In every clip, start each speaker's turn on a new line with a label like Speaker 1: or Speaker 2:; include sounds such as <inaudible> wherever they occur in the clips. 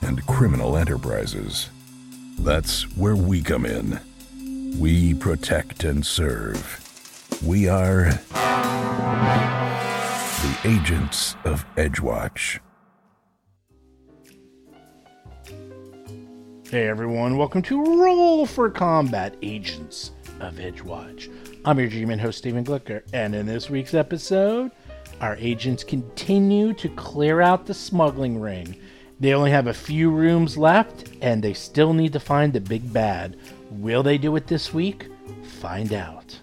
Speaker 1: and criminal enterprises. That's where we come in. We protect and serve. We are the agents of Edgewatch.
Speaker 2: Hey everyone, welcome to Roll for Combat Agents of Edgewatch. I'm your G-Man host Steven Glicker, and in this week's episode, our agents continue to clear out the smuggling ring. They only have a few rooms left, and they still need to find the big bad. Will they do it this week? Find out.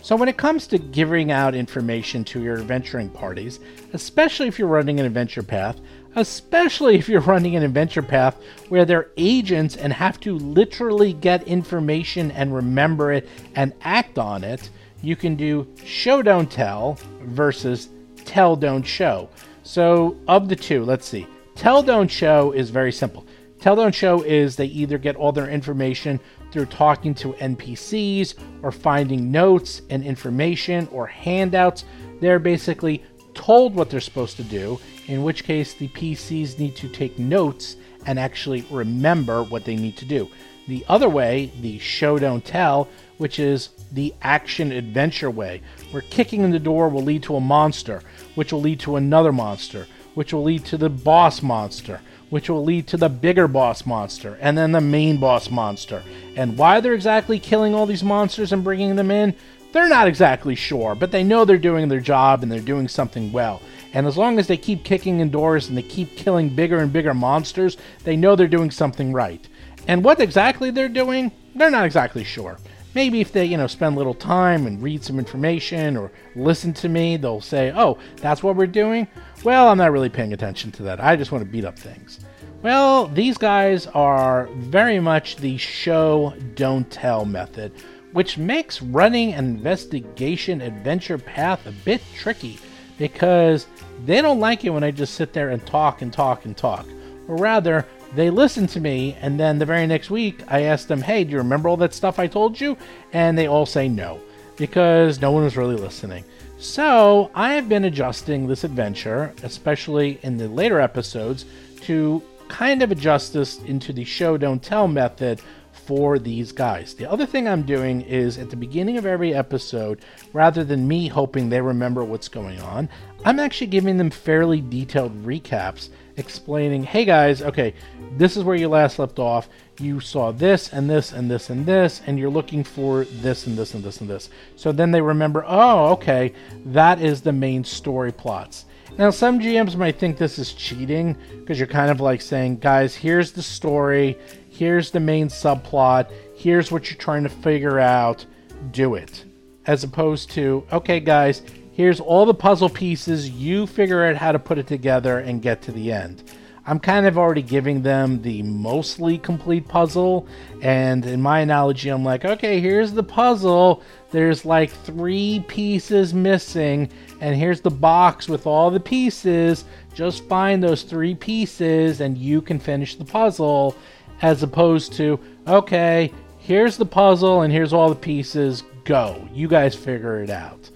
Speaker 2: So, when it comes to giving out information to your adventuring parties, especially if you're running an adventure path, especially if you're running an adventure path where they're agents and have to literally get information and remember it and act on it, you can do show don't tell versus tell don't show. So, of the two, let's see. Tell don't show is very simple. Tell Don't Show is they either get all their information through talking to NPCs or finding notes and information or handouts. They're basically told what they're supposed to do, in which case the PCs need to take notes and actually remember what they need to do. The other way, the show don't tell, which is the action adventure way, where kicking in the door will lead to a monster, which will lead to another monster, which will lead to the boss monster, which will lead to the bigger boss monster, and then the main boss monster. And why they're exactly killing all these monsters and bringing them in, they're not exactly sure, but they know they're doing their job and they're doing something well. And as long as they keep kicking in doors and they keep killing bigger and bigger monsters, they know they're doing something right. And what exactly they're doing, they're not exactly sure. Maybe if they, you know, spend a little time and read some information or listen to me, they'll say, "Oh, that's what we're doing." Well, I'm not really paying attention to that. I just want to beat up things. Well, these guys are very much the show don't tell method, which makes running an investigation adventure path a bit tricky because they don't like it when I just sit there and talk and talk and talk. Or rather, they listen to me, and then the very next week I ask them, hey, do you remember all that stuff I told you? And they all say no because no one was really listening. So I have been adjusting this adventure, especially in the later episodes, to kind of adjust this into the show don't tell method for these guys. The other thing I'm doing is at the beginning of every episode, rather than me hoping they remember what's going on, I'm actually giving them fairly detailed recaps explaining, hey guys, okay, this is where you last left off. You saw this and this and this and this, and you're looking for this and this and this and this. So then they remember, oh, okay, that is the main story plots. Now, some GMs might think this is cheating because you're kind of like saying, guys, here's the story, here's the main subplot, here's what you're trying to figure out, do it. As opposed to, okay, guys, here's all the puzzle pieces, you figure out how to put it together and get to the end. I'm kind of already giving them the mostly complete puzzle. And in my analogy, I'm like, okay, here's the puzzle. There's like three pieces missing, and here's the box with all the pieces. Just find those three pieces, and you can finish the puzzle. As opposed to, okay, here's the puzzle, and here's all the pieces. Go. You guys figure it out.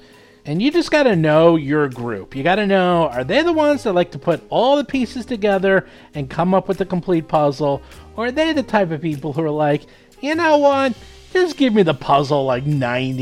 Speaker 2: And you just got to know your group. You got to know are they the ones that like to put all the pieces together and come up with the complete puzzle? Or are they the type of people who are like, you know what? Just give me the puzzle like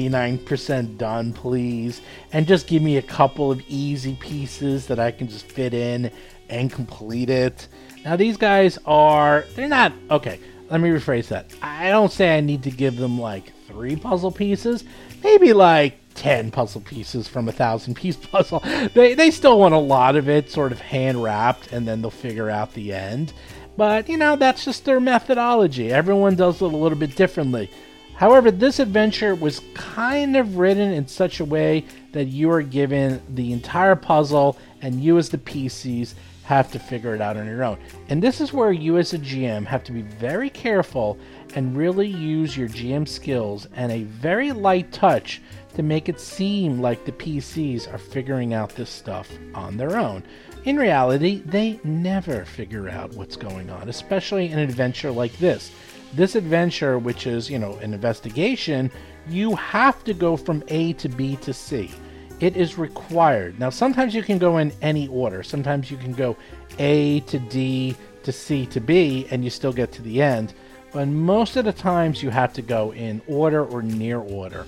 Speaker 2: 99% done, please. And just give me a couple of easy pieces that I can just fit in and complete it. Now, these guys are, they're not, okay, let me rephrase that. I don't say I need to give them like three puzzle pieces, maybe like 10 puzzle pieces from a thousand <laughs> piece puzzle. They, they still want a lot of it sort of hand wrapped, and then they'll figure out the end. But, you know, that's just their methodology. Everyone does it a little bit differently. However, this adventure was kind of written in such a way that you are given the entire puzzle and you, as the PCs, have to figure it out on your own. And this is where you, as a GM, have to be very careful and really use your GM skills and a very light touch to make it seem like the PCs are figuring out this stuff on their own. In reality, they never figure out what's going on, especially in an adventure like this. This adventure, which is, you know, an investigation, you have to go from A to B to C. It is required. Now, sometimes you can go in any order. Sometimes you can go A to D to C to B and you still get to the end. But most of the times you have to go in order or near order.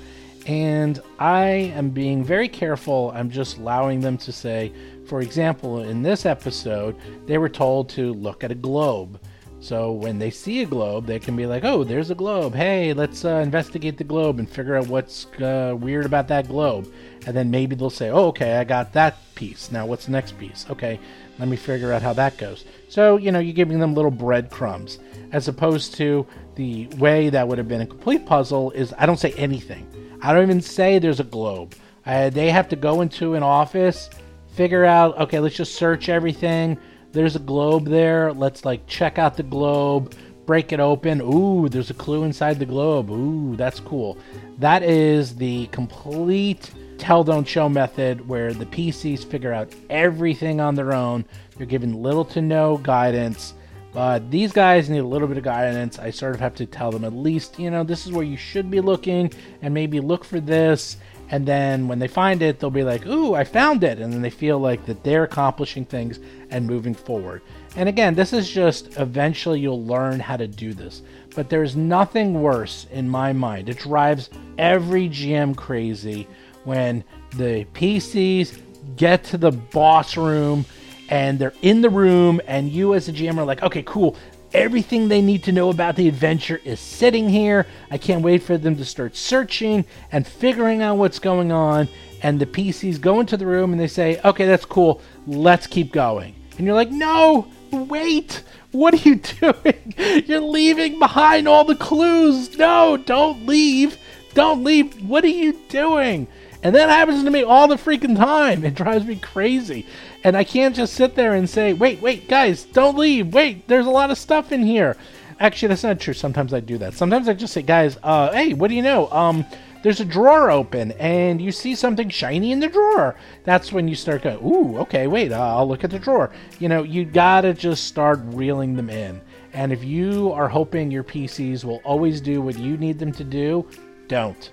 Speaker 2: And I am being very careful. I'm just allowing them to say, for example, in this episode, they were told to look at a globe. So when they see a globe, they can be like, "Oh, there's a globe. Hey, let's uh, investigate the globe and figure out what's uh, weird about that globe." And then maybe they'll say, "Oh, okay, I got that piece. Now what's the next piece? Okay, let me figure out how that goes." So you know, you're giving them little breadcrumbs, as opposed to the way that would have been a complete puzzle is I don't say anything. I don't even say there's a globe. Uh, they have to go into an office, figure out, okay, let's just search everything there's a globe there. Let's like check out the globe, break it open. Ooh, there's a clue inside the globe. Ooh, that's cool. That is the complete tell don't show method where the PCs figure out everything on their own. They're given little to no guidance. But these guys need a little bit of guidance. I sort of have to tell them at least, you know, this is where you should be looking and maybe look for this and then when they find it they'll be like ooh i found it and then they feel like that they're accomplishing things and moving forward and again this is just eventually you'll learn how to do this but there's nothing worse in my mind it drives every gm crazy when the pcs get to the boss room and they're in the room and you as a gm are like okay cool Everything they need to know about the adventure is sitting here. I can't wait for them to start searching and figuring out what's going on. And the PCs go into the room and they say, okay, that's cool. Let's keep going. And you're like, no, wait. What are you <laughs> doing? You're leaving behind all the clues. No, don't leave. Don't leave. What are you doing? And that happens to me all the freaking time. It drives me crazy. And I can't just sit there and say, wait, wait, guys, don't leave. Wait, there's a lot of stuff in here. Actually, that's not true. Sometimes I do that. Sometimes I just say, guys, uh, hey, what do you know? Um, there's a drawer open and you see something shiny in the drawer. That's when you start going, ooh, okay, wait, uh, I'll look at the drawer. You know, you gotta just start reeling them in. And if you are hoping your PCs will always do what you need them to do, don't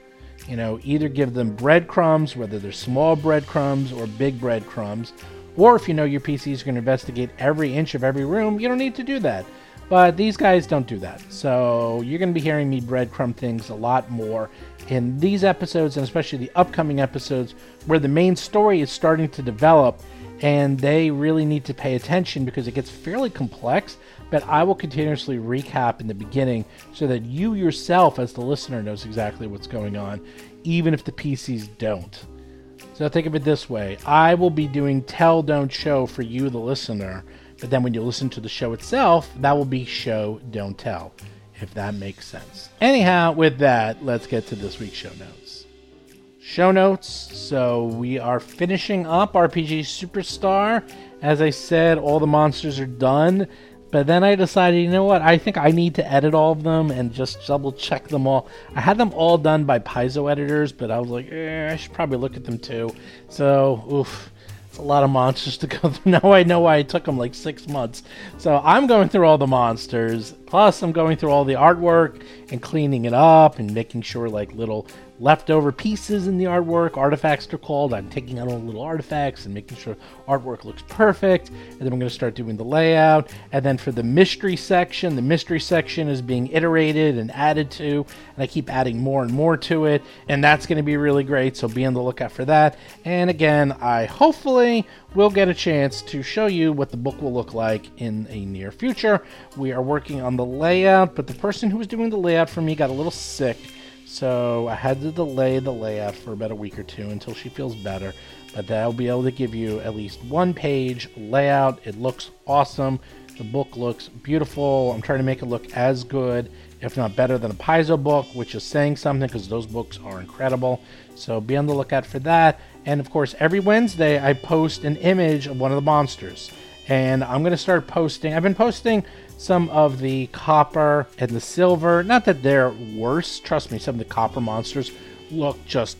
Speaker 2: you know, either give them breadcrumbs, whether they're small breadcrumbs or big breadcrumbs, or if you know your PC is going to investigate every inch of every room, you don't need to do that. But these guys don't do that. So you're going to be hearing me breadcrumb things a lot more in these episodes, and especially the upcoming episodes where the main story is starting to develop and they really need to pay attention because it gets fairly complex. But I will continuously recap in the beginning so that you yourself, as the listener, knows exactly what's going on, even if the PCs don't. So think of it this way I will be doing tell, don't show for you, the listener. But then when you listen to the show itself, that will be show, don't tell, if that makes sense. Anyhow, with that, let's get to this week's show notes show notes. So we are finishing up RPG Superstar. As I said, all the monsters are done. But then I decided, you know what? I think I need to edit all of them and just double check them all. I had them all done by piezo editors, but I was like, eh, I should probably look at them too. So, oof, it's a lot of monsters to go through. <laughs> Now I know why it took them like six months. So I'm going through all the monsters, plus I'm going through all the artwork and cleaning it up and making sure like little leftover pieces in the artwork, artifacts they're called. I'm taking out all the little artifacts and making sure artwork looks perfect. And then I'm going to start doing the layout. And then for the mystery section, the mystery section is being iterated and added to. And I keep adding more and more to it. And that's going to be really great. So be on the lookout for that. And again, I hopefully we'll get a chance to show you what the book will look like in a near future. We are working on the layout, but the person who was doing the layout for me got a little sick, so I had to delay the layout for about a week or two until she feels better. But I'll be able to give you at least one page layout. It looks awesome. The book looks beautiful. I'm trying to make it look as good, if not better, than a Paizo book, which is saying something because those books are incredible. So be on the lookout for that. And of course, every Wednesday I post an image of one of the monsters. and I'm going to start posting. I've been posting some of the copper and the silver. Not that they're worse, trust me, some of the copper monsters look just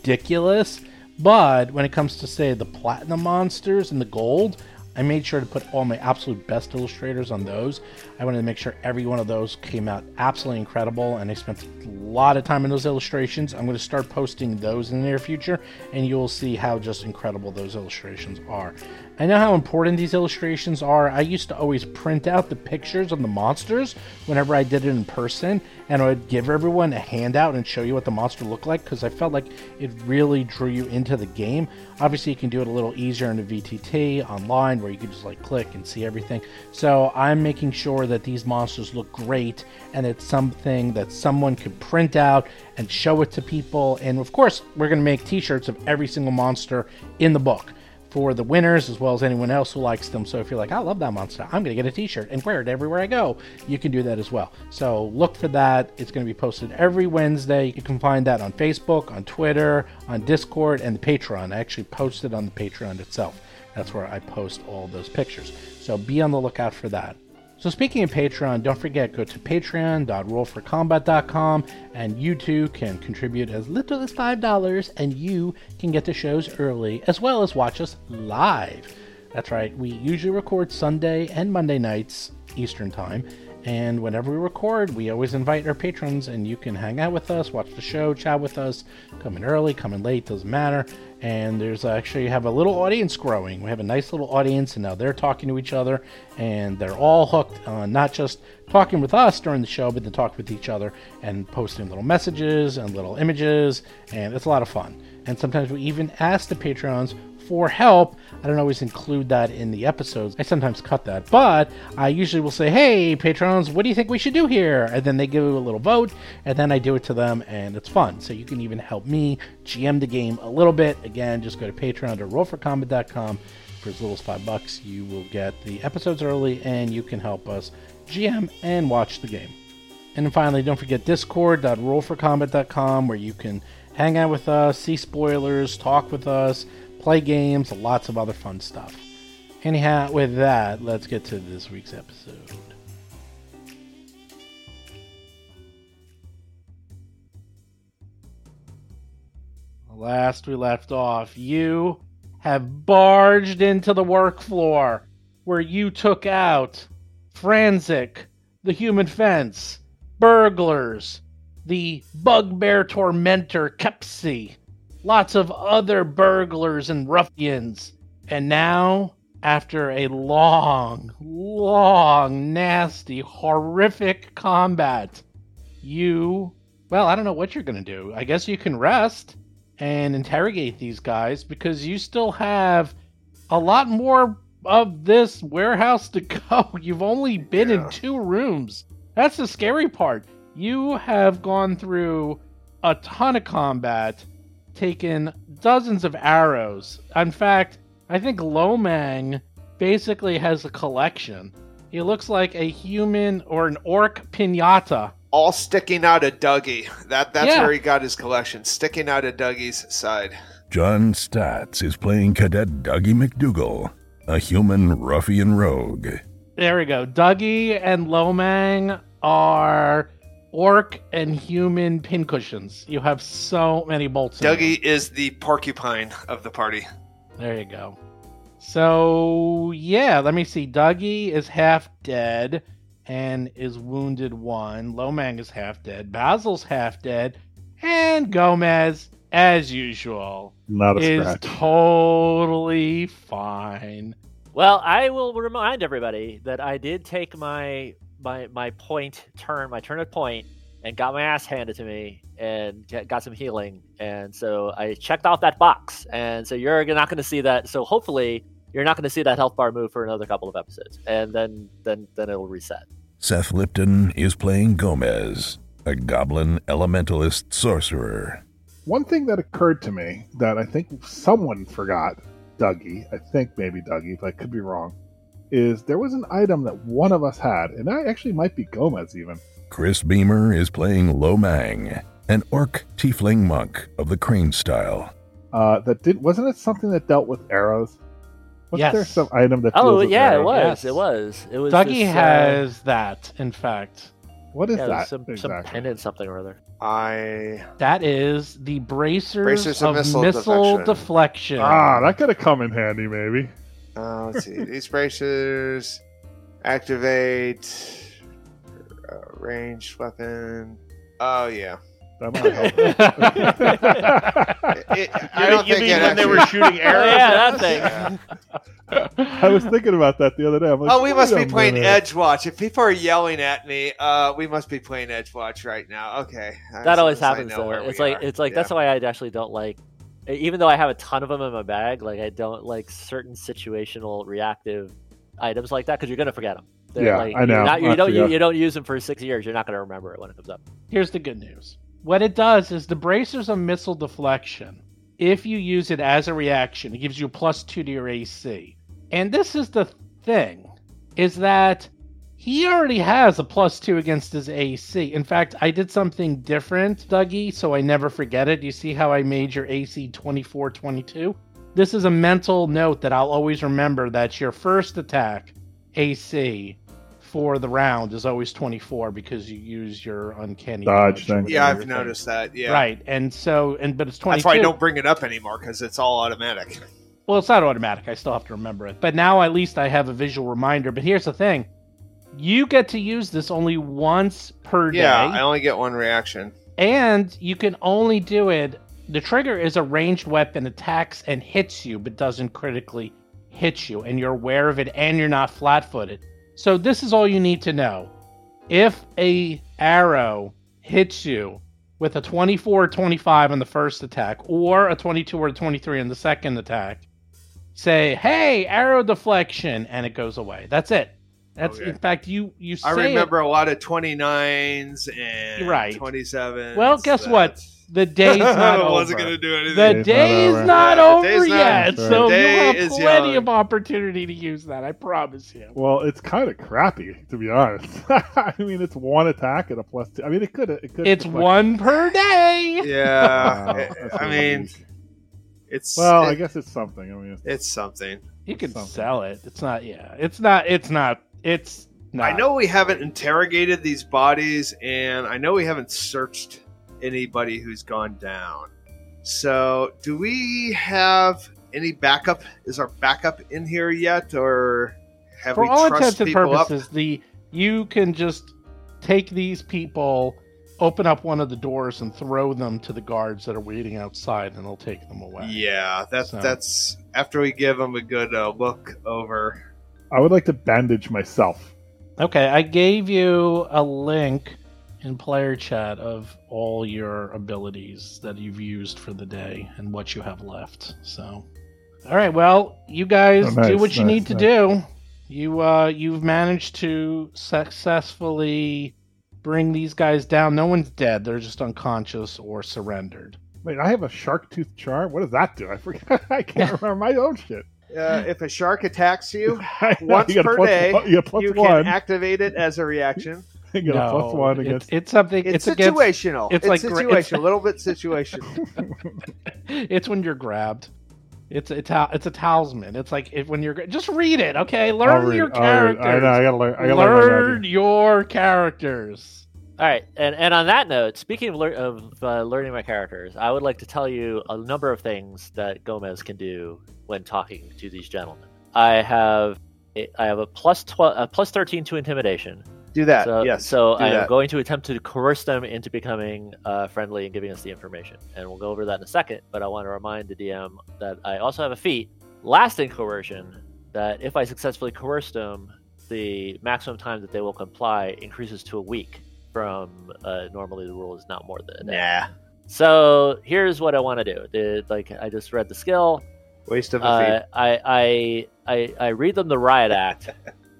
Speaker 2: ridiculous. But when it comes to, say, the platinum monsters and the gold, I made sure to put all my absolute best illustrators on those. I wanted to make sure every one of those came out absolutely incredible, and I spent a lot of time in those illustrations. I'm going to start posting those in the near future, and you'll see how just incredible those illustrations are. I know how important these illustrations are. I used to always print out the pictures of the monsters whenever I did it in person, and I would give everyone a handout and show you what the monster looked like because I felt like it really drew you into the game. Obviously, you can do it a little easier in a VTT online where you can just like click and see everything. So I'm making sure that these monsters look great and it's something that someone could print out and show it to people. And of course, we're going to make t shirts of every single monster in the book for the winners as well as anyone else who likes them. So if you're like, I love that monster, I'm going to get a t shirt and wear it everywhere I go, you can do that as well. So look for that. It's going to be posted every Wednesday. You can find that on Facebook, on Twitter, on Discord, and the Patreon. I actually posted on the Patreon itself. That's where I post all those pictures. So be on the lookout for that. So speaking of Patreon, don't forget go to patreon.rollforcombat.com and you too can contribute as little as $5 and you can get the shows early as well as watch us live. That's right, we usually record Sunday and Monday nights Eastern time and whenever we record, we always invite our patrons, and you can hang out with us, watch the show, chat with us, come in early, come in late, doesn't matter. And there's uh, actually have a little audience growing. We have a nice little audience, and now they're talking to each other, and they're all hooked on not just talking with us during the show, but they talk with each other and posting little messages and little images, and it's a lot of fun. And sometimes we even ask the patrons for help. I don't always include that in the episodes. I sometimes cut that, but I usually will say, "Hey, patrons, what do you think we should do here?" And then they give you a little vote, and then I do it to them, and it's fun. So you can even help me GM the game a little bit. Again, just go to Patreon or RollForCombat.com. For as little as five bucks, you will get the episodes early, and you can help us GM and watch the game. And finally, don't forget Discord.RollForCombat.com, where you can hang out with us, see spoilers, talk with us play games, lots of other fun stuff. Anyhow, with that, let's get to this week's episode. Last we left off, you have barged into the work floor where you took out Franzic, the human fence, burglars, the bugbear tormentor Kepsi, lots of other burglars and ruffians. And now, after a long, long, nasty, horrific combat, you. Well, I don't know what you're going to do. I guess you can rest and interrogate these guys because you still have a lot more of this warehouse to <laughs> go. You've only been
Speaker 3: Yeah.
Speaker 2: in two rooms. That's the scary part. You have gone through a ton of combat taken dozens of arrows. In fact, I think Lomang basically has a collection. He looks like a human or an orc pinata.
Speaker 3: all sticking out of Dougie. That that's
Speaker 2: Yeah.
Speaker 3: where he got his collection, sticking out of Dougie's side.
Speaker 1: John Statz is playing Cadet Dougie McDougal, a human ruffian rogue.
Speaker 2: There we go. Dougie and Lomang are orc and human pincushions. You have so many bolts. in you.
Speaker 3: Dougie is the porcupine of the party.
Speaker 2: There you go. So yeah, let me see. Dougie is half dead and is wounded one. Lomang is half dead. Basil's half dead. And Gomez, as usual,
Speaker 4: Not a
Speaker 2: is
Speaker 4: scratch.
Speaker 2: totally fine.
Speaker 5: Well, I will remind everybody that I did take my my my point turn, my turn at point, and got my ass handed to me, and get, got some healing, and so I checked off that box, and so you're not going to see that. So hopefully, you're not going to see that health bar move for another couple of episodes, and then then then it'll reset.
Speaker 1: Seth Lipton is playing Gomez, a goblin elementalist sorcerer.
Speaker 4: One thing that occurred to me that I think someone forgot, Dougie, I think maybe Dougie, but I could be wrong, is there was an item that one of us had, and I actually might be Gomez even.
Speaker 1: Chris Beamer is playing Lomang, an orc tiefling monk of the crane style.
Speaker 4: Uh, that did wasn't it something that dealt with arrows? What's
Speaker 2: Yes.
Speaker 4: there some item that?
Speaker 5: Oh
Speaker 4: deals with
Speaker 5: yeah, it
Speaker 4: arrows?
Speaker 5: was.
Speaker 2: Yes.
Speaker 5: It was. It was.
Speaker 2: Dougie
Speaker 5: this, uh,
Speaker 2: has that, in fact.
Speaker 4: What is
Speaker 5: yeah, it was
Speaker 4: that?
Speaker 5: Some, some
Speaker 4: exactly.
Speaker 5: pendant, something or other.
Speaker 3: I
Speaker 2: That is the bracers,
Speaker 3: Bracers
Speaker 2: of
Speaker 3: of
Speaker 2: missile,
Speaker 3: missile
Speaker 2: deflection.
Speaker 3: deflection.
Speaker 4: ah, that could have come in handy, maybe.
Speaker 3: uh, let's
Speaker 5: <laughs>
Speaker 3: see. These bracers activate uh, ranged weapon. Oh yeah.
Speaker 4: That might <laughs>
Speaker 5: <laughs>
Speaker 4: help.
Speaker 3: It- it-
Speaker 6: <laughs>
Speaker 3: I
Speaker 6: You
Speaker 3: don't
Speaker 6: you
Speaker 3: think
Speaker 6: mean
Speaker 3: it
Speaker 6: when they
Speaker 3: actually- <laughs>
Speaker 6: were shooting
Speaker 5: Oh,
Speaker 6: arrows?
Speaker 5: <laughs> yeah,
Speaker 6: at
Speaker 5: that
Speaker 6: us?
Speaker 5: thing.
Speaker 3: Yeah.
Speaker 4: I was thinking about that the other day. I'm like,
Speaker 3: <laughs> Oh, we must
Speaker 4: wait
Speaker 3: be
Speaker 4: a
Speaker 3: playing
Speaker 4: minute.
Speaker 3: Edge Watch. If people are yelling at me, uh, we must be playing Edge Watch right now. Okay.
Speaker 5: that
Speaker 3: As
Speaker 5: always
Speaker 3: soon as I
Speaker 5: happens
Speaker 3: know
Speaker 5: though.
Speaker 3: where
Speaker 5: It's
Speaker 3: we
Speaker 5: like
Speaker 3: are.
Speaker 5: it's like
Speaker 3: Yeah.
Speaker 5: that's why I actually don't like e, even though I have a ton of them in my bag, like I don't like certain situational reactive items like that because you're gonna forget them.
Speaker 4: Yeah,
Speaker 5: like,
Speaker 4: I
Speaker 5: you're
Speaker 4: know.
Speaker 5: Not, you
Speaker 4: I
Speaker 5: don't you,
Speaker 4: forget.
Speaker 5: you don't use them for six years. You're not gonna remember it when it comes up.
Speaker 2: Here's the good news. What it does is the bracers of missile deflection, if you use it as a reaction, it gives you a plus two to your AC. And this is the thing, is that he already has a plus two against his AC. In fact, I did something different, Dougie, so I never forget it. You see how I made your AC 24 22? This is a mental note that I'll always remember that your first attack AC for the round is always 24 because you use your uncanny
Speaker 4: Dodge
Speaker 2: or
Speaker 4: thing.
Speaker 2: whatever
Speaker 3: Yeah, I've
Speaker 2: your thing
Speaker 3: noticed that. Yeah.
Speaker 2: Right. And so, and but it's 22.
Speaker 3: That's why I don't bring it up anymore because it's all automatic.
Speaker 2: Well, it's not automatic. I still have to remember it. But now at least I have a visual reminder. But here's the thing you get to use this only once per
Speaker 3: Yeah,
Speaker 2: day.
Speaker 3: I only get one reaction.
Speaker 2: and you can only do it. The trigger is a ranged weapon, attacks and hits you, but doesn't critically hit you. And you're aware of it and you're not flat footed. So this is all you need to know. If a arrow hits you with a 24 or 25 on the first attack or a 22 or a 23 on the second attack, say, "Hey, arrow deflection," and it goes away. That's it. That's
Speaker 3: Okay.
Speaker 2: in fact you you say
Speaker 3: I
Speaker 2: it-
Speaker 3: remember a lot of 29s and
Speaker 2: Right.
Speaker 3: 27s.
Speaker 2: Well, guess
Speaker 3: that- <laughs>
Speaker 2: what? the day's not
Speaker 3: I
Speaker 2: over.
Speaker 3: wasn't going to do anything.
Speaker 2: The day's
Speaker 4: Day's not over.
Speaker 2: not
Speaker 3: Yeah,
Speaker 2: over,
Speaker 3: the day's not-
Speaker 2: yet,
Speaker 4: That's
Speaker 2: so
Speaker 4: right.
Speaker 3: The
Speaker 2: you'll
Speaker 3: day
Speaker 2: have
Speaker 3: is
Speaker 2: plenty
Speaker 3: young.
Speaker 2: of opportunity to use that. I promise you.
Speaker 4: Well, it's kind of crappy to be honest. <laughs> I mean, it's one attack and a plus two. I mean, it could. It could. uh,
Speaker 2: It's
Speaker 4: deflect-
Speaker 2: one per day.
Speaker 3: <laughs>
Speaker 2: <laughs>
Speaker 4: Wow,
Speaker 3: yeah.
Speaker 4: that's
Speaker 3: I
Speaker 4: really
Speaker 3: mean,
Speaker 4: weak.
Speaker 3: it's
Speaker 4: well, I
Speaker 3: it-
Speaker 4: guess it's something. I mean, it's,
Speaker 3: it's something.
Speaker 2: You can
Speaker 4: Something.
Speaker 2: sell it. It's not. Yeah. It's not. It's not. It's not.
Speaker 3: I know we haven't interrogated these bodies, and I know we haven't searched anybody who's gone down. So, do we have any backup? Is our backup in here yet, or have
Speaker 2: For
Speaker 3: we
Speaker 2: all
Speaker 3: trust
Speaker 2: intents and
Speaker 3: people up?
Speaker 2: purposes, the you can just take these people, open up one of the doors, and throw them to the guards that are waiting outside, and they'll take them away.
Speaker 3: Yeah, that's
Speaker 2: So-
Speaker 3: that's after we give them a good uh, look over.
Speaker 4: I would like to bandage myself.
Speaker 2: Okay, I gave you a link in player chat of all your abilities that you've used for the day and what you have left. So, all right, well, you guys
Speaker 4: Oh, nice,
Speaker 2: do what you
Speaker 4: nice,
Speaker 2: need to
Speaker 4: nice.
Speaker 2: do. You uh, you've managed to successfully bring these guys down. No one's dead; they're just unconscious or surrendered.
Speaker 4: Wait, I have a shark tooth charm. What does that do? I forget. <laughs> I can't
Speaker 2: <laughs>
Speaker 4: remember my own shit.
Speaker 3: Uh, if a shark attacks you,
Speaker 4: <laughs> I know,
Speaker 3: Once
Speaker 4: you get a
Speaker 3: per
Speaker 4: plus
Speaker 3: day,
Speaker 4: One, you get a plus
Speaker 3: you
Speaker 4: one.
Speaker 3: can activate it as a reaction.
Speaker 4: you get a plus one
Speaker 2: it's-
Speaker 4: against.
Speaker 2: it's, something.
Speaker 3: It's,
Speaker 2: It's, against.
Speaker 3: situational.
Speaker 2: it's
Speaker 3: It's,
Speaker 2: like gra-
Speaker 3: situational.
Speaker 2: it's-
Speaker 3: a little bit situational.
Speaker 2: <laughs> it's when you're grabbed. It's a ta- it's a talisman. It's like if when you're gra- just read it, okay?
Speaker 4: <laughs> I'll
Speaker 2: Learn
Speaker 4: read-
Speaker 2: your
Speaker 4: I'll read-
Speaker 2: characters.
Speaker 4: I know. I gotta learn. I gotta learn.
Speaker 2: learn
Speaker 4: magic.
Speaker 2: your characters.
Speaker 5: All right, and and on that note, speaking of, lear- of uh, learning my characters, I would like to tell you a number of things that Gomez can do when talking to these gentlemen. I have I have a plus twelve, a plus thirteen to intimidation.
Speaker 3: Do that.
Speaker 5: so,
Speaker 3: yes.
Speaker 5: so
Speaker 3: do
Speaker 5: I am
Speaker 3: that.
Speaker 5: going to attempt to coerce them into becoming uh, friendly and giving us the information. And we'll go over that in a second, but I want to remind the DM that I also have a feat, lasting coercion, that if I successfully coerce them, the maximum time that they will comply increases to a week from uh, normally the rule is not more than a day.
Speaker 3: nah.
Speaker 5: So here's what I want to do. The, like I just read the skill.
Speaker 3: Waste of a
Speaker 5: Uh, I, I I I read them the riot act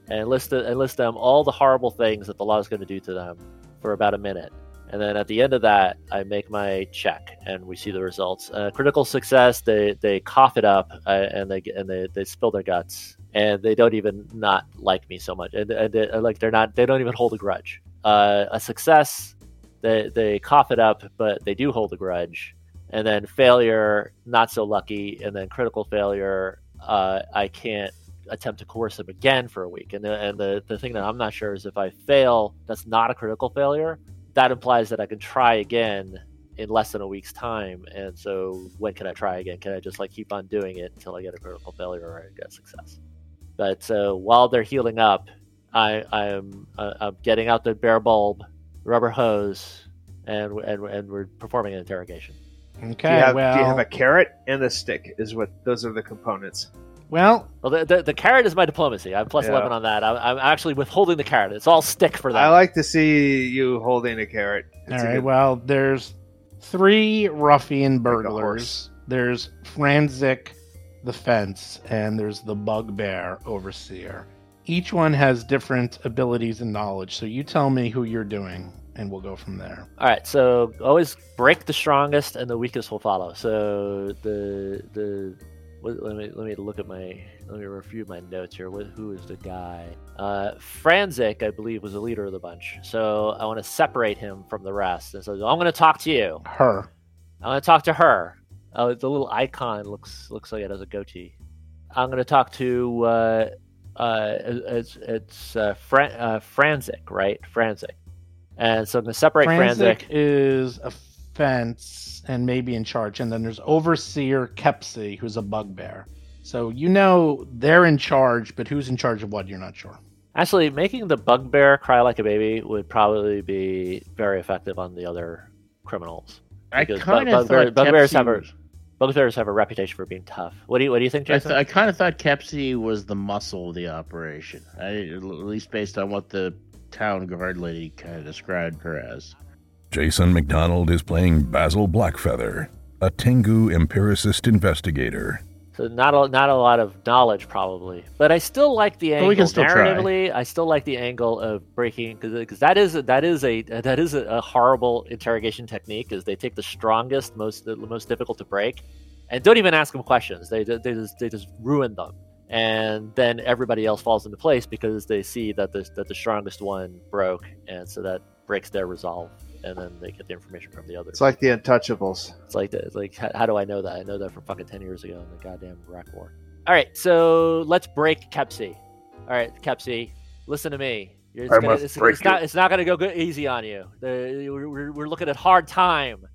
Speaker 5: and list and list them all the horrible things that the law is going to do to them for about a minute, and then at the end of that, I make my check and we see the results. Uh, critical success. They they cough it up uh, and they get- and they, they spill their guts and they don't even not like me so much. And, and they, like they're not they don't even hold a grudge. Uh, a success. They, they cough it up, but they do hold a grudge and then failure, not so lucky, and then critical failure, uh, I can't attempt to coerce them again for a week. And the, and the the thing that I'm not sure is if I fail, that's not a critical failure. That implies that I can try again in less than a week's time. And so when can I try again? Can I just like keep on doing it until I get a critical failure or I get success? But so while they're healing up, I I'm uh, I'm getting out the bare bulb, rubber hose, and and and we're performing an interrogation.
Speaker 2: Okay.
Speaker 3: Do you, have,
Speaker 2: well,
Speaker 3: do you have a carrot and a stick? Is what those are the components.
Speaker 2: well,
Speaker 5: Well, the, the, the carrot is my diplomacy. I'm plus
Speaker 3: Yeah.
Speaker 5: 11 on that. I'm, I'm actually withholding the carrot. It's all stick for that.
Speaker 3: I like to see you holding a carrot. It's
Speaker 2: All
Speaker 3: a
Speaker 2: right.
Speaker 3: good-
Speaker 2: Well, there's three ruffian
Speaker 3: a
Speaker 2: burglars.
Speaker 3: horse.
Speaker 2: there's Franzik, the fence, and there's the bugbear overseer. Each one has different abilities and knowledge. So you tell me who you're doing, and we'll go from there.
Speaker 5: All right, so always break the strongest and the weakest will follow. So the the what, let me let me look at my let me review my notes here. What, who is the guy? Uh, Franzik, I believe, was the leader of the bunch. So I want to separate him from the rest. And so I'm going to talk to you.
Speaker 2: Her.
Speaker 5: I'm going to talk to her. Oh, the little icon looks looks like it has a goatee. I'm going to talk to uh, uh, it's it's uh, Fran- uh, Franzik, right? Franzik. And so I'm going to separate Franzik.
Speaker 2: Franzik is a fence and maybe in charge. And then there's overseer Kepsi, who's a bugbear. So you know they're in charge, but who's in charge of what, you're not sure.
Speaker 5: Actually, making the bugbear cry like a baby would probably be very effective on the other criminals.
Speaker 6: I
Speaker 5: Because
Speaker 6: kind
Speaker 5: Bug-
Speaker 6: of
Speaker 5: Bugbear-
Speaker 6: thought
Speaker 5: Bugbears
Speaker 6: Kepsi
Speaker 5: have a-
Speaker 6: was-
Speaker 5: Bugbears have a reputation for being tough. What do you What do you think,
Speaker 6: I,
Speaker 5: Jason?
Speaker 6: th- I kind of thought Kepsi was the muscle of the operation. I, at least based on what the town guard lady kind of described her as.
Speaker 1: Jason McDonald is playing Basil Blackfeather, a Tengu empiricist investigator.
Speaker 5: so not a, not a lot of knowledge probably, but I still like the
Speaker 6: But
Speaker 5: angle.
Speaker 6: we can still try.
Speaker 5: Narratively, I still like the angle of breaking because that is that is a that is a, a horrible interrogation technique. Is they take the strongest, most the most difficult to break, and don't even ask them questions. They ju- they just they just ruin them, and then everybody else falls into place because they see that the that the strongest one broke, and so that breaks their resolve, and then they get the information from the others.
Speaker 3: It's like the Untouchables.
Speaker 5: It's like that. It's like how, how do I know that? I know that from fucking ten years ago in the goddamn Iraq War. All right, so let's break Kepsi. All right, Kepsi, listen to me. You're, it's,
Speaker 4: I
Speaker 5: gonna,
Speaker 4: must
Speaker 5: it's,
Speaker 4: break
Speaker 5: it's not. It's not going to go good, easy on you. The, we're, we're- we're looking at hard time.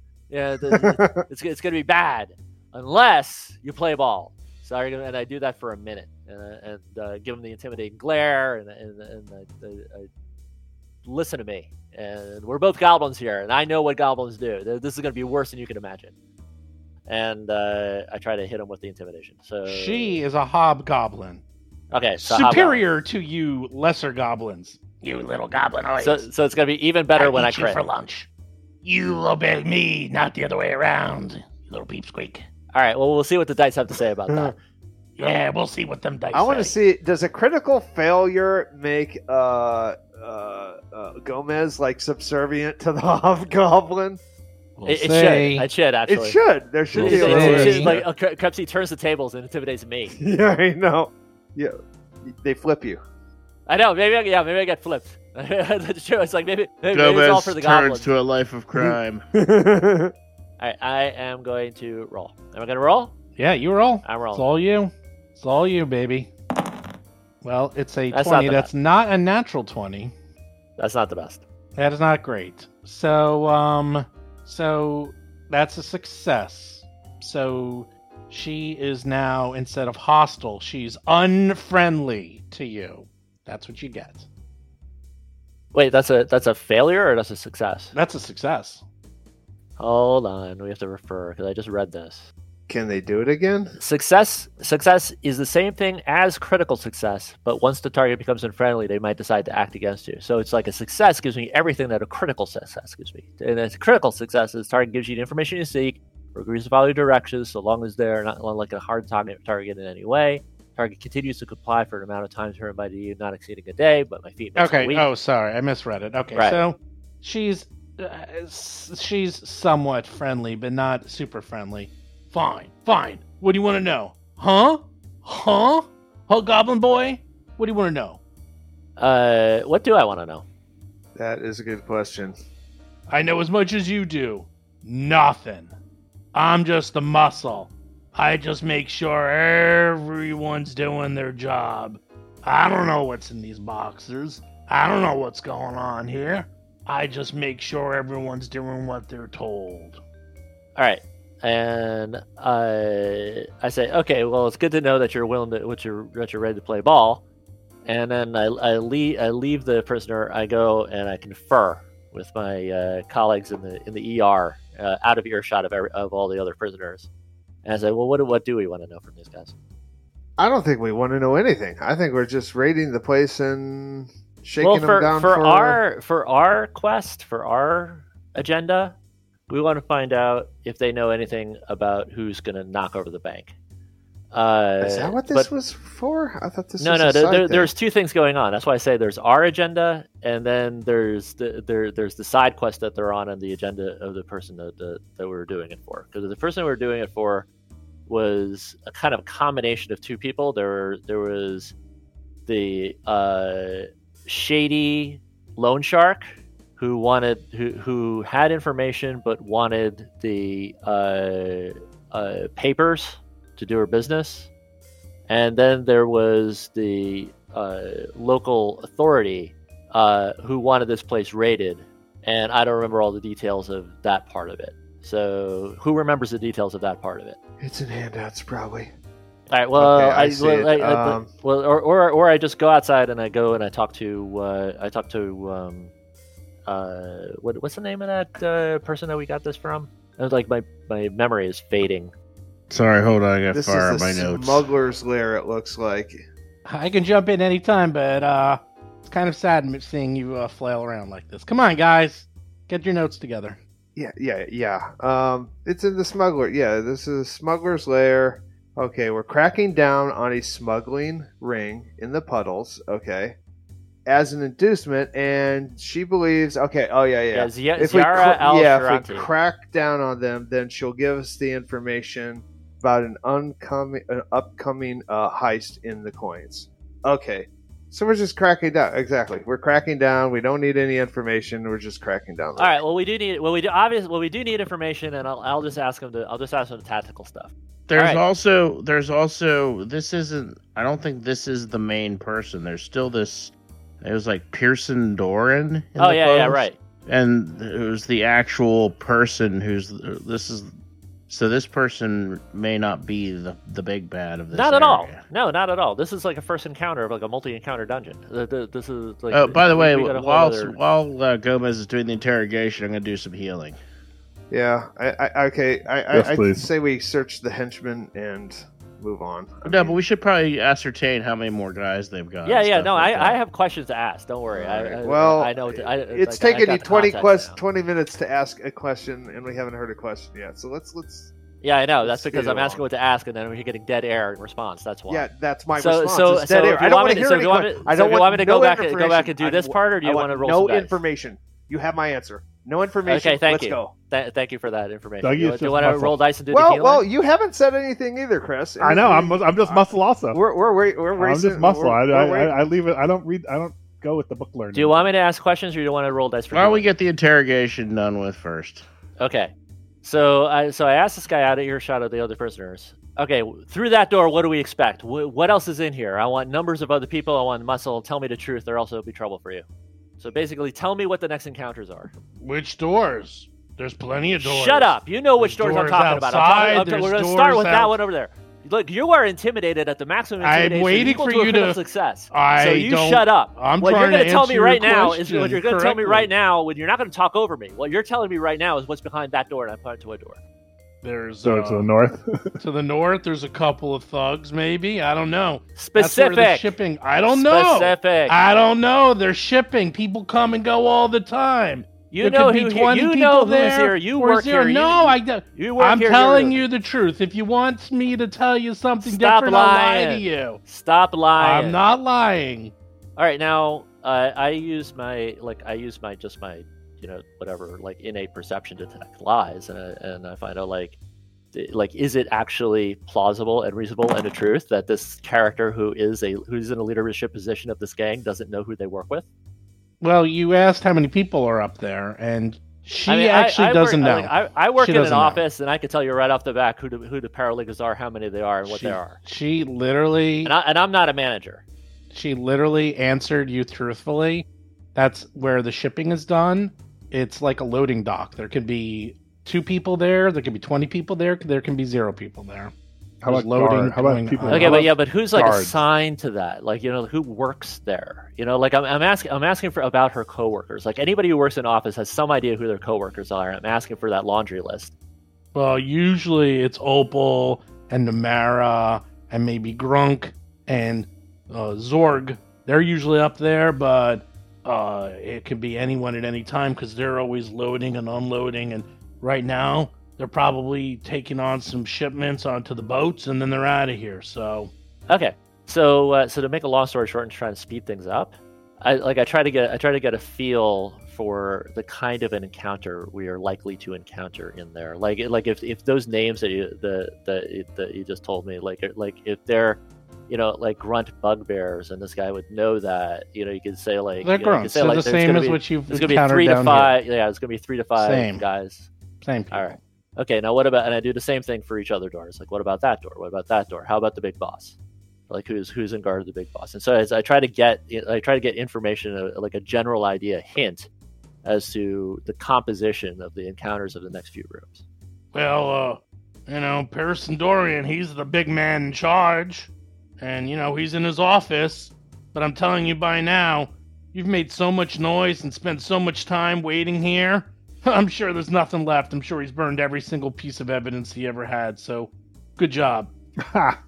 Speaker 4: <laughs>
Speaker 5: Yeah, the, it's it's going to be bad unless you play ball. So I, and I do that for a minute and, I- and uh, give them the intimidating glare and and, and I, I, I listen to me. And we're both goblins here, and I know what goblins do. Th- This is going to be worse than you can imagine. And uh, I try to hit him with the intimidation. So
Speaker 2: she is a hobgoblin.
Speaker 5: okay, so how about-
Speaker 2: superior to you lesser goblins. You little goblinoids.
Speaker 5: So, so it's going to be even better
Speaker 2: I'll
Speaker 5: when I
Speaker 2: eat you
Speaker 5: crit.
Speaker 2: for lunch. You obey me, not the other way around. You little peep squeak.
Speaker 5: All right. Well, we'll see what the dice have to say about that.
Speaker 2: Yeah, we'll see what them dice.
Speaker 3: I want to
Speaker 2: say.
Speaker 3: see. Does a critical failure make uh, uh, uh, Gomez like subservient to the <laughs> Hobgoblin?
Speaker 2: We'll
Speaker 5: It, it
Speaker 2: say.
Speaker 5: should. It should actually.
Speaker 3: It should. There should
Speaker 5: It's-
Speaker 3: be a
Speaker 5: it's-
Speaker 2: little
Speaker 5: it's-
Speaker 3: little.
Speaker 5: it's
Speaker 2: bit.
Speaker 5: like, uh, Kre- Krebsy turns the tables and intimidates me.
Speaker 3: <laughs> yeah, I know. Yeah, they flip
Speaker 2: <laughs>
Speaker 3: you.
Speaker 5: I know. Maybe. I, yeah. Maybe I get flipped. <laughs> That's true. It's like maybe. maybe it's all
Speaker 6: Gomez
Speaker 5: for the
Speaker 6: turns
Speaker 5: goblins.
Speaker 6: to a life of crime.
Speaker 3: All
Speaker 5: all right. I am going to roll. Am I going to roll?
Speaker 2: Yeah, you roll.
Speaker 5: I'm
Speaker 2: It's
Speaker 5: rolling.
Speaker 2: all you. It's all you, baby. Well, it's a
Speaker 5: That's not
Speaker 2: twenty.
Speaker 5: the
Speaker 2: That's not a natural twenty.
Speaker 5: That's not the best.
Speaker 2: That is not great. So, um, so that's a success. So she is now instead of hostile, she's unfriendly to you. That's what you get.
Speaker 5: Wait. That's a that's a failure or that's a success?
Speaker 2: That's a success.
Speaker 5: Hold on. We have to refer because I just read this.
Speaker 3: Can they do it again?
Speaker 5: Success success is the same thing as critical success, but once the target becomes unfriendly, they might decide to act against you. So it's like a success gives me everything that a critical success gives me. And a critical success is target gives you the information you seek or agrees to follow your directions so long as they're not like a hard target target in any way. Target continues to comply for an amount of time termed by you, not exceeding a day, but my feet makes
Speaker 2: Okay.
Speaker 5: it weak.
Speaker 2: Oh, sorry, I misread it. Okay,
Speaker 5: Right.
Speaker 2: so she's uh, s- she's somewhat friendly, but not super friendly. Fine, fine. What do you want to know? Huh? Huh? Huh, Goblin Boy? What do you want to know?
Speaker 5: Uh, what do I want to know?
Speaker 3: That is a good question.
Speaker 2: I know as much as you do. Nothing. I'm just the muscle. I just make sure everyone's doing their job. I don't know what's in these boxes. I don't know what's going on here. I just make sure everyone's doing what they're told.
Speaker 5: All right. And I I say, okay, well, it's good to know that you're willing to, that you're, that you're ready to play ball. And then I, I leave I leave the prisoner. I go and I confer with my uh, colleagues in the in the ER, uh, out of earshot of every, of all the other prisoners. And I say, well, what do- what do we want to know from these guys?
Speaker 3: I don't think we want to know anything. I think we're just raiding the place and shaking
Speaker 5: well, for,
Speaker 3: them down
Speaker 5: for our for our quest for our agenda, we want to find out if they know anything about who's going to knock over the bank. Uh,
Speaker 3: Is that what
Speaker 5: but-
Speaker 3: this was for? I thought this
Speaker 5: no,
Speaker 3: was
Speaker 5: no.
Speaker 3: a
Speaker 5: There,
Speaker 3: side
Speaker 5: there,
Speaker 3: thing.
Speaker 5: there's two things going on. That's why I say there's our agenda, and then there's the, there there's the side quest that they're on, and the agenda of the person that that, that we were doing it for. Because the person we were doing it for was a kind of combination of two people. There were, there was the uh, shady loan shark who wanted who who had information but wanted the uh, uh, papers to do her business. And then there was the uh, local authority uh, who wanted this place raided. And I don't remember all the details of that part of it. So who remembers the details of that part of it?
Speaker 3: It's in handouts, probably.
Speaker 5: All right. Well,
Speaker 3: Okay, I
Speaker 5: uh, I,
Speaker 3: see
Speaker 5: well,
Speaker 3: it.
Speaker 5: I- I-
Speaker 3: Um,
Speaker 5: well, or, or or I just go outside and I go and I talk to uh, I talk to um, uh, what, what's the name of that uh, person that we got this from? I was like my my memory is fading.
Speaker 6: Sorry, hold on. I got to
Speaker 3: This
Speaker 6: fire
Speaker 3: is
Speaker 6: up
Speaker 3: the
Speaker 6: my notes.
Speaker 3: smuggler's lair. It looks like.
Speaker 2: I can jump in anytime, but uh, it's kind of sad seeing you uh, flail around like this. Come on, guys, get your notes together.
Speaker 3: Yeah, yeah, yeah. Um, it's in the smuggler. Yeah, this is smuggler's lair. Okay, we're cracking down on a smuggling ring in the puddles. Okay, as an inducement, and she believes. Okay, oh yeah, yeah.
Speaker 5: Yeah, Zi-
Speaker 3: if we,
Speaker 5: Ziara
Speaker 3: cra-
Speaker 5: Al
Speaker 3: yeah, if we
Speaker 5: Sharanti.
Speaker 3: crack down on them, then she'll give us the information about an uncoming, an upcoming uh, heist in the coins. Okay, so we're just cracking down. Exactly, we're cracking down. We don't need any information. We're just cracking down.
Speaker 5: All right. Well, we do need. Well, we do obviously. Well, we do need information, and I'll, I'll just ask them to. I'll just ask them the tactical stuff.
Speaker 6: There's
Speaker 5: Alright.
Speaker 6: also there's also this isn't I don't think this is the main person. There's still this it was like Pearson Doran. in
Speaker 5: oh
Speaker 6: the
Speaker 5: yeah, yeah,
Speaker 6: photos.
Speaker 5: right.
Speaker 6: And it was the actual person who's this is so this person may not be the the big bad of this.
Speaker 5: Not at all.
Speaker 6: area.
Speaker 5: No, not at all. This is like a first encounter of like a multi-encounter dungeon. Th- th- This is like.
Speaker 6: oh, by the
Speaker 5: we-
Speaker 6: way,
Speaker 5: we got a whole
Speaker 6: while
Speaker 5: other-
Speaker 6: while uh, Gomez is doing the interrogation, I'm going to do some healing.
Speaker 3: Yeah. I, I okay. I,
Speaker 4: Yes,
Speaker 3: I, I
Speaker 4: please.
Speaker 3: say we search the henchmen and move on. I
Speaker 6: No, but
Speaker 3: mean,
Speaker 6: we should probably ascertain how many more guys they've got.
Speaker 5: Yeah,
Speaker 6: and
Speaker 5: yeah.
Speaker 6: stuff
Speaker 5: No,
Speaker 6: like that.
Speaker 5: I, I have questions to ask. Don't worry. I-
Speaker 3: Alright,
Speaker 5: I,
Speaker 3: well,
Speaker 5: I know. I,
Speaker 3: it's
Speaker 5: like, I
Speaker 3: taken
Speaker 5: got
Speaker 3: you
Speaker 5: the
Speaker 3: twenty
Speaker 5: context
Speaker 3: quest,
Speaker 5: now.
Speaker 3: twenty minutes to ask a question, and we haven't heard a question yet. So let's let's.
Speaker 5: Yeah, I know.
Speaker 3: Let's
Speaker 5: That's because
Speaker 3: speed
Speaker 5: I'm
Speaker 3: it
Speaker 5: asking
Speaker 3: along.
Speaker 5: what to ask, and then we're getting dead air in response. That's why.
Speaker 3: Yeah, that's my
Speaker 5: So,
Speaker 3: response.
Speaker 5: so,
Speaker 3: is
Speaker 5: so
Speaker 3: dead air.
Speaker 5: if
Speaker 3: I
Speaker 5: you
Speaker 3: don't want
Speaker 5: want me
Speaker 3: to
Speaker 5: to,
Speaker 3: hear
Speaker 5: so
Speaker 3: any
Speaker 5: do you want me
Speaker 3: que-
Speaker 5: to,
Speaker 3: I
Speaker 5: so
Speaker 3: don't
Speaker 5: do you want me to go
Speaker 3: no
Speaker 5: back and go back
Speaker 3: information.
Speaker 5: and do
Speaker 3: I
Speaker 5: this part, or do you
Speaker 3: I
Speaker 5: want to roll
Speaker 3: no
Speaker 5: some dice?
Speaker 3: information? You have my answer. No information.
Speaker 5: Okay, thank
Speaker 3: Let's
Speaker 5: you.
Speaker 3: go.
Speaker 5: Th- thank you for that information.
Speaker 4: Dougie,
Speaker 5: Do you-
Speaker 4: it's
Speaker 5: do you
Speaker 4: just
Speaker 5: want to
Speaker 4: muscle.
Speaker 5: roll dice and do the
Speaker 3: Well,
Speaker 5: healing?
Speaker 3: well, you haven't said anything either, Chris.
Speaker 4: I know. I'm I'm just muscle also.
Speaker 3: Uh, We're we're we're, we're
Speaker 4: I'm
Speaker 3: racing-
Speaker 4: just muscle. I,
Speaker 3: we're-
Speaker 4: I,
Speaker 3: we're-
Speaker 4: I, I leave it. I don't read. I don't go with the book learning.
Speaker 5: Do you want me to ask questions or do you want to roll dice for
Speaker 6: Why don't we
Speaker 5: healing?
Speaker 6: get the interrogation done with first?
Speaker 5: Okay. So I so I asked this guy out of earshot of the other prisoners. Okay, w- through that door, what do we expect? Wh- what else is in here? I want numbers of other people. I want muscle. Tell me the truth, or else it'll be trouble for you. So basically, tell me what the next encounters are.
Speaker 2: Which doors? There's plenty of doors.
Speaker 5: Shut up! You know which
Speaker 2: There's
Speaker 5: doors, I'm
Speaker 2: doors
Speaker 5: talking about. I'm
Speaker 2: outside,
Speaker 5: talking- I'm talking-
Speaker 2: there's
Speaker 5: we're gonna start
Speaker 2: doors
Speaker 5: with that
Speaker 2: out-
Speaker 5: one over there. Look, you are intimidated at the maximum.
Speaker 2: I'm
Speaker 5: Intimidation
Speaker 2: waiting
Speaker 5: equal
Speaker 2: for
Speaker 5: to a
Speaker 2: you
Speaker 5: critical
Speaker 2: to-
Speaker 5: success.
Speaker 2: I
Speaker 5: so you
Speaker 2: don't-
Speaker 5: shut up.
Speaker 2: I'm
Speaker 5: what you're
Speaker 2: trying
Speaker 5: going
Speaker 2: to
Speaker 5: to tell
Speaker 2: answer
Speaker 5: me
Speaker 2: your
Speaker 5: right now is what
Speaker 2: question
Speaker 5: you're going to tell me
Speaker 2: correctly.
Speaker 5: right now when you're not going to talk over me. What you're telling me right now is what's behind that door, and I point to a door.
Speaker 2: There's
Speaker 4: So
Speaker 2: uh,
Speaker 4: to the north.
Speaker 2: to the north. There's a couple of thugs, maybe. I don't know. That's where
Speaker 5: Specific.
Speaker 2: the shipping. I don't know.
Speaker 5: Specific.
Speaker 2: I don't know. They're shipping. People come and go all the time.
Speaker 5: you
Speaker 2: there
Speaker 5: know
Speaker 2: could
Speaker 5: who
Speaker 2: be
Speaker 5: here-
Speaker 2: 20
Speaker 5: you
Speaker 2: people
Speaker 5: know who's
Speaker 2: there,
Speaker 5: here. You
Speaker 2: Or
Speaker 5: work
Speaker 2: is there-
Speaker 5: here. You-
Speaker 2: No, I uh, don't.
Speaker 5: You work
Speaker 2: I'm
Speaker 5: here,
Speaker 2: telling
Speaker 5: you're-
Speaker 2: you the truth. If you want me to tell you something
Speaker 5: Stop
Speaker 2: different, I'll lie
Speaker 5: lying.
Speaker 2: to you.
Speaker 5: Stop lying.
Speaker 2: I'm not lying.
Speaker 5: All right, now uh, I use my like I use my just my you know whatever like innate perception to detect lies, and I, and I find out like th- like is it actually plausible and reasonable and a truth that this character who is a who's in a leadership position of this gang doesn't know who they work with?
Speaker 2: Well, you asked how many people are up there, and She
Speaker 5: I mean, I-
Speaker 2: actually
Speaker 5: I work-
Speaker 2: doesn't
Speaker 5: I-
Speaker 2: know.
Speaker 5: like, I, I work
Speaker 2: She
Speaker 5: in an
Speaker 2: doesn't know.
Speaker 5: office, and I can tell you right off the back who the, who the paralegals are, how many they are, and what
Speaker 2: she,
Speaker 5: they are.
Speaker 2: She literally
Speaker 5: And, I, and I'm not a manager.
Speaker 2: she literally answered you truthfully. That's where the shipping is done. It's like a loading dock. There could be two people there. There could be twenty people there. There can be zero people there.
Speaker 4: How
Speaker 2: There's
Speaker 4: about
Speaker 2: loading
Speaker 4: guard? How about
Speaker 2: going
Speaker 4: people?
Speaker 2: on.
Speaker 5: Okay,
Speaker 4: how
Speaker 5: but
Speaker 4: about-
Speaker 5: yeah, but who's like
Speaker 4: guards?
Speaker 5: assigned to that? Like, you know, who works there? You know, like I'm, I'm asking I'm asking for about her coworkers. Like anybody who works in office has some idea who their coworkers are. I'm asking for that laundry list.
Speaker 2: Well, usually it's Opal and Namara and maybe Grunk and uh, Zorg. They're usually up there, but uh, it could be anyone at any time because they're always loading and unloading. And right now, they're probably taking on some shipments onto the boats and then they're out of here. So,
Speaker 5: Okay, so uh, so to make a long story short and try and speed things up, I like I try to get I try to get a feel for the kind of an encounter we are likely to encounter in there. Like like if, if those names that you the that, that you just told me like like if they're you know like grunt bugbears and this guy would know that you know you could say like
Speaker 2: they're
Speaker 5: you know, you
Speaker 2: grown.
Speaker 5: could say
Speaker 2: So
Speaker 5: like
Speaker 2: the
Speaker 5: there's
Speaker 2: same
Speaker 5: gonna
Speaker 2: as
Speaker 5: be-
Speaker 2: what you've
Speaker 5: there's gonna be
Speaker 2: encountered
Speaker 5: three to
Speaker 2: down here.
Speaker 5: five yeah it's gonna be three to five
Speaker 2: Same.
Speaker 5: guys
Speaker 2: Same people.
Speaker 5: all right okay now what about and i do the same thing for each other doors like what about that door what about that door how about the big boss like who's who's in guard of the big boss and so as i try to get i try to get information uh, like a general idea hint as to the composition of the encounters of the next few rooms
Speaker 2: Well, uh, you know, Pearson Dorian, he's the big man in charge. And, you know, he's in his office. But I'm telling you by now, you've made so much noise and spent so much time waiting here. <laughs> I'm sure there's nothing left. I'm sure he's burned every single piece of evidence he ever had. So, good job.
Speaker 4: Ha!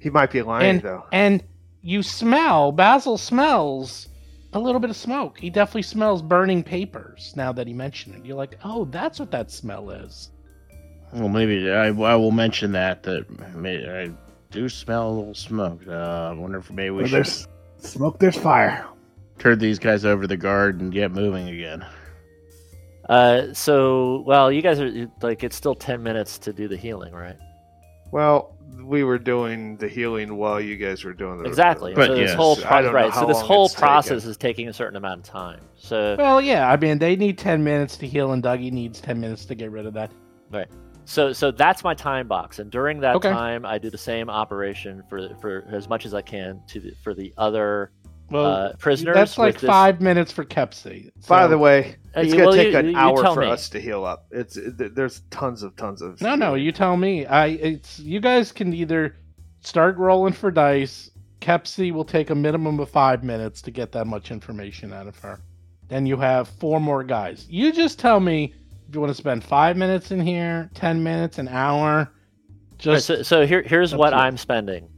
Speaker 3: He might be lying
Speaker 2: And-
Speaker 3: though.
Speaker 2: And you smell, Basil smells a little bit of smoke. He definitely smells burning papers now that he mentioned it. You're like, oh, that's what that smell is.
Speaker 6: Well, maybe I, I will mention that that may, I do smell a little smoke. Uh, I wonder if maybe we
Speaker 4: Where
Speaker 6: should
Speaker 4: there's smoke, there's fire. <laughs>
Speaker 6: turn these guys over to the guard and get moving again.
Speaker 5: uh so well you guys are like it's still 10 minutes to do the healing right
Speaker 3: Well, we were doing the healing while you guys were doing the
Speaker 5: exactly
Speaker 6: But
Speaker 5: so this
Speaker 6: yes,
Speaker 5: whole
Speaker 3: I
Speaker 5: pro-
Speaker 3: don't know
Speaker 5: right
Speaker 3: how
Speaker 5: so this
Speaker 3: long
Speaker 5: whole
Speaker 3: it's taken.
Speaker 5: process is taking a certain amount of time so
Speaker 2: Well, yeah, I mean, they need 10 minutes to heal, and Dougie needs 10 minutes to get rid of that.
Speaker 5: So so that's my time box, and during that
Speaker 2: Okay.
Speaker 5: time, I do the same operation for for as much as I can to the, for the other
Speaker 2: Well,
Speaker 5: uh, prisoners.
Speaker 2: that's like
Speaker 5: with this-
Speaker 2: five minutes for Kepsi.
Speaker 3: By
Speaker 2: So-
Speaker 3: the way,
Speaker 5: Uh,
Speaker 3: it's
Speaker 5: you-
Speaker 3: gonna
Speaker 5: well,
Speaker 3: take
Speaker 5: you-
Speaker 3: an
Speaker 5: you
Speaker 3: hour
Speaker 5: tell
Speaker 3: for
Speaker 5: me.
Speaker 3: us to heal up. It's it, th- there's tons of tons of
Speaker 2: No, no, you tell me. I it's You guys can either start rolling for dice. Kepsi will take a minimum of five minutes to get that much information out of her. Then you have four more guys. You just tell me if you want to spend five minutes in here, 10 minutes, an hour.
Speaker 5: Right,
Speaker 2: Just
Speaker 5: So, so here here's what
Speaker 2: Absolutely.
Speaker 5: I'm spending.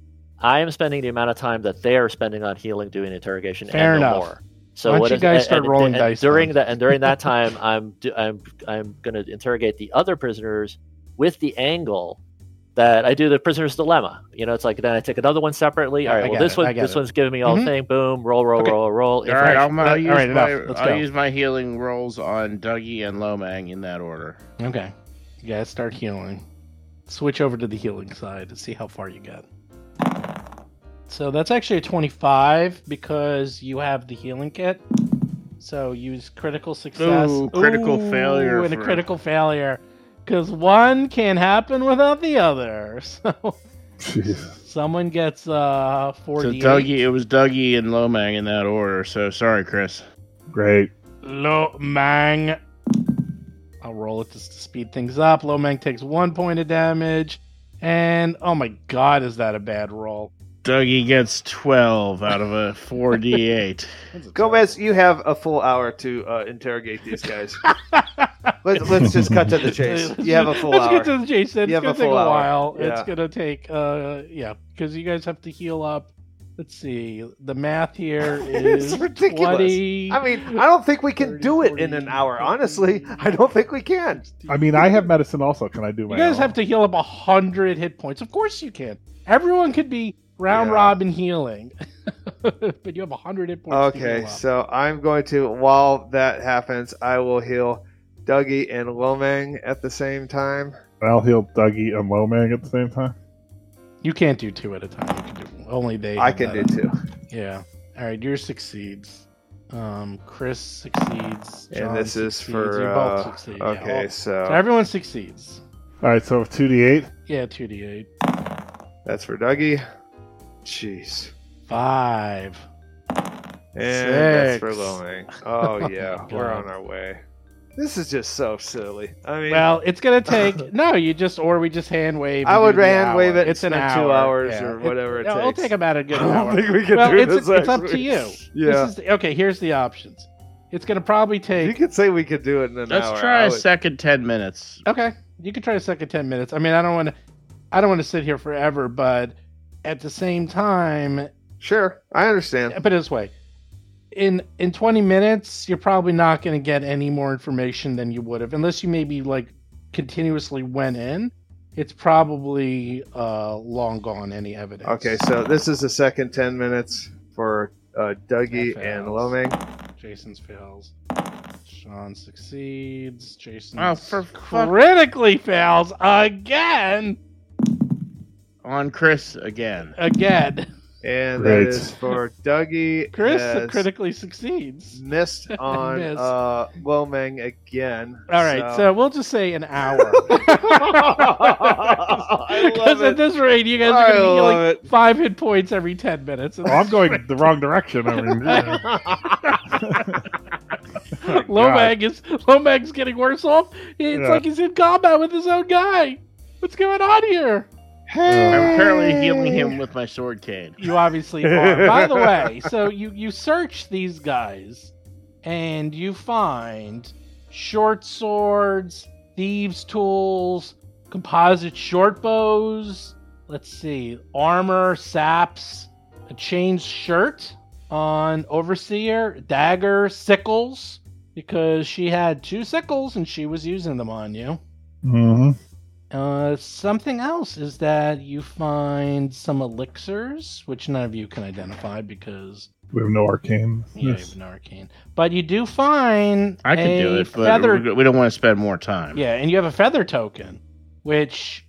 Speaker 5: I am spending the amount of time that they are spending on healing, doing interrogation,
Speaker 2: Fair
Speaker 5: and no
Speaker 2: enough.
Speaker 5: more. So
Speaker 2: Why don't
Speaker 5: what
Speaker 2: you
Speaker 5: is-
Speaker 2: guys
Speaker 5: and-
Speaker 2: start
Speaker 5: and-
Speaker 2: rolling
Speaker 5: and
Speaker 2: dice
Speaker 5: during
Speaker 2: then?
Speaker 5: that? And
Speaker 2: <laughs>
Speaker 5: during that time, I'm do- I'm I'm going to interrogate the other prisoners with the angle that I do the prisoner's dilemma. You know, it's like then I take another one separately. All
Speaker 2: I- I
Speaker 5: right, well
Speaker 2: get
Speaker 5: this
Speaker 2: it, I
Speaker 5: one
Speaker 2: get
Speaker 5: this
Speaker 2: it.
Speaker 5: one's giving me all the
Speaker 2: Mhm.
Speaker 5: thing. Boom, roll, roll,
Speaker 2: Okay.
Speaker 5: roll, roll.
Speaker 6: All right, I'll,
Speaker 2: all
Speaker 6: I'll, use,
Speaker 2: right, enough.
Speaker 6: my,
Speaker 2: Let's go.
Speaker 6: I'll use my healing rolls on Dougie and Lomang in that order.
Speaker 2: Okay. You guys start healing. Switch over to the healing side to see how far you get. So that's actually a 25 because you have the healing kit. So use critical success.
Speaker 6: Ooh, critical failure
Speaker 2: And a
Speaker 6: for-
Speaker 2: critical failure. Because one can happen without the other. <laughs> So
Speaker 4: Jesus.
Speaker 2: someone gets uh, 48.
Speaker 6: So Dougie, it was Dougie and Lomang in that order. So sorry, Chris.
Speaker 4: Great.
Speaker 2: Lo Mang. I'll roll it just to speed things up. Lo Mang takes one point of damage. And oh my god, is that a bad roll?
Speaker 6: Dougie gets twelve out of a four d eight. <laughs>
Speaker 3: Gomez, you have a full hour to uh, interrogate these guys. let's, let's just cut to
Speaker 2: <laughs>
Speaker 3: the chase. You have a full
Speaker 2: Let's
Speaker 3: hour.
Speaker 2: get to the chase. Then.
Speaker 3: You
Speaker 2: It's
Speaker 3: have
Speaker 2: gonna take a
Speaker 3: a full hour.
Speaker 2: while.
Speaker 3: Yeah.
Speaker 2: It's gonna take uh yeah, because you guys have to heal up. Let's see. The math here
Speaker 3: <laughs> It's
Speaker 2: is
Speaker 3: ridiculous.
Speaker 2: 20.
Speaker 3: I mean, I don't think we can
Speaker 2: 30,
Speaker 3: do it in
Speaker 2: 40,
Speaker 3: an hour.
Speaker 2: 50.
Speaker 3: Honestly, I don't think we can.
Speaker 4: I mean, I have medicine also. Can I do my
Speaker 2: You guys
Speaker 4: own?
Speaker 2: have to heal up a hundred hit points. Of course you can. Everyone could be round
Speaker 3: Yeah.
Speaker 2: robin healing, <laughs> but you have a hundred hit points. to
Speaker 3: Okay,
Speaker 2: heal up.
Speaker 3: so I'm going to, while that happens, I will heal Dougie and Lomang at the same time.
Speaker 4: And I'll heal Dougie and Lomang at the same time.
Speaker 2: you can't do two at a time. You can do only they.
Speaker 3: I
Speaker 2: have
Speaker 3: can
Speaker 2: that
Speaker 3: do two.
Speaker 2: Yeah. All right. Yours succeeds. Um, Chris succeeds.
Speaker 3: And
Speaker 2: John
Speaker 3: this is
Speaker 2: succeeds,
Speaker 3: for,
Speaker 2: you both
Speaker 3: uh,
Speaker 2: succeed. Yeah,
Speaker 3: Okay,
Speaker 2: all- so
Speaker 3: so
Speaker 2: everyone succeeds.
Speaker 4: All right,
Speaker 2: <laughs>
Speaker 4: so 2d8.
Speaker 2: Yeah, two d eight.
Speaker 3: that's for Dougie. Jeez.
Speaker 2: Five.
Speaker 3: And that's for
Speaker 2: Six.
Speaker 3: Lomang. Oh, yeah. We're
Speaker 2: God.
Speaker 3: on our way. This is just so silly. I mean,
Speaker 2: Well, it's
Speaker 3: <laughs>
Speaker 2: gonna take no. You just or we just hand wave.
Speaker 3: I
Speaker 2: and
Speaker 3: would
Speaker 2: do the
Speaker 3: hand wave
Speaker 2: hour.
Speaker 3: it and
Speaker 2: It's an
Speaker 3: spend
Speaker 2: hour.
Speaker 3: two hours
Speaker 2: Yeah.
Speaker 3: or whatever it,
Speaker 2: no,
Speaker 3: takes.
Speaker 2: It'll take about a good
Speaker 3: <laughs> I don't
Speaker 2: hour.
Speaker 3: think we can
Speaker 2: Well,
Speaker 3: do
Speaker 2: it's-
Speaker 3: this.
Speaker 2: it's up to
Speaker 3: actually. <laughs>
Speaker 2: you.
Speaker 3: Yeah.
Speaker 2: This is the, okay. Here's the options. It's gonna probably
Speaker 3: you
Speaker 2: take.
Speaker 3: could say we could do it in an
Speaker 6: Let's
Speaker 3: hour.
Speaker 6: try
Speaker 3: I
Speaker 6: a
Speaker 3: would-
Speaker 6: second 10 minutes.
Speaker 2: okay, you can try a second ten minutes. I mean, I don't want to. I don't want to sit here forever, but at the same time,
Speaker 3: Sure. I understand.
Speaker 2: put it this way: in in twenty minutes, you're probably not going to get any more information than you would have, unless you maybe like continuously went in. It's probably uh, long gone. Any evidence?
Speaker 3: Okay, so this is the second 10 minutes for uh, Dougie
Speaker 2: FLs.
Speaker 3: and Lomang.
Speaker 2: Jason's fails. Sean succeeds. Jason
Speaker 6: Oh, for fuck.
Speaker 2: critically fails again.
Speaker 6: On Chris again.
Speaker 2: Again.
Speaker 3: And
Speaker 4: Great.
Speaker 3: that
Speaker 2: <laughs>
Speaker 3: is for Dougie.
Speaker 2: Chris
Speaker 3: has
Speaker 2: critically succeeds. <laughs>
Speaker 3: missed on
Speaker 2: Miss.
Speaker 3: uh, Lomang again.
Speaker 2: All right, so. we'll just say an hour.
Speaker 3: <laughs>
Speaker 2: <laughs>
Speaker 3: I love
Speaker 2: Because at
Speaker 3: it.
Speaker 2: this rate, you guys
Speaker 3: I
Speaker 2: are going to
Speaker 3: love
Speaker 2: get like five hit points every 10 minutes. <laughs>
Speaker 4: Oh, I'm going the wrong direction. I mean,
Speaker 2: Lomag is Lomag's getting worse off. It's
Speaker 4: Yeah.
Speaker 2: like he's in combat with his own guy. What's going on here?
Speaker 4: Uh,
Speaker 6: I'm currently healing him with my sword cane.
Speaker 2: You obviously are. By the way, so you you search these guys, and you find short swords, thieves' tools, composite short bows. Let's see, armor, saps, a chain shirt on overseer, dagger, sickles, because she had two sickles and she was using them on you.
Speaker 4: hmm
Speaker 2: Uh, something else is that you find some elixirs, which none of you can identify because
Speaker 4: We have no arcane.
Speaker 2: you have an arcane. But you do find
Speaker 6: Hmm. I can
Speaker 2: a
Speaker 6: do it, but
Speaker 2: feather.
Speaker 6: we- we don't want to spend more time.
Speaker 2: Yeah, and you have a feather token, which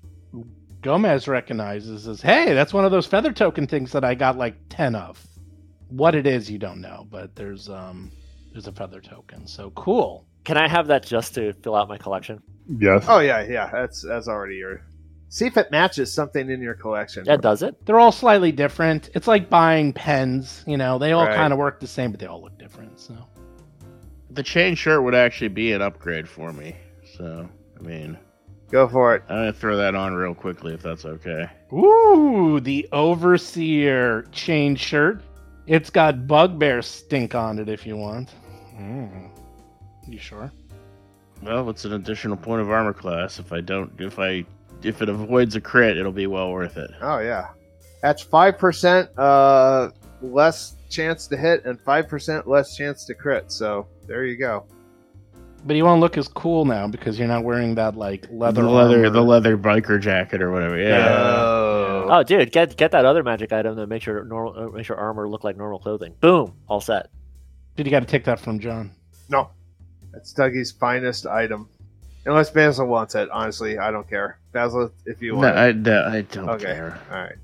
Speaker 2: Gomez recognizes as, "Hey, that's one of those feather token things that I got like ten of." What it is, you don't know, but there's um there's a feather token. So cool.
Speaker 5: Can I have that just to fill out my collection?
Speaker 4: Yes.
Speaker 3: Oh, yeah, yeah. That's, that's already your. See if it matches something in your collection.
Speaker 5: That does it.
Speaker 2: They're all slightly different. It's like buying pens. You know, they all
Speaker 3: Right.
Speaker 2: kind of work the same, but they all look different. So.
Speaker 6: The chain shirt would actually be an upgrade for me. So, I mean,
Speaker 3: Go for it.
Speaker 6: I'm going to throw that on real quickly if that's okay.
Speaker 2: Ooh, the Overseer chain shirt. It's got bugbear stink on it if you want.
Speaker 6: Hmm.
Speaker 2: Mm. You sure?
Speaker 6: Well, it's an additional point of armor class. If I don't, if I, if it avoids a crit, it'll be well worth it.
Speaker 3: Oh, yeah. That's 5% uh, less chance to hit and 5% less chance to crit. So there you go.
Speaker 2: But you won't look as cool now because you're not wearing that like leather.
Speaker 6: the leather,
Speaker 2: armor.
Speaker 6: the leather biker jacket or whatever. Yeah.
Speaker 3: Oh.
Speaker 5: Oh, dude, get get that other magic item that makes your normal uh, makes your armor look like normal clothing. Boom, all set.
Speaker 2: Dude, you got to take that from John.
Speaker 3: No. That's Dougie's finest item. Unless Basil wants it, honestly, I don't care. Basil, if you
Speaker 6: No,
Speaker 3: want
Speaker 6: I, no, I don't
Speaker 3: Okay.
Speaker 6: care.
Speaker 3: it. All right.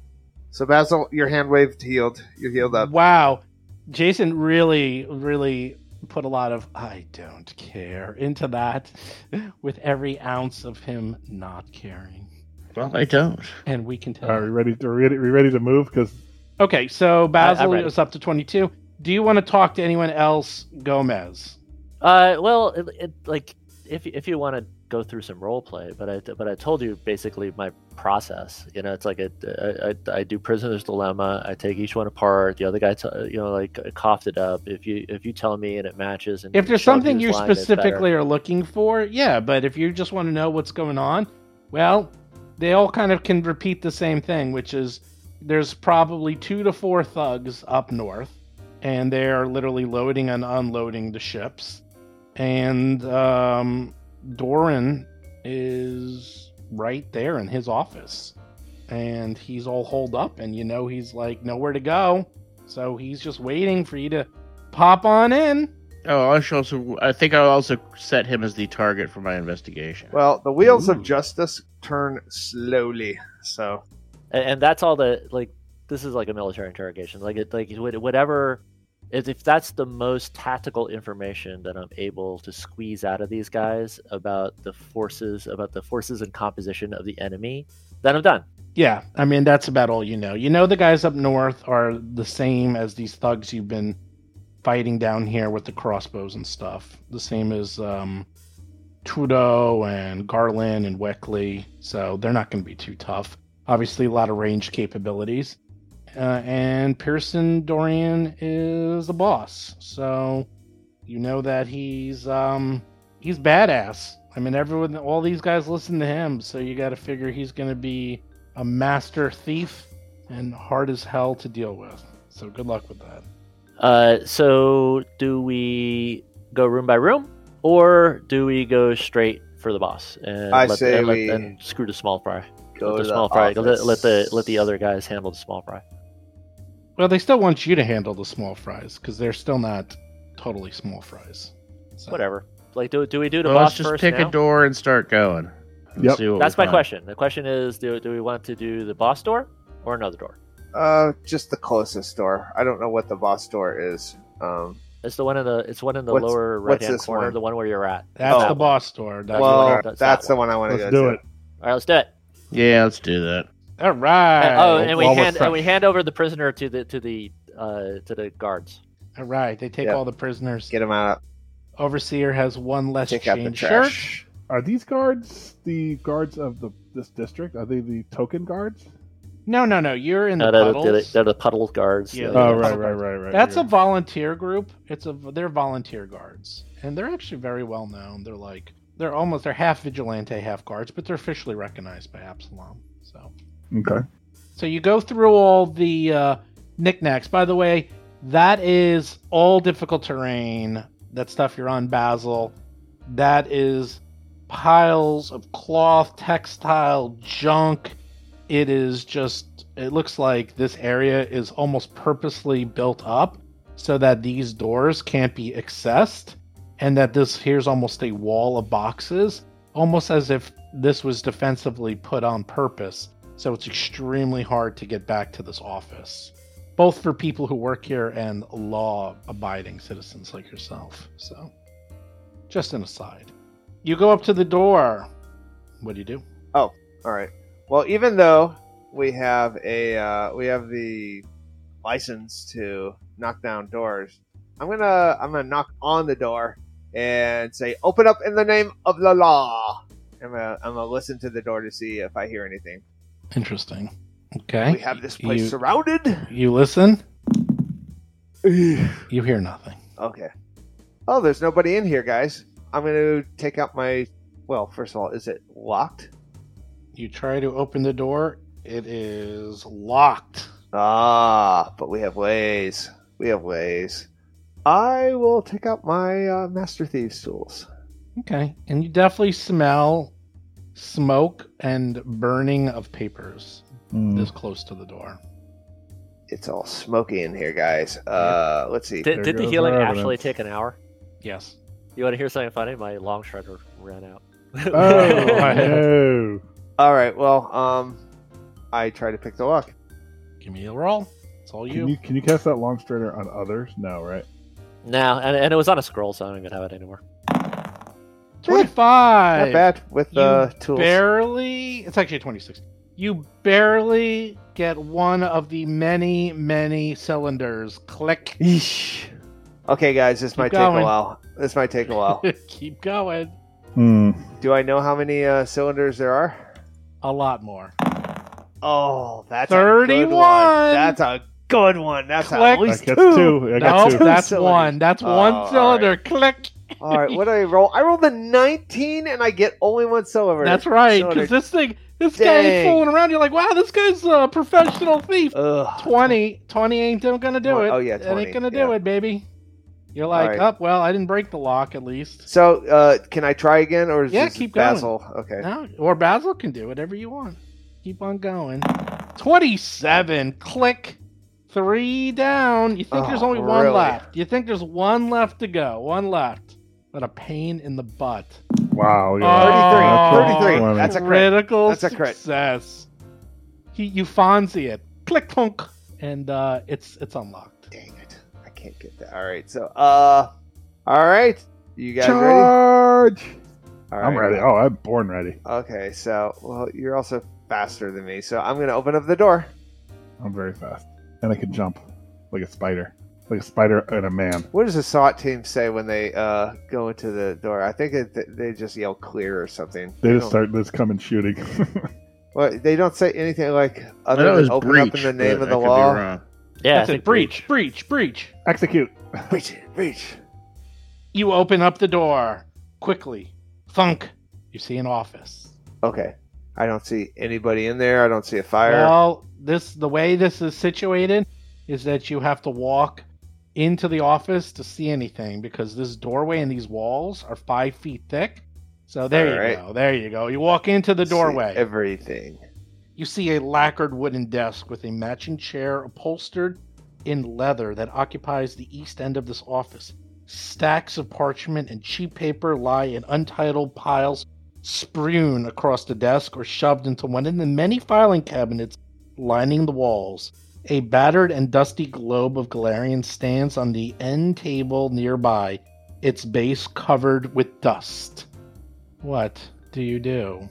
Speaker 3: So, Basil, your hand waved healed. You're healed up.
Speaker 2: Wow, Jason really, really put a lot of "I don't care" into that, <laughs> with every ounce of him not caring,
Speaker 6: Well, I don't.
Speaker 2: and we can tell.
Speaker 4: Are we ready? To, are we ready, we ready to move? Because
Speaker 2: Okay, so
Speaker 5: I'm
Speaker 2: Basil
Speaker 5: ready.
Speaker 2: is up to 22. Do you want to talk to anyone else, Gomez?
Speaker 5: Uh, well, it, it, like if if you want to go through some role play, but I but I told you basically my process. You know, it's like a, I, I, I do prisoner's dilemma. I take each one apart. The other guy, t- you know, like coughed it up. If you if you tell me and it matches, and
Speaker 2: If there's
Speaker 5: show
Speaker 2: something
Speaker 5: who's
Speaker 2: you
Speaker 5: lying, it's better.
Speaker 2: specifically are looking for, yeah, but if you just want to know what's going on, well, they all kind of can repeat the same thing, which is there's probably two to four thugs up north, and they are literally loading and unloading the ships. And um, Doran is right there in his office, and he's all holed up, and you know he's like nowhere to go, so he's just waiting for you to pop on in.
Speaker 6: Oh, I should also. I think I'll also set him as the target for my investigation.
Speaker 3: Well, the wheels
Speaker 2: Ooh.
Speaker 3: of justice turn slowly. So,
Speaker 5: and, and that's all the like this is like a military interrogation like it like wh- whatever if, if that's the most tactical information that I'm able to squeeze out of these guys about the forces, about the forces and composition of the enemy, then I'm done.
Speaker 2: Yeah, I mean that's about all you know. You know the guys up north are the same as these thugs you've been fighting down here with the crossbows and stuff. The same as um Tudo and Garland and Weckley, so they're not going to be too tough. Obviously, a lot of range capabilities. Uh, and Pearson Dorian is a boss, so you know that he's um he's badass. I mean, everyone, all these guys listen to him, so you got to figure he's going to be a master thief and hard as hell to deal with. So good luck with that.
Speaker 5: Uh, so do we go room by room, or do we go straight for the boss and
Speaker 3: I
Speaker 5: let,
Speaker 3: say
Speaker 5: and, let-
Speaker 3: we
Speaker 5: and screw the small fry?
Speaker 3: Go
Speaker 5: let
Speaker 3: to
Speaker 5: the
Speaker 3: the
Speaker 5: small fry.
Speaker 3: office.
Speaker 5: Let, let the let the other guys handle the small fry.
Speaker 2: Well, they still want you to handle the small fries because they're still not totally small fries. So.
Speaker 5: Whatever. Like, do do we do the
Speaker 6: Well,
Speaker 5: boss
Speaker 6: let's just
Speaker 5: first
Speaker 6: pick
Speaker 5: now?
Speaker 6: a door and start going. and
Speaker 4: Yep.
Speaker 6: see what we
Speaker 5: That's my
Speaker 6: find.
Speaker 5: question. The question is, do do we want to do the boss door or another door?
Speaker 3: Uh, just the closest door. I don't know what the boss door is. Um,
Speaker 5: It's the one in the it's one in the
Speaker 3: What's-
Speaker 5: lower right
Speaker 3: what's
Speaker 5: hand
Speaker 3: this
Speaker 5: corner,
Speaker 3: one?
Speaker 5: the one where you're at.
Speaker 2: That's
Speaker 3: Oh.
Speaker 2: the boss door. That's
Speaker 3: well,
Speaker 5: wanna-
Speaker 3: that's,
Speaker 5: that's
Speaker 3: the
Speaker 5: that
Speaker 3: one I want to go
Speaker 4: Let's do
Speaker 3: to.
Speaker 4: it.
Speaker 5: All right, let's do it.
Speaker 6: Yeah, let's do that.
Speaker 2: all right.
Speaker 5: And- oh, and we
Speaker 4: well, we're
Speaker 5: hand and we
Speaker 4: fresh.
Speaker 5: hand over the prisoner to the to the uh, to the guards.
Speaker 2: all right. They take
Speaker 3: Yeah.
Speaker 2: all the prisoners.
Speaker 3: Get him out.
Speaker 2: Overseer has one less
Speaker 3: Take out the
Speaker 2: chain shirt.
Speaker 3: trash.
Speaker 4: Are these guards the guards of the this district? Are they the token guards?
Speaker 2: No, no, no. You're in the
Speaker 5: No, Uh, they're, the-
Speaker 2: puddles.
Speaker 5: they're the, they're the puddle guards.
Speaker 2: Yeah,
Speaker 5: Uh,
Speaker 2: they're the
Speaker 4: Oh,
Speaker 2: Yeah.
Speaker 4: right, right, right, right.
Speaker 2: That's a
Speaker 4: right.
Speaker 2: volunteer group. It's a they're volunteer guards, and they're actually very well known. They're like they're almost they're half vigilante, half guards, but they're officially recognized by Absalom. So
Speaker 4: okay.
Speaker 2: so you go through all the uh, knickknacks. By the way, that is all difficult terrain. That stuff you're on, Basil. That is piles of cloth, textile, junk. It is just, it looks like this area is almost purposely built up so that these doors can't be accessed and that this here's almost a wall of boxes, almost as if this was defensively put on purpose. So it's extremely hard to get back to this office, both for people who work here and law abiding citizens like yourself. So, just an aside. You go up to the door. What do you do?
Speaker 3: All right. Well, even though we have a uh, we have the license to knock down doors, I'm gonna I'm gonna knock on the door and say, "Open up in the name of the law." I'm gonna, I'm gonna listen to the door to see if I hear anything.
Speaker 2: Interesting. Okay.
Speaker 3: We have this place
Speaker 2: You-
Speaker 4: <laughs>
Speaker 3: surrounded.
Speaker 2: You listen, you hear nothing.
Speaker 3: Okay. Oh, there's nobody in here, guys. I'm going to take out my. Well, first of all, is it locked?
Speaker 2: You try to open the door, it is locked.
Speaker 3: Ah, but we have ways. We have ways. I will take out my uh, Master Thieves tools.
Speaker 2: Okay. And you definitely smell smoke and burning of papers
Speaker 4: Hmm.
Speaker 2: this close to the door.
Speaker 3: It's all smoky in here, guys. Uh, let's see.
Speaker 5: Did,
Speaker 4: There
Speaker 5: did the
Speaker 4: goes
Speaker 5: healing
Speaker 4: our
Speaker 5: actually
Speaker 4: evidence.
Speaker 5: take an hour?
Speaker 2: Yes.
Speaker 5: You want to hear something funny? My long shredder ran out.
Speaker 4: Oh
Speaker 3: <laughs>
Speaker 5: <laughs>
Speaker 2: yeah.
Speaker 4: no!
Speaker 3: All right. Well, um, I try to pick the lock.
Speaker 2: Give me a roll. It's all you.
Speaker 4: Can you can you cast that long strainer on others? No, right?
Speaker 5: no, and, and it was on a scroll, so I don't even have it anymore.
Speaker 2: 25.
Speaker 3: Not bad with the tools.
Speaker 2: barely it's actually 26 you barely get one of the many many cylinders click <laughs>
Speaker 3: Yeesh. Okay, guys, this
Speaker 2: Keep
Speaker 3: might take
Speaker 2: going.
Speaker 3: a while. This might take
Speaker 2: <laughs>
Speaker 3: a while.
Speaker 2: keep going
Speaker 4: Hmm.
Speaker 3: Do I know how many uh, cylinders there are?
Speaker 2: a lot more
Speaker 3: Oh, that's A good
Speaker 2: 31.
Speaker 3: one. That's a good one. That's
Speaker 2: Click.
Speaker 3: at
Speaker 4: I
Speaker 3: least
Speaker 4: guess
Speaker 3: two.
Speaker 4: two.
Speaker 2: no
Speaker 4: I got two.
Speaker 2: that's
Speaker 3: Cylinders.
Speaker 2: one that's
Speaker 3: Oh,
Speaker 2: one
Speaker 3: all
Speaker 2: cylinder click
Speaker 3: All right, what did I roll? I rolled a 19, and I get only one cylinder.
Speaker 2: that's right
Speaker 3: cylinder.
Speaker 2: because this thing this guy
Speaker 3: Dang.
Speaker 2: fooling around you're like wow this guy's a professional thief
Speaker 3: Ugh.
Speaker 2: 20 20 ain't gonna do
Speaker 3: Twen-
Speaker 2: it
Speaker 3: Uh, oh, yeah,
Speaker 2: it
Speaker 3: 20,
Speaker 2: ain't gonna do
Speaker 3: yeah.
Speaker 2: it baby you're
Speaker 3: All
Speaker 2: like
Speaker 3: right.
Speaker 2: oh well i didn't break the lock at least
Speaker 3: So, uh, can I try again, or is
Speaker 2: Yeah,
Speaker 3: this
Speaker 2: keep going.
Speaker 3: Basil? Okay.
Speaker 2: No, or Basil can do whatever you want. Keep on going. 27. Click. Three down. You think
Speaker 3: Oh,
Speaker 2: there's only one
Speaker 3: really?
Speaker 2: left. You think there's one left to go. One left. But a pain in the butt.
Speaker 4: Wow. you're
Speaker 2: Oh,
Speaker 4: right. Natural
Speaker 3: 33.
Speaker 4: 20.
Speaker 3: That's a crit.
Speaker 2: Critical
Speaker 3: That's a crit.
Speaker 2: success. He, you Fonzie it. Click, clunk. And uh, it's it's unlocked.
Speaker 3: Dang it! I can't can't get that. All right. So, uh, all right. You guys ready?
Speaker 4: Charge!
Speaker 3: All
Speaker 4: I'm
Speaker 3: right.
Speaker 4: ready. Oh, I'm born ready.
Speaker 3: Okay. So, well, you're also faster than me. So I'm going to open up the door.
Speaker 4: I'm very fast, and I can jump like a spider, like a spider and a man.
Speaker 3: What does the SWAT team say when they uh, go into the door? I think it, they just yell clear or something.
Speaker 4: They just
Speaker 3: don't-
Speaker 4: start just coming shooting. <laughs>
Speaker 3: Well, they don't say anything like
Speaker 6: I
Speaker 3: other
Speaker 6: know it
Speaker 3: than
Speaker 6: was
Speaker 3: open
Speaker 6: breach,
Speaker 3: up in the name
Speaker 6: but
Speaker 3: of the
Speaker 6: I could be
Speaker 3: law.
Speaker 6: wrong.
Speaker 5: Yeah, I
Speaker 2: That's it.
Speaker 5: think
Speaker 2: Breach, breach, breach.
Speaker 3: <laughs>
Speaker 4: Execute.
Speaker 3: Breach, breach.
Speaker 2: You open up the door quickly. Thunk. You see an office.
Speaker 3: Okay. I don't see anybody in there. I don't see a fire.
Speaker 2: Well, this the way this is situated is that you have to walk into the office to see anything because this doorway and these walls are five feet thick. So there you
Speaker 3: Alright.
Speaker 2: go. There you go. You walk into the
Speaker 3: See
Speaker 2: doorway.
Speaker 3: everything.
Speaker 2: You see a lacquered wooden desk with a matching chair upholstered in leather that occupies the east end of this office. Stacks of parchment and cheap paper lie in untitled piles, strewn across the desk or shoved into one of the many filing cabinets lining the walls. A battered and dusty globe of Galarian stands on the end table nearby, its base covered with dust. What do you do?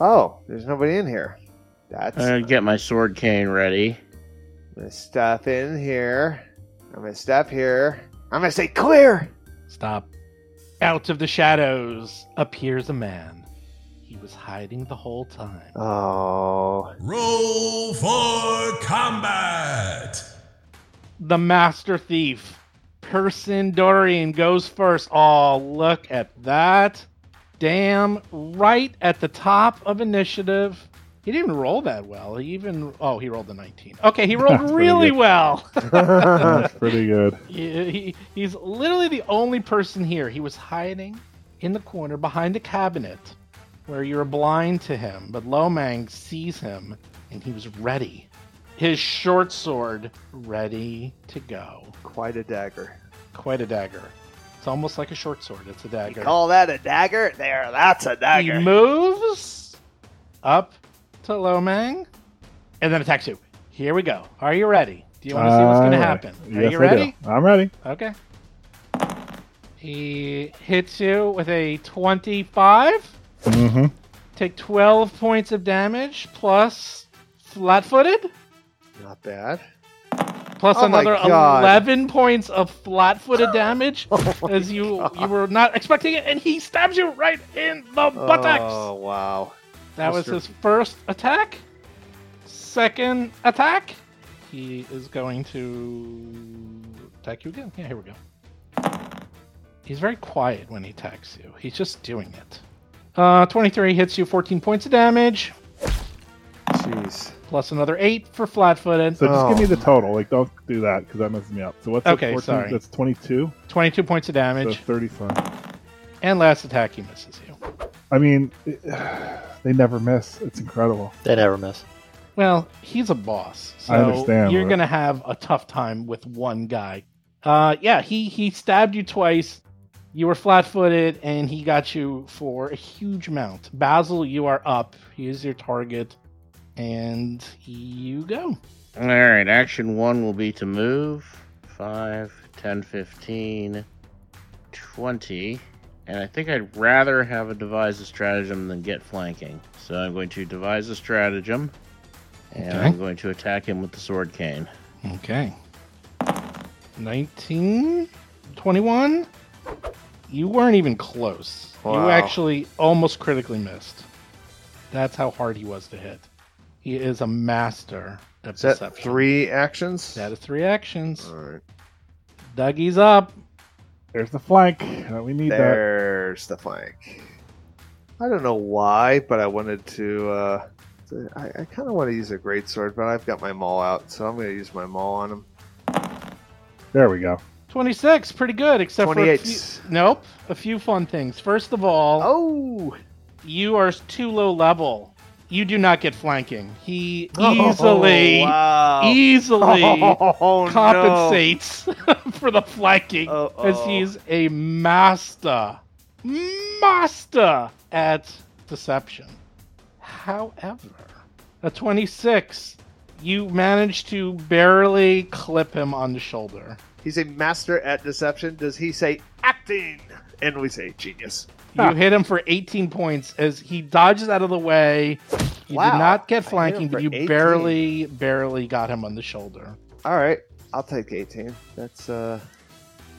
Speaker 3: Oh, there's nobody in here. That's
Speaker 6: I get my sword cane ready.
Speaker 3: I'm gonna step in here. I'm gonna step here. I'm gonna say clear.
Speaker 2: Stop. Out of the shadows appears a man. He was hiding the whole time.
Speaker 3: Oh,
Speaker 7: Roll for combat.
Speaker 2: The master thief, Person Dorian, goes first. Oh, look at that. Damn, right at the top of initiative. He didn't even roll that well. He even, oh, he rolled the 19. Okay, he rolled
Speaker 4: <laughs> That's pretty
Speaker 2: really
Speaker 4: good.
Speaker 2: well.
Speaker 4: That's pretty good.
Speaker 2: He, he, he's literally the only person here. He was hiding in the corner behind the cabinet where you're blind to him, but Lomang sees him and he was ready. His short sword ready to go.
Speaker 3: quite a dagger.
Speaker 2: Quite a dagger. It's almost like a short sword. It's a dagger.
Speaker 3: that a dagger? There, that's a
Speaker 2: He moves up to Lomang and then attacks you. Here we go. Are you ready? Do you want to see what's going to
Speaker 4: Alright.
Speaker 2: happen? Are
Speaker 4: Uh, Yes,
Speaker 2: you
Speaker 4: I do.
Speaker 2: ready?
Speaker 4: I'm ready.
Speaker 2: Okay. He hits you with a 25.
Speaker 4: Mm-hmm.
Speaker 2: Take 12 points of damage plus flat footed,
Speaker 3: Not bad.
Speaker 2: plus
Speaker 3: Oh my
Speaker 2: another
Speaker 3: God. Oh
Speaker 2: 11 points of flat
Speaker 3: <laughs>
Speaker 2: footed damage as you you were not expecting it, and he stabs you right in the buttocks.
Speaker 3: Oh wow.
Speaker 2: that was
Speaker 3: Mr.
Speaker 2: his first attack. Second attack. He is going to attack you again. Yeah, here we go. He's very quiet when he attacks you. He's just doing it. Uh, 23 hits you 14 points of damage,
Speaker 3: Jeez.
Speaker 2: plus another 8 for flat footed.
Speaker 4: So just
Speaker 3: Oh.
Speaker 4: give me the total. Like, don't do that because that messes me up. So what's
Speaker 2: Okay,
Speaker 4: it? 14?
Speaker 2: sorry.
Speaker 4: That's 22.
Speaker 2: 22 points of
Speaker 4: So
Speaker 2: damage.
Speaker 4: 30 something.
Speaker 2: And last attack, he misses you.
Speaker 4: I mean, <sighs> it- they never miss. It's incredible.
Speaker 5: They never miss.
Speaker 2: Well, he's a boss, so
Speaker 4: I understand,
Speaker 2: you're
Speaker 4: but-
Speaker 2: gonna have a tough time with one guy. Uh, yeah, he he stabbed you twice. You were flat-footed, and he got you for a huge amount. Basil, you are up. He is your target, and you go.
Speaker 6: All right, action one will be to move 5, 10, 15, 20. And I think I'd rather have a devise a stratagem than get flanking. So I'm going to devise a stratagem. And
Speaker 2: Okay.
Speaker 6: I'm going to attack him with the sword cane.
Speaker 2: Okay. 19, 21. You weren't even close.
Speaker 3: Wow.
Speaker 2: You actually almost critically missed. That's how hard he was to hit. He is a master of
Speaker 3: Is that
Speaker 2: deception.
Speaker 3: three actions?
Speaker 2: That is three actions.
Speaker 3: All right.
Speaker 2: Dougie's up.
Speaker 4: There's the flank. Uh, we need that.
Speaker 3: There's the flank. I don't know why, but I wanted to. Uh, to- I, I kind of want to use a great sword, but I've got my maul out, so I'm going to use my maul on him.
Speaker 4: There we go.
Speaker 2: 26, pretty good, except for.
Speaker 3: 28.
Speaker 2: A few, nope, a few fun things. First of all,
Speaker 3: Oh,
Speaker 2: you are too low level. You do not get flanking. He easily,
Speaker 3: Oh, wow.
Speaker 2: easily
Speaker 3: <laughs> Oh, no.
Speaker 2: compensates <laughs> for the flanking
Speaker 3: Oh,
Speaker 2: as
Speaker 3: oh.
Speaker 2: he's a master, master at deception. However, a 26, you manage to barely clip him on the shoulder.
Speaker 3: He's a master at deception. Does he say acting? And we say genius.
Speaker 2: You hit him for 18 points as he dodges out of the way. You
Speaker 3: Wow.
Speaker 2: did not get
Speaker 3: him
Speaker 2: flanking,
Speaker 3: for
Speaker 2: but you
Speaker 3: 18.
Speaker 2: barely, barely got him on the shoulder.
Speaker 3: All right, I'll take eighteen. That's uh,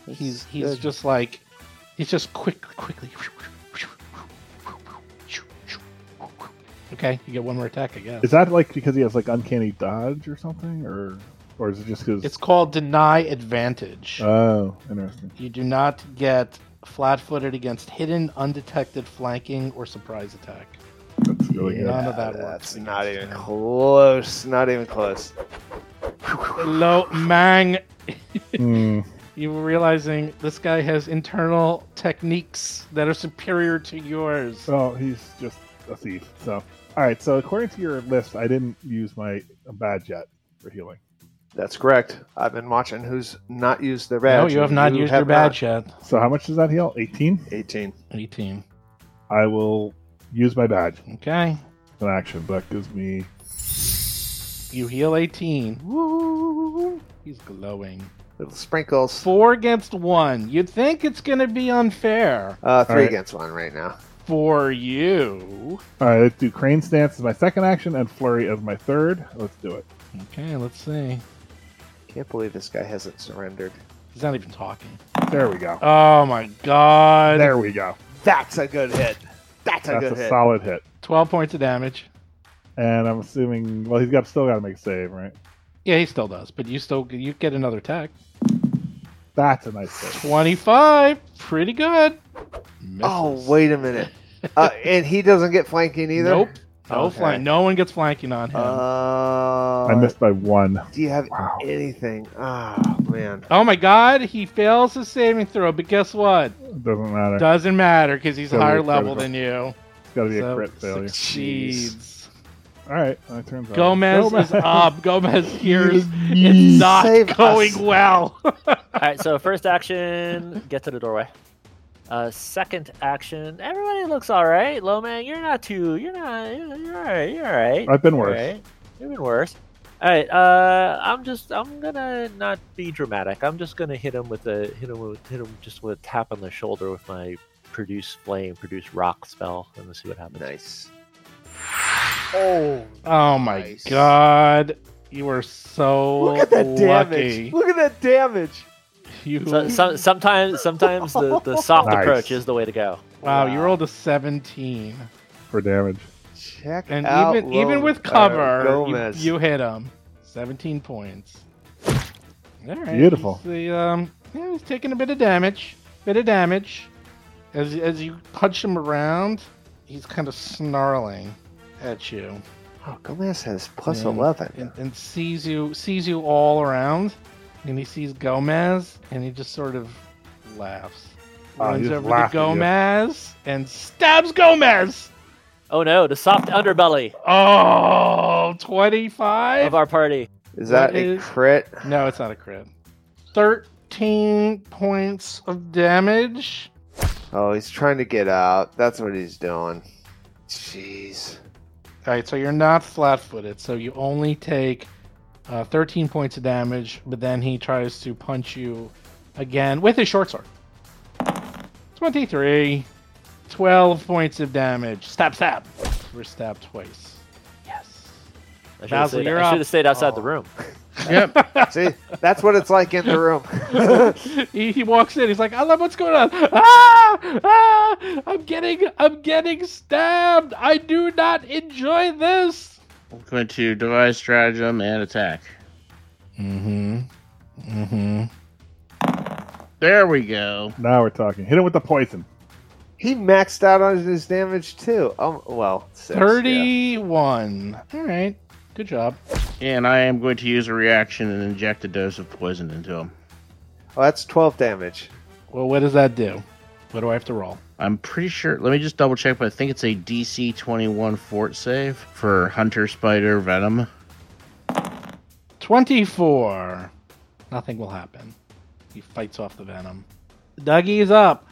Speaker 3: that's
Speaker 2: He's he's
Speaker 3: good.
Speaker 2: just like he's just quick, quickly. Okay, you get one more attack, I guess.
Speaker 4: Is that like because he has like uncanny dodge or something, or or is it just because?
Speaker 2: It's called deny advantage.
Speaker 3: Uh,
Speaker 4: Oh, interesting.
Speaker 2: You do not get flat-footed against hidden, undetected flanking or surprise attack.
Speaker 4: That's really
Speaker 2: None
Speaker 4: good.
Speaker 2: of that works.
Speaker 3: Uh, That's not
Speaker 2: against him.
Speaker 3: even close. Not even close.
Speaker 2: Hello, Mang.
Speaker 4: Hmm.
Speaker 2: You were realizing this guy has internal techniques that are superior to yours.
Speaker 4: Well, he's just a thief. So, all right. So, according to your list, I didn't use my badge yet for healing.
Speaker 3: That's correct. I've been watching who's not used their badge.
Speaker 2: No, you have not used your
Speaker 3: have not.
Speaker 2: badge yet.
Speaker 4: So, how much does that heal? Eighteen.
Speaker 3: Eighteen.
Speaker 2: 18.
Speaker 4: I will use my badge
Speaker 2: Okay.
Speaker 4: in action. That gives me.
Speaker 2: You heal 18. Woo! He's glowing.
Speaker 3: Little sprinkles.
Speaker 2: Four against one. You'd think it's going to be unfair
Speaker 3: Uh, three
Speaker 4: All right.
Speaker 3: against one right now.
Speaker 2: for you.
Speaker 4: All right. Let's do crane stance as my second action and flurry as my third. Let's do it.
Speaker 2: Okay, let's see.
Speaker 3: Can't believe this guy hasn't surrendered.
Speaker 2: He's not even talking.
Speaker 4: There we go.
Speaker 2: Oh my god.
Speaker 4: There we go.
Speaker 3: That's a good hit. That's a
Speaker 4: That's a
Speaker 3: good hit.
Speaker 4: solid hit.
Speaker 2: 12 points of damage.
Speaker 4: And I'm assuming. Well, he's got still got to make a save, right?
Speaker 2: Yeah, he still does, but you still you get another attack.
Speaker 4: That's a nice hit.
Speaker 2: 25. Pretty good.
Speaker 3: oh
Speaker 2: Misses.
Speaker 3: wait a minute.
Speaker 2: <laughs>
Speaker 3: Uh, and he doesn't get flanking either.
Speaker 2: Nope. No
Speaker 3: Okay.
Speaker 2: flank. No one gets flanking on him.
Speaker 3: Uh,
Speaker 4: I missed by one.
Speaker 3: Do you have
Speaker 4: Wow.
Speaker 3: anything? Oh man.
Speaker 2: oh my god, he fails his saving throw, but guess what?
Speaker 4: Doesn't matter.
Speaker 2: Doesn't matter because he's
Speaker 4: Gotta be
Speaker 2: higher
Speaker 4: a
Speaker 2: level
Speaker 4: critical.
Speaker 2: than you.
Speaker 4: It's got to be a
Speaker 2: So,
Speaker 4: crit failure.
Speaker 2: Succeeds.
Speaker 4: All right, my turn's
Speaker 2: Gomez,
Speaker 4: over. <laughs>
Speaker 2: is up.
Speaker 3: <laughs>
Speaker 2: Gomez hears it's not
Speaker 3: Save
Speaker 2: going
Speaker 3: us. <laughs>
Speaker 2: well.
Speaker 5: All right, so first action, get to the doorway. Uh, second action, everybody looks all right. Low man, you're not too. You're not. You're, you're all right. You're all right.
Speaker 4: I've been
Speaker 5: All
Speaker 4: worse.
Speaker 5: right. You've been worse. All right. Uh, I'm just. I'm gonna not be dramatic. I'm just gonna hit him with a hit him with hit him just with a tap on the shoulder with my produce flame, produce rock spell, and let's see what happens.
Speaker 3: Nice. Oh,
Speaker 2: oh my
Speaker 3: Nice.
Speaker 2: god. You are so
Speaker 3: look at that
Speaker 2: oh, lucky.
Speaker 3: damage! Look at that damage!
Speaker 2: You,
Speaker 5: So, so, sometimes, sometimes the, the soft
Speaker 4: <laughs> Nice.
Speaker 5: approach is the way to go.
Speaker 2: wow, you rolled a 17.
Speaker 4: for damage.
Speaker 3: Check
Speaker 2: And
Speaker 3: out
Speaker 2: even
Speaker 3: Lo-
Speaker 2: even with
Speaker 3: uh,
Speaker 2: cover, you-
Speaker 3: Gomez.
Speaker 2: you, hit him. 17 points. All right.
Speaker 4: Beautiful.
Speaker 2: He's, the, um, yeah, he's taking a bit of damage. Bit of damage. As, as you punch him around, he's kind of snarling at you
Speaker 3: oh, Gomez has plus
Speaker 2: Mm.
Speaker 3: eleven.
Speaker 2: and, and sees you sees you all around. And he sees Gomez and he just sort of laughs.
Speaker 4: Oh, he
Speaker 2: Runs
Speaker 4: just
Speaker 2: over to
Speaker 4: laughed at you.
Speaker 2: Gomez and stabs Gomez.
Speaker 5: Oh no, the soft underbelly
Speaker 2: Oh, 25?
Speaker 5: of our party.
Speaker 3: Is that
Speaker 2: What
Speaker 3: a
Speaker 2: is-
Speaker 3: crit?
Speaker 2: No, it's not a crit. 13 points of damage.
Speaker 3: Oh, he's trying to get out. That's what he's doing. Jeez.
Speaker 2: All right, so you're not flat footed, so you only take uh, 13 points of damage, but then he tries to punch you again with his short sword. 23. 12 points of damage. Stab, stab. We're stabbed twice. Yes.
Speaker 5: I should
Speaker 2: Basil,
Speaker 5: have stayed,
Speaker 2: you're
Speaker 5: I should
Speaker 2: up.
Speaker 5: have stayed outside
Speaker 2: <laughs>
Speaker 3: Oh.
Speaker 5: the room.
Speaker 3: See, that's what it's like in the room. <laughs>
Speaker 2: <laughs> he, he walks in. He's like, I love what's going on. Ah, ah, I'm getting, I'm getting stabbed. I do not enjoy this.
Speaker 6: I'm going to devise stratagem and attack.
Speaker 2: Mm-hmm. Mm-hmm.
Speaker 6: There we go.
Speaker 4: Now we're talking. Hit him with the poison.
Speaker 3: he maxed out on his damage too. Um, well, six, yeah.
Speaker 2: Thirty-one. All right. Good job.
Speaker 6: And I am going to use a reaction and inject a dose of poison into him.
Speaker 3: Oh, that's twelve damage.
Speaker 2: Well, what does that do? What do I have to roll?
Speaker 6: I'm pretty sure. Let me just double check, but I think it's a DC 21 fort save for Hunter Spider Venom.
Speaker 2: Twenty-four. Nothing will happen. He fights off the venom. Dougie's up.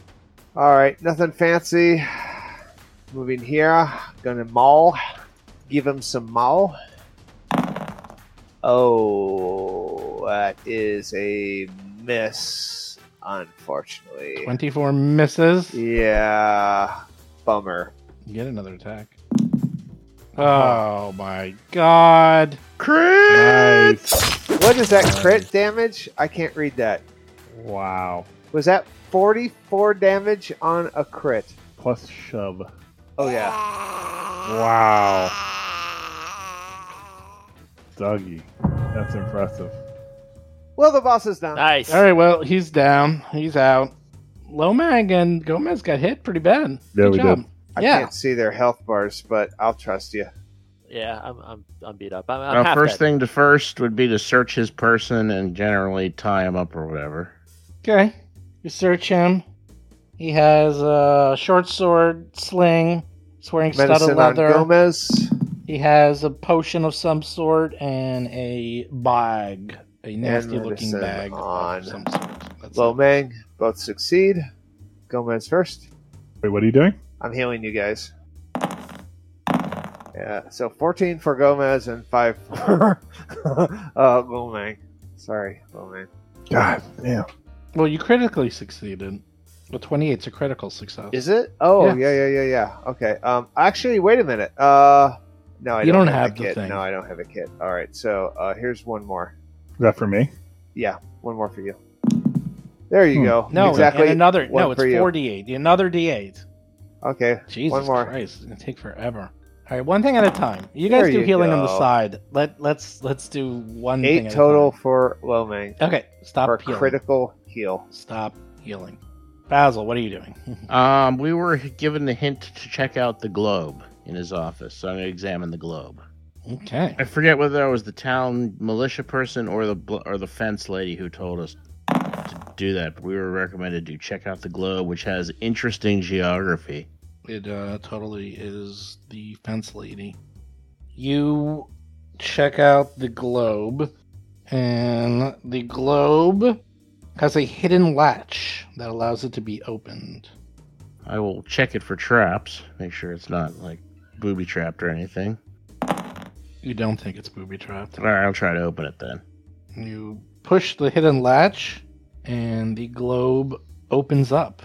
Speaker 3: All right, nothing fancy. Moving here, gonna maul. Give him some maul. Oh, that is a miss, unfortunately.
Speaker 2: 24 misses.
Speaker 3: Yeah, bummer.
Speaker 2: Get another attack. Oh my god.
Speaker 3: Crit!
Speaker 4: Nice.
Speaker 3: What is that crit damage? I can't read that.
Speaker 4: Wow.
Speaker 3: Was that 44 damage on a crit?
Speaker 4: Plus shove.
Speaker 3: Oh, yeah.
Speaker 4: Wow. Dougie. That's impressive.
Speaker 3: Well, the boss is down.
Speaker 5: Nice.
Speaker 2: All right, well, he's down. He's out. Lomag and Gomez got hit pretty bad.
Speaker 4: Yeah,
Speaker 2: Good
Speaker 4: we
Speaker 2: job.
Speaker 4: did.
Speaker 3: I
Speaker 2: Yeah.
Speaker 3: can't see their health bars, but I'll trust you.
Speaker 5: Yeah, I'm, I'm, I'm beat up. I'm, I'm
Speaker 6: Now,
Speaker 5: half
Speaker 6: first
Speaker 5: dead.
Speaker 6: thing to first would be to search his person and generally tie him up or whatever.
Speaker 2: Okay. You search him. He has a short sword, sling. He's wearing studded
Speaker 3: Medicine on
Speaker 2: leather.
Speaker 3: Gomez.
Speaker 2: He has a potion of some sort and a bag, a nasty looking
Speaker 3: medicine
Speaker 2: bag
Speaker 3: on
Speaker 2: of some sort. That's it.
Speaker 3: Lomang both succeed. Gomez first.
Speaker 4: Wait, what are you doing?
Speaker 3: I'm healing you guys. Yeah, so 14 for Gomez and 5 <laughs> for uh, Lomang. Sorry, Lomang.
Speaker 4: God damn.
Speaker 2: Well, you critically succeeded. Well, 28's a critical success.
Speaker 3: Is it? Oh,
Speaker 2: Yeah.
Speaker 3: yeah, yeah, yeah, yeah. Okay. Um, actually, wait a minute. Uh, no, I
Speaker 2: You
Speaker 3: don't,
Speaker 2: don't
Speaker 3: have,
Speaker 2: have
Speaker 3: a
Speaker 2: the
Speaker 3: kit.
Speaker 2: thing.
Speaker 3: No, I don't have a kit. All right, so uh, here's one more.
Speaker 4: Is that for me?
Speaker 3: Yeah, one more for you. There you
Speaker 4: Hmm.
Speaker 3: go.
Speaker 2: no,
Speaker 3: exactly.
Speaker 2: and another.
Speaker 3: one
Speaker 2: No, it's
Speaker 3: for you.
Speaker 2: 48. Another D8.
Speaker 3: Okay.
Speaker 2: Jesus
Speaker 3: One more.
Speaker 2: Christ, it's gonna take forever. All right, one thing at a time. You guys
Speaker 3: There
Speaker 2: do
Speaker 3: you
Speaker 2: healing on the
Speaker 3: go.
Speaker 2: side. Let let's let's do one. thing
Speaker 3: Eight
Speaker 2: at a
Speaker 3: total for Lomang
Speaker 2: time. Okay, stop
Speaker 3: for
Speaker 2: healing.
Speaker 3: critical heal.
Speaker 2: Stop healing. Basil, what are you doing? <laughs>
Speaker 6: Um, we were given the hint to check out the globe in his office, so I'm gonna examine the globe.
Speaker 2: okay.
Speaker 6: I forget whether I was the town militia person or the bl- or the fence lady who told us to do that. But we were recommended to check out the globe, which has interesting geography.
Speaker 2: It uh, totally is the fence lady. You check out the globe, and the globe has a hidden latch that allows it to be opened.
Speaker 6: I will check it for traps, make sure it's not like booby trapped or anything.
Speaker 2: You don't think it's booby trapped.
Speaker 6: All right, I'll try to open it then.
Speaker 2: You push the hidden latch, and the globe opens up.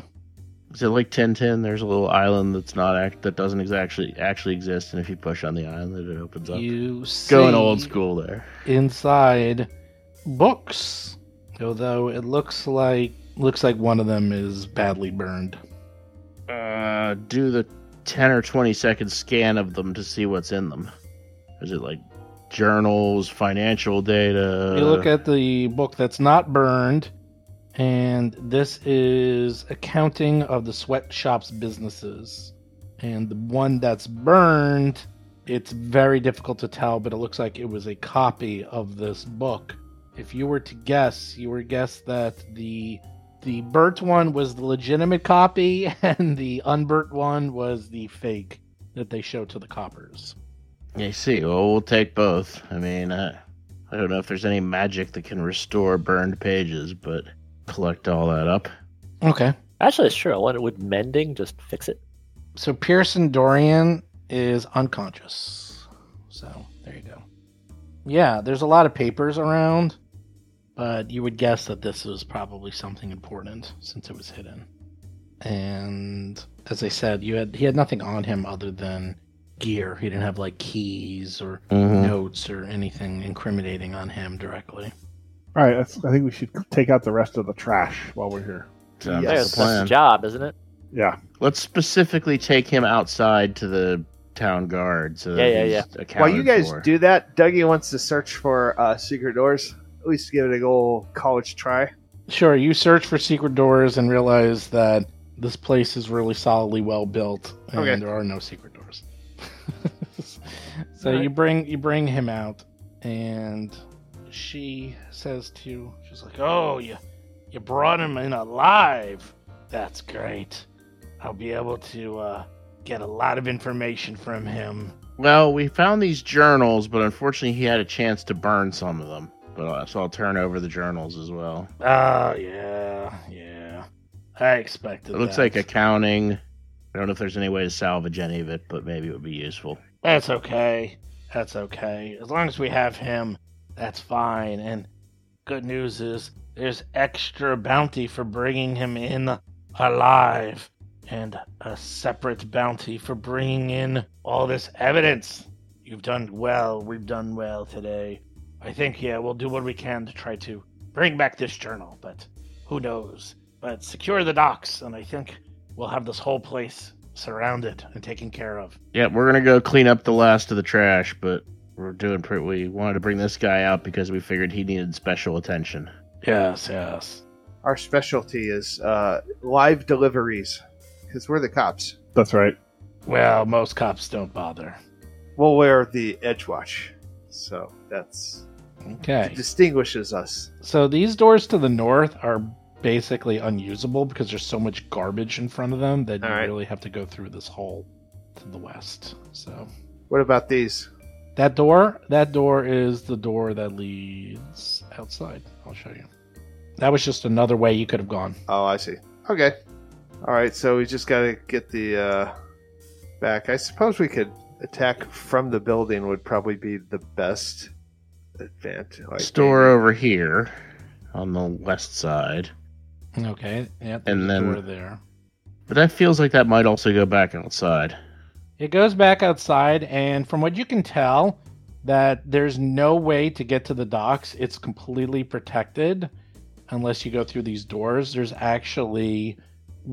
Speaker 6: Is it like Tintin? There's a little island that's not act that doesn't ex- actually actually exist, and if you push on the island, it opens up.
Speaker 2: You see
Speaker 6: Going old school there.
Speaker 2: inside books, although it looks like looks like one of them is badly burned.
Speaker 6: Uh, do the 10 or 20 second scan of them to see what's in them. Is it like journals, financial data?
Speaker 2: you look at the book that's not burned, and this is accounting of the sweatshop's businesses. And the one that's burned, it's very difficult to tell, but it looks like it was a copy of this book. If you were to guess, you were guess that the the burnt one was the legitimate copy, <laughs> and the unburnt one was the fake that they show to the coppers.
Speaker 6: You see, well, we'll take both. I mean, uh, I don't know if there's any magic that can restore burned pages, but collect all that up.
Speaker 2: Okay.
Speaker 5: Actually, it's true. I wonder, would mending just fix it?
Speaker 2: So Pearson Dorian is unconscious. So there you go. Yeah, there's a lot of papers around, but you would guess that this was probably something important since it was hidden. And as I said, you had he had nothing on him other than gear. He didn't have like keys or
Speaker 6: Hmm.
Speaker 3: Mm-hmm.
Speaker 2: notes or anything incriminating on him directly.
Speaker 4: All right, that's, I think we should take out the rest of the trash while we're here.
Speaker 3: Yes.
Speaker 6: Sounds like a
Speaker 5: There's, that's the
Speaker 6: plan.
Speaker 5: job, isn't it?
Speaker 4: Yeah.
Speaker 6: Let's specifically take him outside to the town guard. So that
Speaker 5: Yeah, yeah,
Speaker 6: he's
Speaker 5: yeah.
Speaker 6: accounted
Speaker 3: While you guys
Speaker 6: for.
Speaker 3: do that, Dougie wants to search for uh, secret doors. At least give it a old college try.
Speaker 2: Sure, you search for secret doors and realize that this place is really solidly well built, and
Speaker 3: Okay.
Speaker 2: there are no secret doors. <laughs> so you bring you bring him out, and she says to you, she's like, "Oh, you you brought him in alive. That's great. I'll be able to uh, get a lot of information from him."
Speaker 6: Well, we found these journals, but unfortunately, he had a chance to burn some of them. But uh, so I'll turn over the journals as well.
Speaker 2: Oh yeah, yeah. I expected.
Speaker 6: It looks
Speaker 2: that.
Speaker 6: like accounting. I don't know if there's any way to salvage any of it, but maybe it would be useful.
Speaker 2: That's okay. That's okay. As long as we have him, that's fine. And good news is There's extra bounty for bringing him in alive, and a separate bounty for bringing in all this evidence. You've done well. We've done well today. I think, yeah, we'll do what we can to try to bring back this journal, but who knows? But secure the docks, and I think we'll have this whole place surrounded and taken care of.
Speaker 6: Yeah, we're gonna go clean up the last of the trash, but we're doing pretty. We wanted to bring this guy out because we figured he needed special attention.
Speaker 2: Yes, yes.
Speaker 3: Our specialty is uh, live deliveries because we're the cops.
Speaker 4: That's right.
Speaker 2: Well, most cops don't bother.
Speaker 3: Well, we're the edge watch, so that's
Speaker 2: Okay.
Speaker 3: distinguishes us.
Speaker 2: So these doors to the north are basically unusable because there's so much garbage in front of them that
Speaker 3: All
Speaker 2: you
Speaker 3: right.
Speaker 2: really have to go through this hole to the west. So
Speaker 3: What about these?
Speaker 2: that door, that door is the door that leads outside. I'll show you. That was just another way you could have gone.
Speaker 3: Oh, I see. Okay. All right, so we just got to get the uh, back. I suppose we could attack from the building would probably be the best advantage. Like,
Speaker 6: Store over here on the west side,
Speaker 2: Okay. Yeah. there's
Speaker 6: And
Speaker 2: a
Speaker 6: then-
Speaker 2: door there.
Speaker 6: but that feels like that might also go back outside.
Speaker 2: It goes back outside, and from what you can tell, that there's no way to get to the docks. It's completely protected unless you go through these doors. There's actually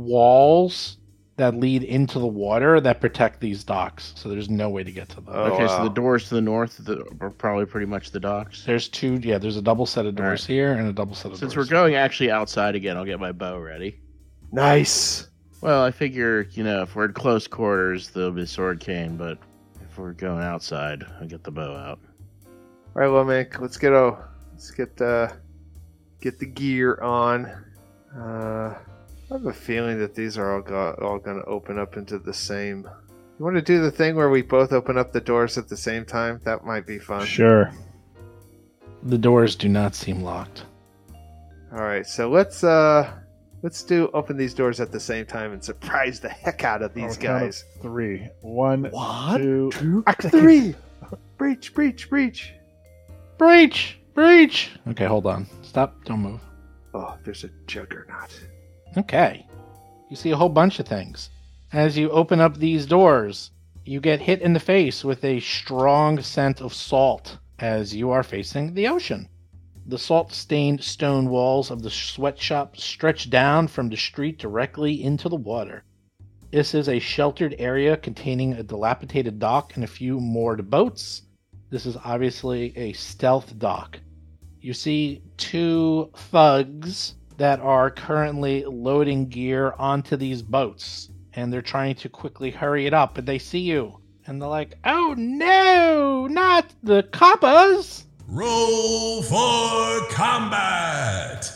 Speaker 2: walls that lead into the water that protect these docks. So there's no way to get to them.
Speaker 3: Oh,
Speaker 6: okay, so
Speaker 3: wow.
Speaker 6: the doors to the north the, are probably pretty much the docks.
Speaker 2: There's two, yeah, there's a double set of
Speaker 6: All
Speaker 2: doors here and a double set of
Speaker 6: Since we're
Speaker 2: doors.
Speaker 6: going actually outside again, I'll get my bow ready.
Speaker 3: nice.
Speaker 6: Well, I figure you know if we're in close quarters, there'll be sword cane, but if we're going outside, I'll get the bow out.
Speaker 3: All right, Lomic, let's get a let's get uh, get the gear on. Uh, I have a feeling that these are all go- all going to open up into the same. You want to do the thing where we both open up the doors at the same time? That might be fun.
Speaker 4: Sure.
Speaker 2: the doors do not seem locked.
Speaker 3: All right, so let's uh let's do open these doors at the same time and surprise the heck out of these
Speaker 4: On count of
Speaker 3: guys.
Speaker 4: Three. One,
Speaker 3: One,
Speaker 4: two,
Speaker 3: two, three. breach, breach, breach.
Speaker 2: Breach! Breach! Okay, hold on. Stop. Don't move.
Speaker 3: Oh, there's a juggernaut.
Speaker 2: Okay. You see a whole bunch of things. As you open up these doors, you get hit in the face with a strong scent of salt as you are facing the ocean. The salt stained stone walls of the sweatshop stretch down from the street directly into the water. This is a sheltered area containing a dilapidated dock and a few moored boats. This is obviously a stealth dock. You see two thugs that are currently loading gear onto these boats and they're trying to quickly hurry it up, but they see you and they're like, oh no, not the coppas!
Speaker 7: Roll for combat.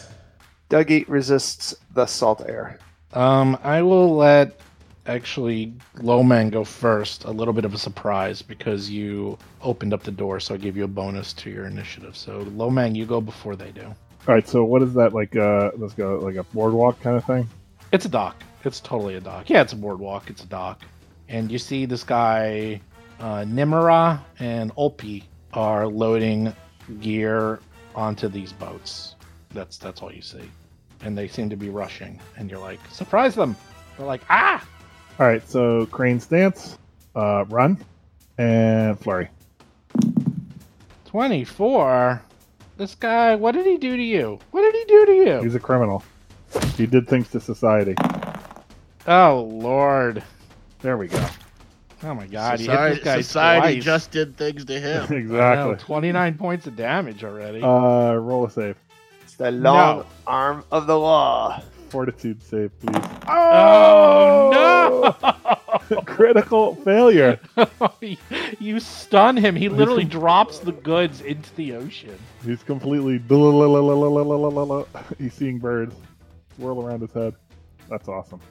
Speaker 3: Dougie resists the salt air.
Speaker 2: Um, I will let actually Lowman go first. A little bit of a surprise because you opened up the door, so I give you a bonus to your initiative. So Lowman, you go before they do.
Speaker 4: All right. So what is that like? Uh, let's go like a boardwalk kind of thing.
Speaker 2: It's a dock. It's totally a dock. Yeah, it's a boardwalk. It's a dock. And you see this guy, uh, Nimera and Olpi are loading gear onto these boats. That's that's all you see. And they seem to be rushing. And you're like, surprise them. They're like, ah!
Speaker 4: All right. So crane stance, uh, run, and flurry.
Speaker 2: 24? This guy, what did he do to you? What did he do to
Speaker 3: Oh.
Speaker 2: you?
Speaker 4: He's a criminal. He did things to society.
Speaker 2: Oh, Lord.
Speaker 4: There we go.
Speaker 2: Oh, my God. you hit
Speaker 6: society
Speaker 2: this guy
Speaker 6: society
Speaker 2: twice.
Speaker 6: just did things to him.
Speaker 2: <laughs> I know,
Speaker 4: <laughs> exactly.
Speaker 2: 29 points of damage already.
Speaker 4: Uh, roll a save.
Speaker 3: It's the long
Speaker 2: long
Speaker 3: arm of the law.
Speaker 4: Fortitude save, please.
Speaker 2: Oh, no!
Speaker 4: Critical failure.
Speaker 2: <laughs> you stun him. He literally drops the goods into the ocean.
Speaker 4: He's completely. <laughs> He's seeing birds whirl around his head. That's awesome.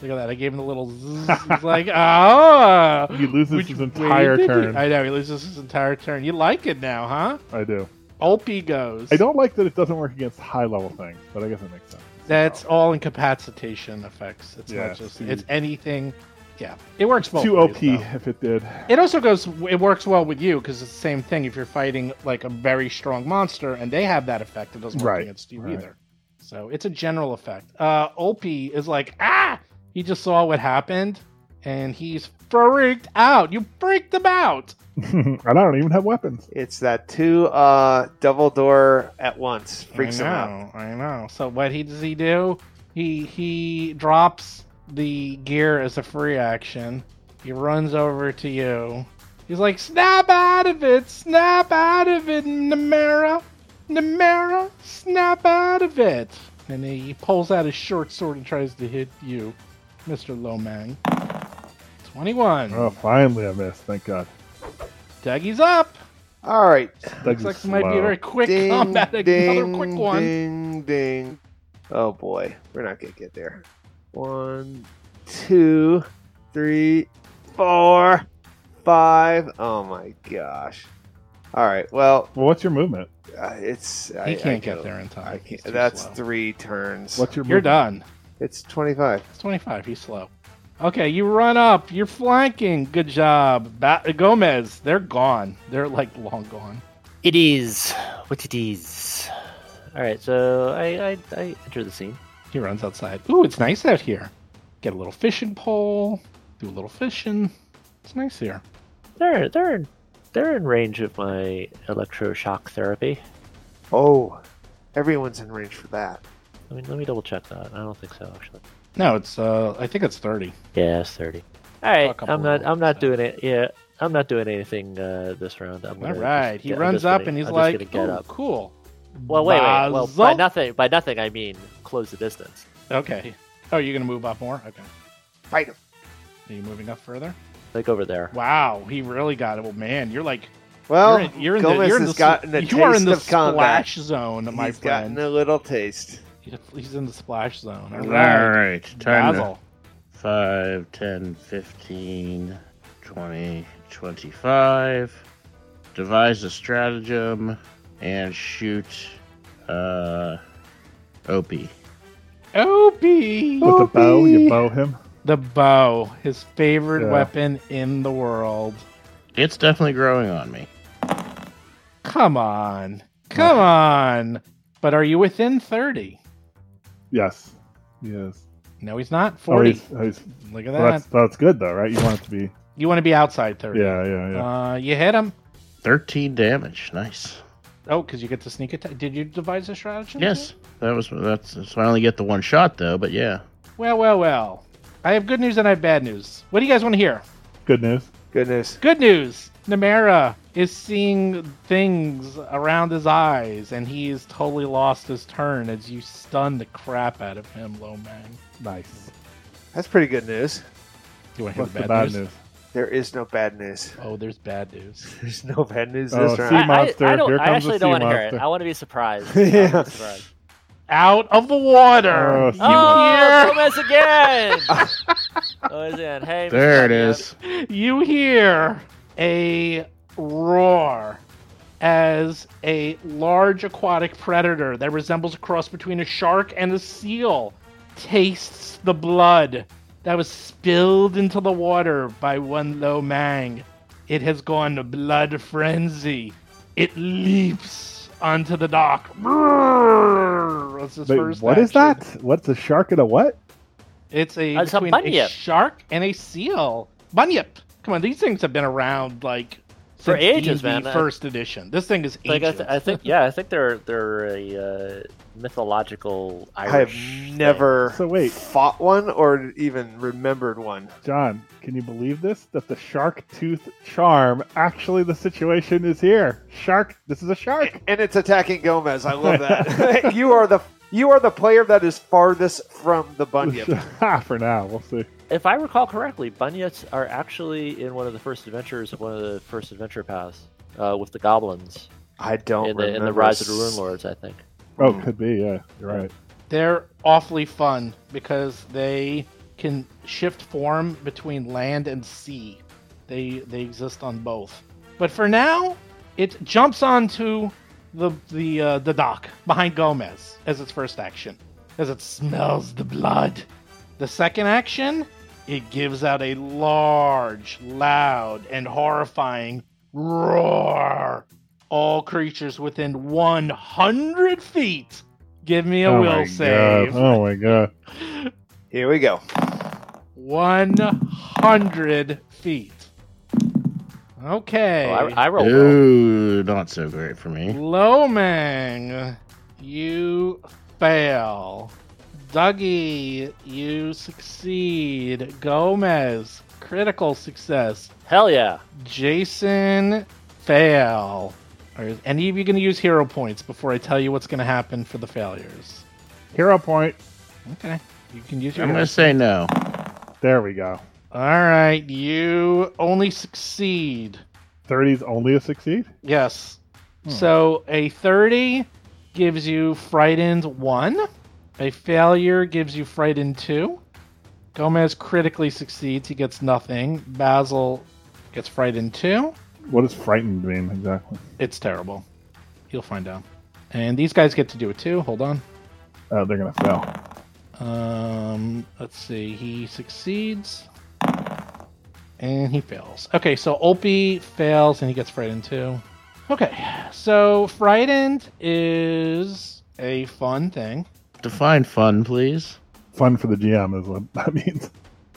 Speaker 2: Look at that. I gave him the little
Speaker 4: <laughs>
Speaker 2: zzz. He's like, ah.
Speaker 4: He loses
Speaker 2: Which
Speaker 4: his
Speaker 2: way
Speaker 4: entire
Speaker 2: did he-
Speaker 4: turn. I,
Speaker 2: I know. He loses his entire turn. You like it now, huh?
Speaker 4: do.
Speaker 2: Olpie goes.
Speaker 4: I don't like that it doesn't work against high level things, but I guess it makes sense.
Speaker 2: That's all incapacitation effects. It's
Speaker 4: Yeah,
Speaker 2: not just.
Speaker 4: see.
Speaker 2: It's anything. Yeah, it works both.
Speaker 4: too
Speaker 2: ways,
Speaker 4: OP
Speaker 2: though.
Speaker 4: if it did. <laughs>
Speaker 2: It also goes. It works well with you because it's the same thing. If you're fighting like a very strong monster and they have that effect, it doesn't work
Speaker 4: Right,
Speaker 2: against you
Speaker 4: right.
Speaker 2: either. So it's a general effect. Uh, Opie is like, ah! He just saw what happened and he's freaked out. You freaked him out.
Speaker 4: and I don't even have weapons.
Speaker 3: It's that two uh, double door at once freaks
Speaker 2: I
Speaker 3: him
Speaker 2: know,
Speaker 3: out.
Speaker 2: I know. So what he does he do? He he drops the gear as a free action. He runs over to you. He's like, snap out of it, snap out of it, Namara, Namara, snap out of it. And he pulls out his short sword and tries to hit you, Mr. Lomang. 21.
Speaker 4: Oh, finally I missed. Thank God.
Speaker 2: Dougie's up. <laughs>
Speaker 3: All right.
Speaker 4: Dougie's
Speaker 2: Looks like it might be a
Speaker 4: slow.
Speaker 2: very quick
Speaker 3: Ding,
Speaker 2: combat. Another
Speaker 3: ding,
Speaker 2: quick one.
Speaker 3: Ding, ding. Oh boy, we're not gonna get there. One, two, three, four, five. Oh my gosh. All right. Well,
Speaker 4: Well, what's your movement?
Speaker 3: uh, it's I-
Speaker 2: He
Speaker 3: I
Speaker 2: can't
Speaker 3: go-
Speaker 2: get there in time.
Speaker 3: I
Speaker 2: He's
Speaker 3: can't,
Speaker 2: too
Speaker 3: that's
Speaker 2: slow.
Speaker 3: three turns.
Speaker 4: What's your
Speaker 2: You're
Speaker 4: movement?
Speaker 2: done.
Speaker 3: It's twenty-five.
Speaker 2: It's 25. He's slow. Okay, you run up. You're flanking. Good job. Ba- Gomez, they're gone. They're like long gone.
Speaker 5: It is what it is. All right, so I I, I enter the scene.
Speaker 2: He runs outside. Ooh, it's nice out here. Get a little fishing pole, do a little fishing. It's nice here.
Speaker 5: They're they're in, they're in range of my electroshock therapy.
Speaker 3: Oh, everyone's in range for that.
Speaker 5: I mean, let me double check that. I don't think so, actually.
Speaker 2: No, it's uh I think it's 30.
Speaker 5: Yeah, it's thirty. All right,
Speaker 2: Fuck up a
Speaker 5: I'm not
Speaker 2: little,
Speaker 5: I'm not
Speaker 2: so.
Speaker 5: doing it. Yeah, I'm not doing anything uh, this round. I'm
Speaker 2: All
Speaker 5: gonna
Speaker 2: right.
Speaker 5: just
Speaker 2: He
Speaker 5: get- I'm
Speaker 2: runs
Speaker 5: just
Speaker 2: up
Speaker 5: gonna-
Speaker 2: and he's
Speaker 5: I'm just
Speaker 2: like,
Speaker 5: gonna get
Speaker 2: "Ooh,
Speaker 5: up.
Speaker 2: cool."
Speaker 5: Well, wait, wait. Well, by
Speaker 2: Bazzle.
Speaker 5: nothing, by nothing, I mean close the distance.
Speaker 2: Okay. Oh, you're going to move up more? Okay.
Speaker 3: Fight him.
Speaker 2: Are you moving up further?
Speaker 5: Like over there.
Speaker 2: Wow, he really got it. Well, man, you're like
Speaker 3: Well,
Speaker 2: you're in, you're in the
Speaker 3: Oh, Gomez
Speaker 2: you're in
Speaker 3: has
Speaker 2: the,
Speaker 3: gotten a
Speaker 2: you are in
Speaker 3: taste
Speaker 2: the
Speaker 3: of combat.
Speaker 2: splash zone, my
Speaker 3: He's
Speaker 2: friend.
Speaker 3: gotten a little taste.
Speaker 2: He's in the splash zone. All
Speaker 6: All
Speaker 2: right.
Speaker 6: right, time to
Speaker 2: Basil.
Speaker 6: 5, 10, 15, 20, 25. Devise a stratagem and shoot uh, OP.
Speaker 2: Opie.
Speaker 4: With the bow, you bow him.
Speaker 2: The bow, his favorite
Speaker 4: Yeah.
Speaker 2: weapon in the world.
Speaker 6: It's definitely growing on me.
Speaker 2: Come on. Come on. But are you within 30?
Speaker 4: Yes. Yes.
Speaker 2: No, he's not.
Speaker 4: Oh,
Speaker 2: 40.
Speaker 4: he's, oh, he's,
Speaker 2: Look at
Speaker 4: well,
Speaker 2: that.
Speaker 4: that's that's good though, right? You want it to be.
Speaker 2: You want to be outside 30.
Speaker 4: Yeah, yeah, yeah.
Speaker 2: Uh, you hit him.
Speaker 6: 13 damage. Nice.
Speaker 2: Oh, because you get to sneak attack. Did you devise a strategy?
Speaker 6: Yes, that was that's, that's why I only get the one shot though. But yeah,
Speaker 2: Well, well, well. I have good news and I have bad news. What do you guys want to hear?
Speaker 4: Good news.
Speaker 3: Goodness.
Speaker 2: Good news! Namara is seeing things around his eyes, and he has totally lost his turn as you stun the crap out of him, Lomang.
Speaker 4: Nice.
Speaker 3: That's pretty good news.
Speaker 2: You want to hear
Speaker 4: What's
Speaker 2: the bad, news?
Speaker 3: There is no bad news. <laughs>
Speaker 2: Oh, there's bad news.
Speaker 3: There's no bad news
Speaker 4: Oh,
Speaker 3: this
Speaker 4: see-
Speaker 5: I,
Speaker 3: round.
Speaker 5: I-
Speaker 4: monster.
Speaker 5: I, don't,
Speaker 4: Here
Speaker 5: I
Speaker 4: comes the sea
Speaker 5: actually don't want to hear it.
Speaker 4: monster.
Speaker 5: I want to be surprised. I
Speaker 3: Yeah.
Speaker 5: wanna be surprised.
Speaker 2: Out of the water!
Speaker 4: Oh,
Speaker 2: You
Speaker 5: Oh,
Speaker 2: hear-
Speaker 5: Gomez again! Gomez again. Hey, Mr.
Speaker 6: there it
Speaker 5: Gomez.
Speaker 6: is.
Speaker 2: you hear a roar as a large aquatic predator that resembles a cross between a shark and a seal tastes the blood that was spilled into the water by one low mang. It has gone to blood frenzy. It leaps onto the dock. Brrrr! That's his
Speaker 4: Wait,
Speaker 2: first
Speaker 4: what is
Speaker 2: action.
Speaker 4: that? What's a shark and a what?
Speaker 2: It's a
Speaker 5: It's a
Speaker 2: between
Speaker 5: bunyip.
Speaker 2: shark and a seal. Bunyip. Come on, these things have been around like
Speaker 5: For
Speaker 2: since
Speaker 5: ages,
Speaker 2: DZ
Speaker 5: man. I-
Speaker 2: First edition. This thing is
Speaker 5: Like I,
Speaker 2: ancient.
Speaker 5: th- I think, yeah, I think they're they're a uh, mythological
Speaker 3: I have
Speaker 5: Irish. thing.
Speaker 3: never
Speaker 4: So wait,
Speaker 3: fought one or even remembered one.
Speaker 4: John, can you believe this? That the shark tooth charm actually the situation is here. Shark. This is a shark.
Speaker 3: And it's attacking Gomez. I
Speaker 2: <laughs>
Speaker 3: love that. <laughs> you are the you are the player that is farthest from the
Speaker 2: <laughs>
Speaker 4: <laughs>
Speaker 3: bunyip.
Speaker 4: Ah, For now, we'll see.
Speaker 5: If I recall correctly, bunyips are actually in one of the first adventures of one of the first adventure paths uh, with the goblins
Speaker 3: I don't
Speaker 5: in the, in the
Speaker 3: remember
Speaker 5: Rise of the
Speaker 3: s-
Speaker 5: Rune Lords. I think.
Speaker 4: Oh, could be. Yeah, you're right.
Speaker 2: They're awfully fun because they can shift form between land and sea. They they exist on both. But for now, it jumps onto the the uh, the dock behind Gomez as its first action, as it smells the blood. The second action, it gives out a large, loud, and horrifying roar. All creatures within 100 feet Give me a
Speaker 4: oh my
Speaker 2: will save.
Speaker 4: God. Oh my god.
Speaker 3: Here we go.
Speaker 2: 100 feet. Okay.
Speaker 5: Oh, I, I rolled. well.
Speaker 6: Ooh, not so great for me.
Speaker 2: Lomang, you fail. Dougie, you succeed. Gomez, critical success.
Speaker 5: Hell yeah.
Speaker 2: Jason, fail. Are any of you going to use hero points before I tell you what's going to happen for the failures?
Speaker 4: Hero point.
Speaker 2: Okay. You can use your.
Speaker 6: I'm
Speaker 2: hero
Speaker 6: gonna say no.
Speaker 4: There we go.
Speaker 2: All right, you only succeed.
Speaker 4: 30 is only a succeed.
Speaker 2: Yes. So a 30 gives you frightened 1. A failure gives you frightened 2. Gomez critically succeeds. He gets nothing. Basil gets frightened 2.
Speaker 4: What does frightened mean exactly?
Speaker 2: It's terrible. You'll find out. And these guys get to do it too. Hold on.
Speaker 4: Oh, they're gonna fail.
Speaker 2: Um, let's see. He succeeds. And he fails. Okay, so Opie fails and he gets frightened too. Okay, so frightened is a fun thing.
Speaker 6: Define fun, please.
Speaker 4: Fun for the GM is what <laughs> that means.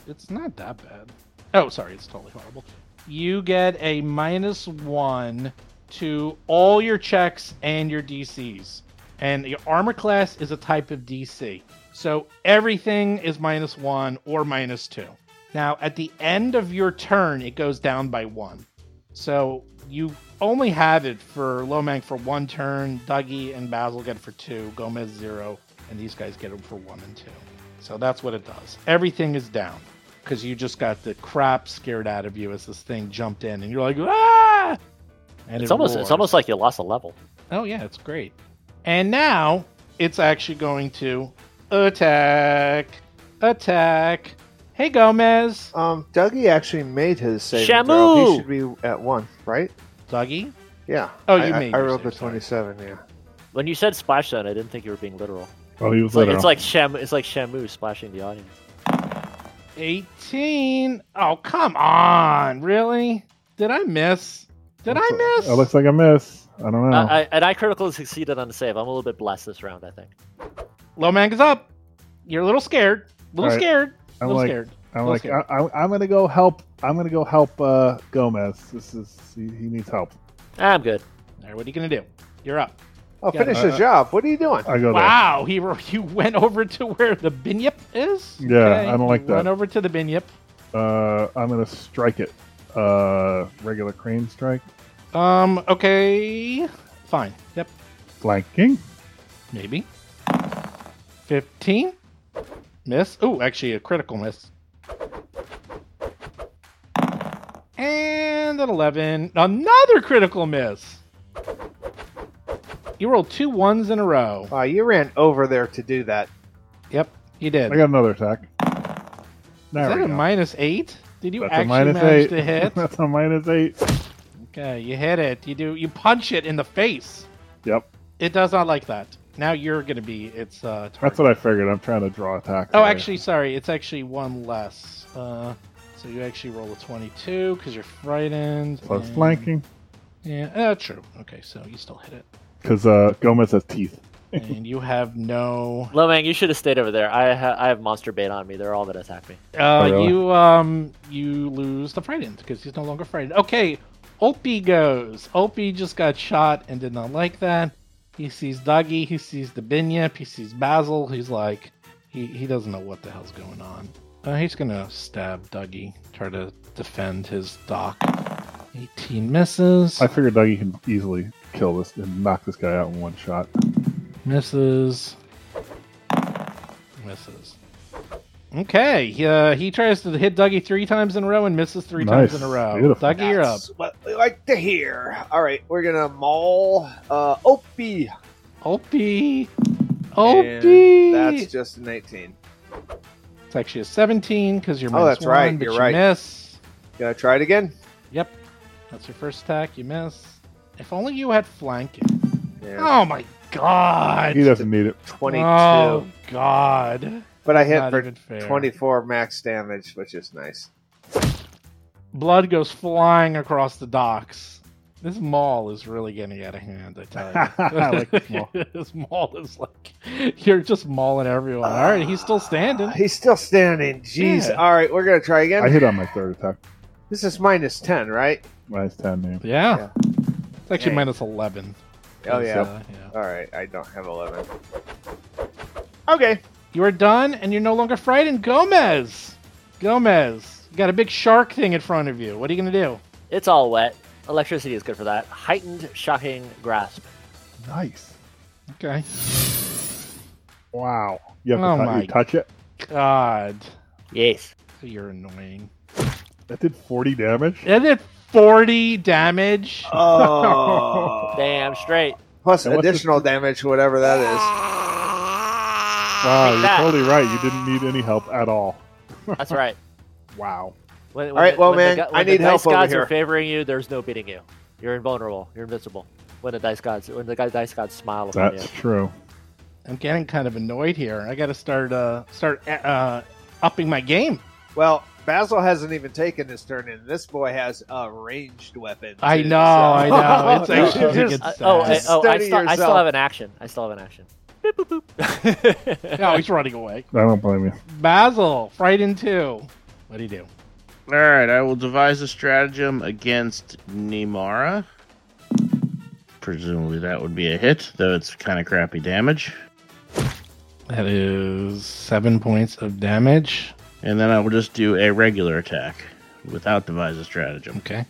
Speaker 2: It's not that bad. Oh, sorry, it's totally horrible. You get a minus one to all your checks and your DCs. And your armor class is a type of DC. So everything is minus one or minus two. Now, at the end of your turn, it goes down by one. So you only have it for Lomang for one turn. Dougie and Basil get it for two. Gomez zero. And these guys get it for one and two. So that's what it does. Everything is down because you just got the crap scared out of you as this thing jumped in, and you're like, ah! And it
Speaker 5: It's almost
Speaker 2: roars.
Speaker 5: it's almost like you lost a level.
Speaker 2: oh yeah, it's great. And now it's actually going to attack, attack. Hey Gomez,
Speaker 3: Um, Dougie actually made his save.
Speaker 5: Shamu!
Speaker 3: He should be at one, right?
Speaker 2: Dougie.
Speaker 3: Yeah.
Speaker 2: Oh,
Speaker 3: I-
Speaker 2: you
Speaker 3: I,
Speaker 2: made
Speaker 3: I
Speaker 2: your
Speaker 3: rolled
Speaker 2: save,
Speaker 3: a
Speaker 2: sorry.
Speaker 3: twenty-seven. Yeah.
Speaker 5: When you said splash zone, I didn't think you were being literal.
Speaker 4: Oh, he was
Speaker 5: It's like,
Speaker 4: literal.
Speaker 5: it's like Sham it's like Shamu splashing the audience.
Speaker 2: 18. Oh come on, really? Did I miss? Did
Speaker 4: Looks
Speaker 2: I
Speaker 4: like-
Speaker 2: miss?
Speaker 4: It looks like a miss. I don't know.
Speaker 5: I, I, and I critically succeeded on the save. I'm a little bit blessed this round, I think.
Speaker 2: Lomang is up. You're a little scared. A little
Speaker 4: All right.
Speaker 2: scared. A
Speaker 4: I'm
Speaker 2: little
Speaker 4: like-
Speaker 2: scared.
Speaker 4: I'm
Speaker 2: We'll
Speaker 4: like,
Speaker 2: see.
Speaker 4: I, I, I'm gonna go help. I'm gonna go help uh, Gomez. This is he, he needs help.
Speaker 5: I'm good.
Speaker 2: All right, what are you gonna do? You're up.
Speaker 3: Oh,
Speaker 2: Yeah,
Speaker 3: finish
Speaker 4: uh,
Speaker 3: the job. What are you
Speaker 2: uh,
Speaker 3: doing?
Speaker 4: I go
Speaker 2: Wow, he <laughs> you went over to where the binyip is.
Speaker 4: Yeah, I don't like
Speaker 2: you
Speaker 4: that.
Speaker 2: Went over to the binyip.
Speaker 4: there. Uh, I'm gonna strike it. Uh, regular crane strike,
Speaker 2: Um. Okay. Fine. Yep.
Speaker 4: flanking.
Speaker 2: Maybe. Fifteen. Miss. Oh, actually, a critical miss. And at eleven, another critical miss. You rolled two ones in a row.
Speaker 3: Uh, you ran over there to do that.
Speaker 2: Yep, you did.
Speaker 4: I got another attack. There
Speaker 2: Is that
Speaker 4: we
Speaker 2: a
Speaker 4: go.
Speaker 2: minus eight? Did you
Speaker 4: That's a
Speaker 2: actually
Speaker 4: minus
Speaker 2: manage
Speaker 4: eight.
Speaker 2: to hit?
Speaker 4: <laughs> That's a minus eight.
Speaker 2: okay, you hit it. You do. You punch it in the face.
Speaker 4: Yep,
Speaker 2: It does not like that. Now you're going to be its uh, target.
Speaker 4: that's what I figured. I'm trying to draw attacks.
Speaker 2: oh,
Speaker 4: away.
Speaker 2: actually, sorry. It's actually one less. Uh, so you actually roll a 22 because you're frightened.
Speaker 4: plus
Speaker 2: and-
Speaker 4: flanking
Speaker 2: Yeah, uh, true. Okay, so you still hit
Speaker 4: <laughs>
Speaker 2: it.
Speaker 4: because uh, Gomez has teeth.
Speaker 2: and you have no.
Speaker 5: Lomang, you should have stayed over there. I ha- I have monster bait on me. They're all gonna attack me.
Speaker 2: Uh,
Speaker 4: really?
Speaker 2: You um, you lose the frightened because he's no longer frightened. Okay, Opie goes. Opie just got shot and did not like that. He sees Dougie. He sees the Binyip. He sees Basil. He's like, he he doesn't know what the hell's going on. Uh, he's gonna stab Dougie. Try to defend his doc. Eighteen misses.
Speaker 4: I figured Dougie can easily kill this and knock this guy out in one shot.
Speaker 2: Misses. Misses. Okay, he, uh, he tries to hit Dougie three times in a row and misses three times
Speaker 4: Nice.
Speaker 2: in a row.
Speaker 4: Beautiful.
Speaker 2: Dougie, you're up.
Speaker 3: That's what we like to hear. All right, we're gonna maul uh, Opie.
Speaker 2: Opie! Opie!
Speaker 3: And That's just an eighteen.
Speaker 2: It's actually a 17 because you're
Speaker 3: Oh,
Speaker 2: minus
Speaker 3: that's
Speaker 2: one,
Speaker 3: right,
Speaker 2: but
Speaker 3: you're
Speaker 2: you
Speaker 3: right.
Speaker 2: miss.
Speaker 3: Gonna try it again.
Speaker 2: Yep, that's your first attack. You miss. If only you had flanking.
Speaker 3: Yeah.
Speaker 2: Oh my god!
Speaker 4: He doesn't need it.
Speaker 3: Twenty-two.
Speaker 2: Oh god!
Speaker 3: but I hit
Speaker 2: Not
Speaker 3: for
Speaker 2: even fair.
Speaker 3: twenty-four max damage, which is nice.
Speaker 2: Blood goes flying across the docks. This mall is really getting out of hand, I tell you.
Speaker 4: I like this mall.
Speaker 2: <laughs> This mall is like you're just mauling everyone. All right, he's still standing.
Speaker 3: Ah, He's still standing. Jeez.
Speaker 2: Yeah.
Speaker 3: All right, we're gonna try again.
Speaker 4: I hit on my third attack.
Speaker 3: this is minus ten, right?
Speaker 4: Minus 10 name.
Speaker 2: Yeah.
Speaker 3: Yeah.
Speaker 2: It's actually
Speaker 3: Hey.
Speaker 2: minus eleven.
Speaker 3: Oh yeah.
Speaker 2: Uh, yeah.
Speaker 3: All right, I don't have eleven. Okay.
Speaker 2: You are done, and you're no longer frightened. Gomez, Gomez, you got a big shark thing in front of you. What are you gonna do?
Speaker 5: It's all wet. Electricity is good for that. Heightened shocking grasp.
Speaker 4: Nice.
Speaker 2: Okay.
Speaker 4: Wow. You have
Speaker 2: Oh
Speaker 4: to
Speaker 2: my-
Speaker 4: tou- you touch it.
Speaker 2: God,
Speaker 5: Yes.
Speaker 2: you're annoying.
Speaker 4: That did 40 damage.
Speaker 2: That did forty damage. <laughs>
Speaker 3: Oh.
Speaker 5: Damn straight.
Speaker 3: Plus
Speaker 4: And what's
Speaker 3: additional damage, whatever
Speaker 5: Ah.
Speaker 3: that is.
Speaker 4: Wow, you're
Speaker 5: that.
Speaker 4: totally right. You didn't need any help at all.
Speaker 5: That's right.
Speaker 4: Wow.
Speaker 5: When, when
Speaker 3: All right,
Speaker 5: the-
Speaker 3: well,
Speaker 5: when the
Speaker 3: man,
Speaker 5: gu- when
Speaker 3: I
Speaker 5: the
Speaker 3: need
Speaker 5: dice
Speaker 3: help over
Speaker 5: gods are
Speaker 3: here.
Speaker 5: favoring you. There's no beating you. You're invulnerable. You're invincible. When the dice gods, when the gu- dice gods smile upon
Speaker 4: That's
Speaker 5: you.
Speaker 4: true.
Speaker 2: I'm getting kind of annoyed here. I got to start uh start uh upping my game.
Speaker 3: Well, Basil hasn't even taken his turn, and this boy has a ranged weapon.
Speaker 2: I
Speaker 3: too,
Speaker 2: know,
Speaker 3: so-
Speaker 2: I
Speaker 3: <laughs>
Speaker 2: know. It's actually
Speaker 3: Just-
Speaker 2: it's
Speaker 5: Uh,
Speaker 2: sad.
Speaker 5: oh, I, oh, I
Speaker 3: Steady
Speaker 5: still, I still
Speaker 3: yourself.
Speaker 5: have an action. I still have an action. Beep, boop, boop.
Speaker 2: No, Oh, he's running away.
Speaker 4: I don't blame you.
Speaker 2: Basil, frightened too. What do you do?
Speaker 6: All right, I will devise a stratagem against Nimara. Presumably that would be a hit, though it's kind of crappy damage.
Speaker 2: That is seven points of damage.
Speaker 6: And then I will just do a regular attack without devise a stratagem.
Speaker 2: Okay.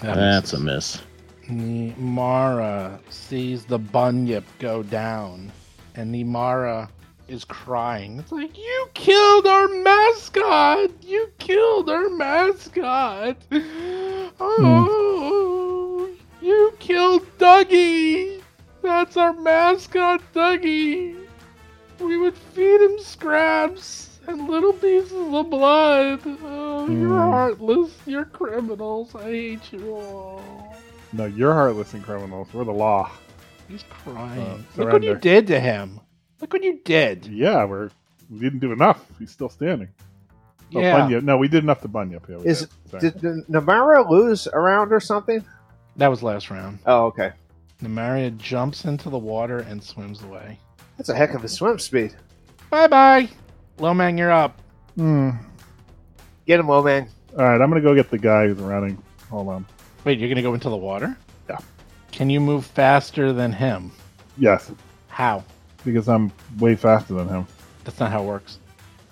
Speaker 6: That's a miss.
Speaker 2: Nimara sees the bunyip go down, and Nimara is crying. It's like, You killed our mascot! You killed our mascot! <gasps> Oh, you killed Dougie! That's our mascot, Dougie! We would feed him scraps and little pieces of blood. Oh, you're
Speaker 4: Hmm.
Speaker 2: heartless. You're criminals. I hate you all.
Speaker 4: No, you're heartless and criminals. We're the law.
Speaker 2: He's crying.
Speaker 4: Uh,
Speaker 2: Look what you
Speaker 4: surrender.
Speaker 2: did to him. Look what you did.
Speaker 4: Yeah, we're we didn't do enough. He's still standing. Oh,
Speaker 2: yeah.
Speaker 4: Bunyip. No, we did enough to Bunyip. Yeah, we
Speaker 3: Is-
Speaker 4: did. Sorry.
Speaker 3: Did, did Namara lose a round or something?
Speaker 2: That was last round.
Speaker 3: Oh, okay.
Speaker 2: Namaria jumps into the water and swims away.
Speaker 3: That's a heck of a swim speed.
Speaker 2: Bye bye. Lomang, you're up.
Speaker 4: Hmm.
Speaker 3: Get him, old man.
Speaker 4: All right, I'm gonna go get the guy who's running. Hold on.
Speaker 2: Wait, you're going to go into the water?
Speaker 4: Yeah.
Speaker 2: Can you move faster than him?
Speaker 4: Yes,
Speaker 2: How?
Speaker 4: because I'm way faster than him.
Speaker 2: That's not how it works.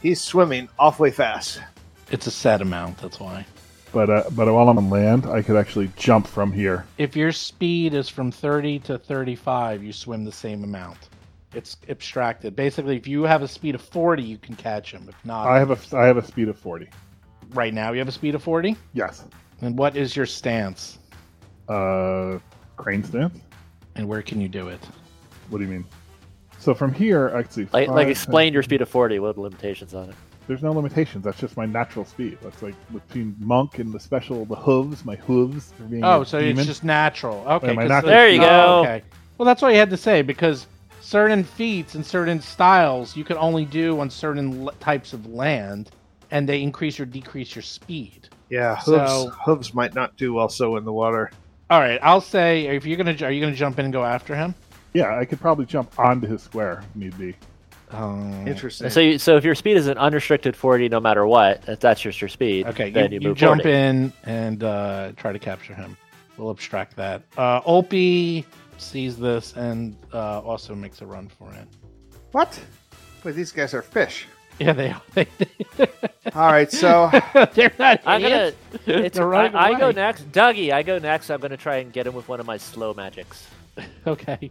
Speaker 3: He's swimming awfully fast.
Speaker 2: It's a set amount, that's why.
Speaker 4: But uh, but while I'm on land, I could actually jump from here.
Speaker 2: If your speed is from 30 to 35, you swim the same amount. It's abstracted. Basically, if you have a speed of 40, you can catch him. If not,
Speaker 4: I have a I have a speed of 40.
Speaker 2: right now you have a speed of 40?
Speaker 4: Yes.
Speaker 2: And what is your stance?
Speaker 4: Uh, crane stance.
Speaker 2: And where can you do it?
Speaker 4: What do you mean? So from here, I could see.
Speaker 5: like,
Speaker 4: five,
Speaker 5: like
Speaker 4: ten-
Speaker 5: explain your speed of forty. What are the limitations on it?
Speaker 4: There's no limitations. That's just my natural speed. That's like between monk and the special the hooves. My hooves are being.
Speaker 2: Oh,
Speaker 4: a
Speaker 2: so
Speaker 4: demon.
Speaker 2: it's just natural. Okay,
Speaker 4: Am I
Speaker 2: 'cause
Speaker 4: natural?
Speaker 5: There
Speaker 2: oh,
Speaker 5: you go.
Speaker 2: Okay. Well, that's what you had to say because certain feats and certain styles you can only do on certain l- types of land, and they increase or decrease your speed.
Speaker 3: Yeah, hooves,
Speaker 2: So-
Speaker 3: hooves might not do well so in the water.
Speaker 2: All right, I'll say if you're gonna, are you gonna jump in and go after him?
Speaker 4: Yeah, I could probably jump onto his square if need be.
Speaker 2: Um,
Speaker 3: Interesting.
Speaker 5: So, you, so if your speed is an unrestricted forty, no matter what, if that's just your speed.
Speaker 2: Okay,
Speaker 5: then
Speaker 2: you,
Speaker 5: you,
Speaker 2: you
Speaker 5: move
Speaker 2: jump
Speaker 5: 40.
Speaker 2: in <laughs> and uh, try to capture him. We'll abstract that. Uh, Opie sees this and uh, also makes a run for it. <laughs>
Speaker 3: what? Wait, these guys are fish.
Speaker 2: Yeah, they are. <laughs> They,
Speaker 3: All right, so
Speaker 2: they're not.
Speaker 5: I'm <laughs> gonna. It's,
Speaker 2: They're running
Speaker 5: I, I go
Speaker 2: away.
Speaker 5: next, Dougie. I go next. I'm gonna try and get him with one of my slow magics.
Speaker 2: Okay,
Speaker 3: <laughs>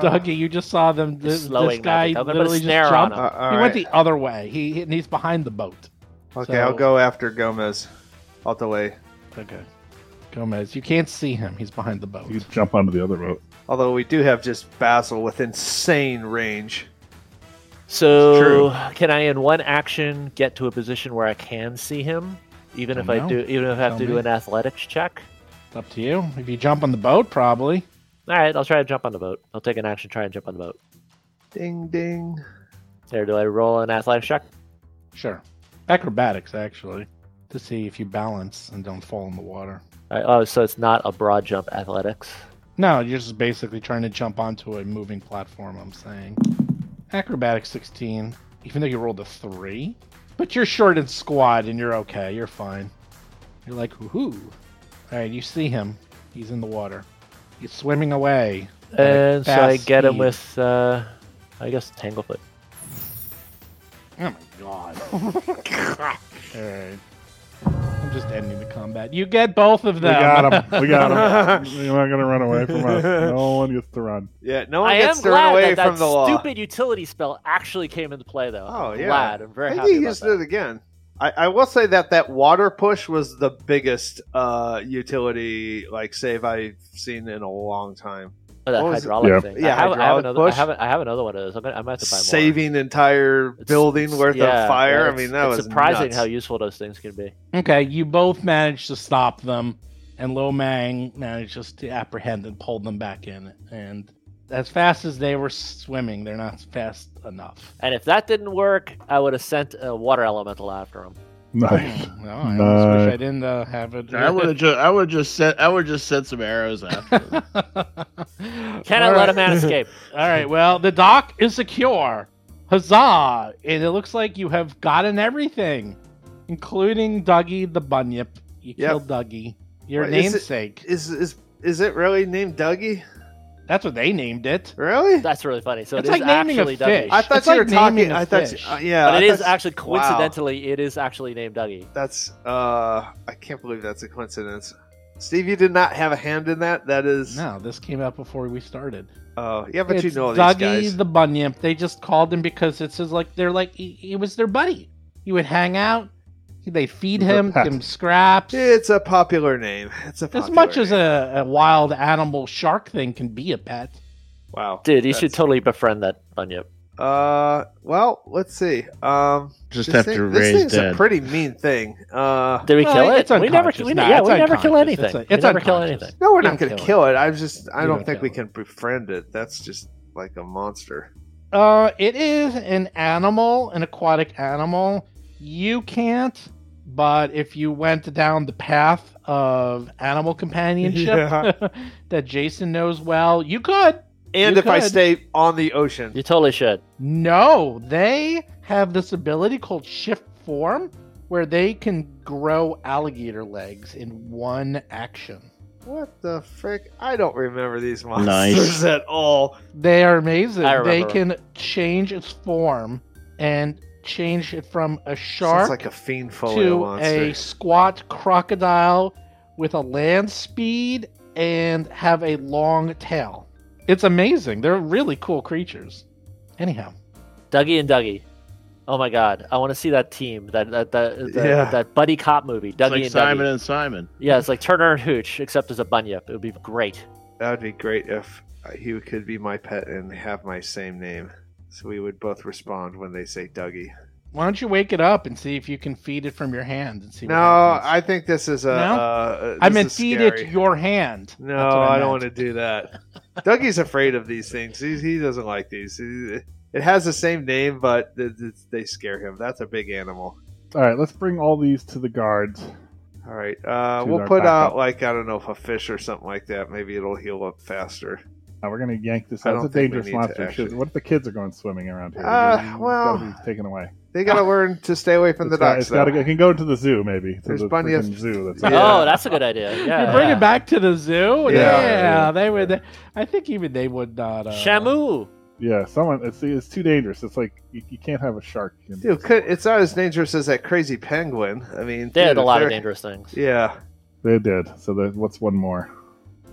Speaker 2: <laughs> Dougie, you just saw them. This, this
Speaker 5: slowing
Speaker 2: guy
Speaker 5: magic. I'm gonna put a
Speaker 2: literally
Speaker 5: snare
Speaker 2: just
Speaker 5: on
Speaker 2: jumped.
Speaker 5: him.
Speaker 3: uh,
Speaker 2: he
Speaker 3: all
Speaker 2: went
Speaker 3: right.
Speaker 2: the other way. He and he's behind the boat.
Speaker 3: uh, okay,
Speaker 2: so-
Speaker 3: I'll go after Gomez. I'll delay.
Speaker 2: Okay, Gomez, you can't see him. He's behind the boat.
Speaker 4: You could jump onto the other boat.
Speaker 3: Although we do have just Basil with insane range.
Speaker 5: So can I, in one action, get to a position where I can see him, even if
Speaker 2: Don't
Speaker 5: I
Speaker 2: know.
Speaker 5: do, even if I have
Speaker 2: Tell
Speaker 5: to do
Speaker 2: me.
Speaker 5: an athletics check?
Speaker 2: It's up to you. If you jump on the boat, probably.
Speaker 5: All right, I'll try to jump on the boat. I'll take an action, try and jump on the boat.
Speaker 3: Ding ding.
Speaker 5: There, do I roll an athletics check?
Speaker 2: Sure. Acrobatics, actually, to see if you balance and don't fall in the water.
Speaker 5: Alright, oh, so it's not a broad jump athletics.
Speaker 2: No, you're just basically trying to jump onto a moving platform, I'm saying. Acrobatic 16, even though you rolled a 3. But you're short and squad and you're okay. You're fine. You're like, woohoo. Alright, you see him. He's in the water. He's swimming away. at a
Speaker 5: And so I
Speaker 2: fast
Speaker 5: get him
Speaker 2: speed.
Speaker 5: with, uh, I guess, Tanglefoot.
Speaker 2: Oh my god. <laughs> Alright. I'm just ending the combat. You get both of
Speaker 4: We
Speaker 2: them. <laughs>
Speaker 4: got him. We got him. You're not gonna run away from us. No one gets to run.
Speaker 3: Yeah, no one
Speaker 5: I am
Speaker 3: gets thrown
Speaker 5: glad
Speaker 3: away
Speaker 5: that that
Speaker 3: from the law.
Speaker 5: stupid utility spell actually came into play, though.
Speaker 3: Oh,
Speaker 5: I'm
Speaker 3: yeah.
Speaker 5: Glad. I'm very
Speaker 3: I think
Speaker 5: happy
Speaker 3: he
Speaker 5: about
Speaker 3: used
Speaker 5: that.
Speaker 3: it again. I, I will say that that water push was the biggest uh, utility like save I've seen in a long time.
Speaker 5: Oh, that
Speaker 3: What was it?
Speaker 5: hydraulic
Speaker 4: Yeah.
Speaker 5: thing.
Speaker 3: Yeah,
Speaker 5: I have, I have
Speaker 3: hydraulic
Speaker 5: another.
Speaker 3: push.
Speaker 5: I have, I have another one of those. I'm gonna, I might have to buy more.
Speaker 3: Saving entire
Speaker 5: It's-
Speaker 3: building
Speaker 5: it's-
Speaker 3: worth
Speaker 5: yeah,
Speaker 3: of fire. I
Speaker 5: it's-
Speaker 3: mean, that
Speaker 5: it's
Speaker 3: was
Speaker 5: surprising
Speaker 3: nuts.
Speaker 5: how useful those things can be.
Speaker 2: Okay, you both managed to stop them, and Lo Mang managed just to apprehend and pull them back in. And as fast as they were swimming, they're not fast
Speaker 3: <laughs>
Speaker 2: enough.
Speaker 5: And if that didn't work, I would have sent a water elemental after him.
Speaker 4: Nice.
Speaker 2: Hmm, well, I almost
Speaker 4: Nice.
Speaker 2: wish I didn't uh, have it. <laughs>
Speaker 6: I would have just, I would just sent, I would just sent some arrows after. him.
Speaker 5: Can I let
Speaker 3: <laughs>
Speaker 5: a man escape?
Speaker 2: All right. Well, the dock is secure. Huzzah! And it looks like you have gotten everything, including Dougie the Bunyip. You
Speaker 3: Yep.
Speaker 2: killed Dougie, your
Speaker 3: Wait, is it-
Speaker 2: namesake.
Speaker 3: is is is it really named Dougie?
Speaker 2: That's what they named it.
Speaker 3: Really?
Speaker 5: That's really funny. So
Speaker 2: It's
Speaker 5: it is
Speaker 2: like naming a
Speaker 5: actually
Speaker 2: fish.
Speaker 5: Dougie.
Speaker 3: I thought
Speaker 2: It's
Speaker 3: you
Speaker 2: like
Speaker 3: were
Speaker 2: naming
Speaker 3: talking.
Speaker 2: a
Speaker 3: I thought,
Speaker 2: fish.
Speaker 3: you- uh, yeah,
Speaker 5: but it
Speaker 3: I
Speaker 5: is
Speaker 3: thought-
Speaker 5: actually
Speaker 3: wow.
Speaker 5: coincidentally, it is actually named Dougie.
Speaker 3: That's uh, I can't believe that's a coincidence. Steve, you did not have a hand in that. That is,
Speaker 2: No, this came out before we started.
Speaker 3: uh, yeah, but you
Speaker 2: It's
Speaker 3: know
Speaker 2: Dougie
Speaker 3: these guys.
Speaker 2: the Bunyip. They just called him because it's his like they're like he, he was their buddy. He would hang out. They feed
Speaker 4: He's their
Speaker 2: him,
Speaker 4: pet.
Speaker 2: give him scraps.
Speaker 3: It's a popular name. It's a
Speaker 2: as
Speaker 3: popular
Speaker 2: much as
Speaker 3: name.
Speaker 2: a, a wild animal shark thing can be a pet.
Speaker 3: wow,
Speaker 5: Dude, you should
Speaker 3: that's-
Speaker 5: totally befriend that bunyip.
Speaker 3: Uh, well, let's see. Um,
Speaker 6: <laughs> Just
Speaker 3: this
Speaker 6: have
Speaker 3: thing-
Speaker 6: to
Speaker 3: this
Speaker 6: raise
Speaker 3: thing's
Speaker 6: dead.
Speaker 3: a pretty mean thing. Uh,
Speaker 5: Did we
Speaker 2: Well,
Speaker 5: kill it?
Speaker 2: it's
Speaker 5: we never,
Speaker 2: unconscious.
Speaker 5: we,
Speaker 2: Nah,
Speaker 5: yeah,
Speaker 2: it's
Speaker 5: we never kill
Speaker 2: unconscious.
Speaker 5: anything.
Speaker 2: It's a-
Speaker 5: we
Speaker 2: it's
Speaker 5: never kill
Speaker 2: unconscious.
Speaker 5: anything.
Speaker 3: no, we're
Speaker 2: You
Speaker 3: not
Speaker 2: don't
Speaker 3: gonna
Speaker 2: kill
Speaker 3: kill it. I just, I
Speaker 2: You
Speaker 3: don't
Speaker 2: don't
Speaker 3: think
Speaker 2: kill
Speaker 3: we
Speaker 2: it.
Speaker 3: can befriend it. That's just like a monster.
Speaker 2: Uh, it is an animal, an aquatic animal. You can't, but if you went down the path of
Speaker 3: <laughs>
Speaker 2: animal companionship <laughs>
Speaker 3: Yeah.
Speaker 2: that Jason knows well, you could.
Speaker 3: And
Speaker 2: You
Speaker 3: if I
Speaker 2: could.
Speaker 3: stay on the ocean,
Speaker 5: You totally should.
Speaker 2: No, they have this ability called shift form where they can grow alligator legs in one action.
Speaker 3: what the frick? I don't remember these monsters <laughs>
Speaker 6: Nice.
Speaker 3: at all.
Speaker 2: They are amazing.
Speaker 5: I remember
Speaker 2: They
Speaker 5: them.
Speaker 2: can change its form and change it from a
Speaker 3: Sounds
Speaker 2: shark
Speaker 3: like a fiend folio
Speaker 2: to
Speaker 3: monster.
Speaker 2: a squat crocodile with a land speed and have a long tail. It's amazing. They're really cool creatures. Anyhow,
Speaker 5: Dougie and Dougie. Oh my God! I want to see that team. That that that that,
Speaker 3: Yeah.
Speaker 5: that buddy cop movie. Dougie
Speaker 6: It's like
Speaker 5: and
Speaker 6: Simon
Speaker 5: Dougie.
Speaker 6: and Simon.
Speaker 5: Yeah, it's like Turner and Hooch, except as a bunyip. It would be great.
Speaker 3: That would be great if uh, he could be my pet and have my same name. So we would both respond when they say Dougie.
Speaker 2: why don't you wake it up and see if you can feed it from your hand and see?
Speaker 3: No,
Speaker 2: what happens?
Speaker 3: I think this is a.
Speaker 2: No?
Speaker 3: Uh,
Speaker 2: I
Speaker 3: this
Speaker 2: meant
Speaker 3: is
Speaker 2: feed
Speaker 3: scary.
Speaker 2: it your hand.
Speaker 3: No,
Speaker 2: That's what
Speaker 3: I, don't want
Speaker 2: meant.
Speaker 3: to do that. Dougie's afraid of these things. He, he doesn't like these. He- it has the same name, but th- th- they scare him. That's a big animal.
Speaker 4: All right, let's bring all these to the guards.
Speaker 3: All right, uh,
Speaker 4: Dude,
Speaker 3: we'll
Speaker 4: our
Speaker 3: put out
Speaker 4: backup.
Speaker 3: like I don't know if a fish or something like that. Maybe it'll heal up faster.
Speaker 4: Now we're gonna yank this
Speaker 3: I
Speaker 4: out.
Speaker 3: don't
Speaker 4: It's a
Speaker 3: think we
Speaker 4: dangerous
Speaker 3: need to
Speaker 4: monster.
Speaker 3: actually-
Speaker 4: Shit, What if the kids are going swimming around here?
Speaker 3: Uh,
Speaker 4: It's
Speaker 3: well-
Speaker 4: gotta be taken away.
Speaker 2: <laughs>
Speaker 3: They gotta learn to stay away from the
Speaker 4: It's got-
Speaker 3: ducks.
Speaker 4: it's gotta
Speaker 3: though.
Speaker 4: go- it can go to the zoo, maybe. To
Speaker 3: There's
Speaker 4: the
Speaker 3: plenty of-
Speaker 4: freaking zoo. That's
Speaker 3: Yeah.
Speaker 5: Oh, that's a good idea. Yeah,
Speaker 2: You bring
Speaker 5: yeah.
Speaker 2: it back to the zoo.
Speaker 3: Yeah.
Speaker 2: Yeah, they would. I think even they would not. Uh,
Speaker 5: Shamu.
Speaker 4: yeah. Someone, it's it's too dangerous. It's like you, you can't have a shark. in-
Speaker 3: Dude, could, it's not as dangerous as that crazy penguin. I mean,
Speaker 5: They had
Speaker 3: dude,
Speaker 5: a
Speaker 3: if
Speaker 5: lot
Speaker 3: they're-
Speaker 5: of dangerous things.
Speaker 3: Yeah,
Speaker 4: They did. So there- what's one more?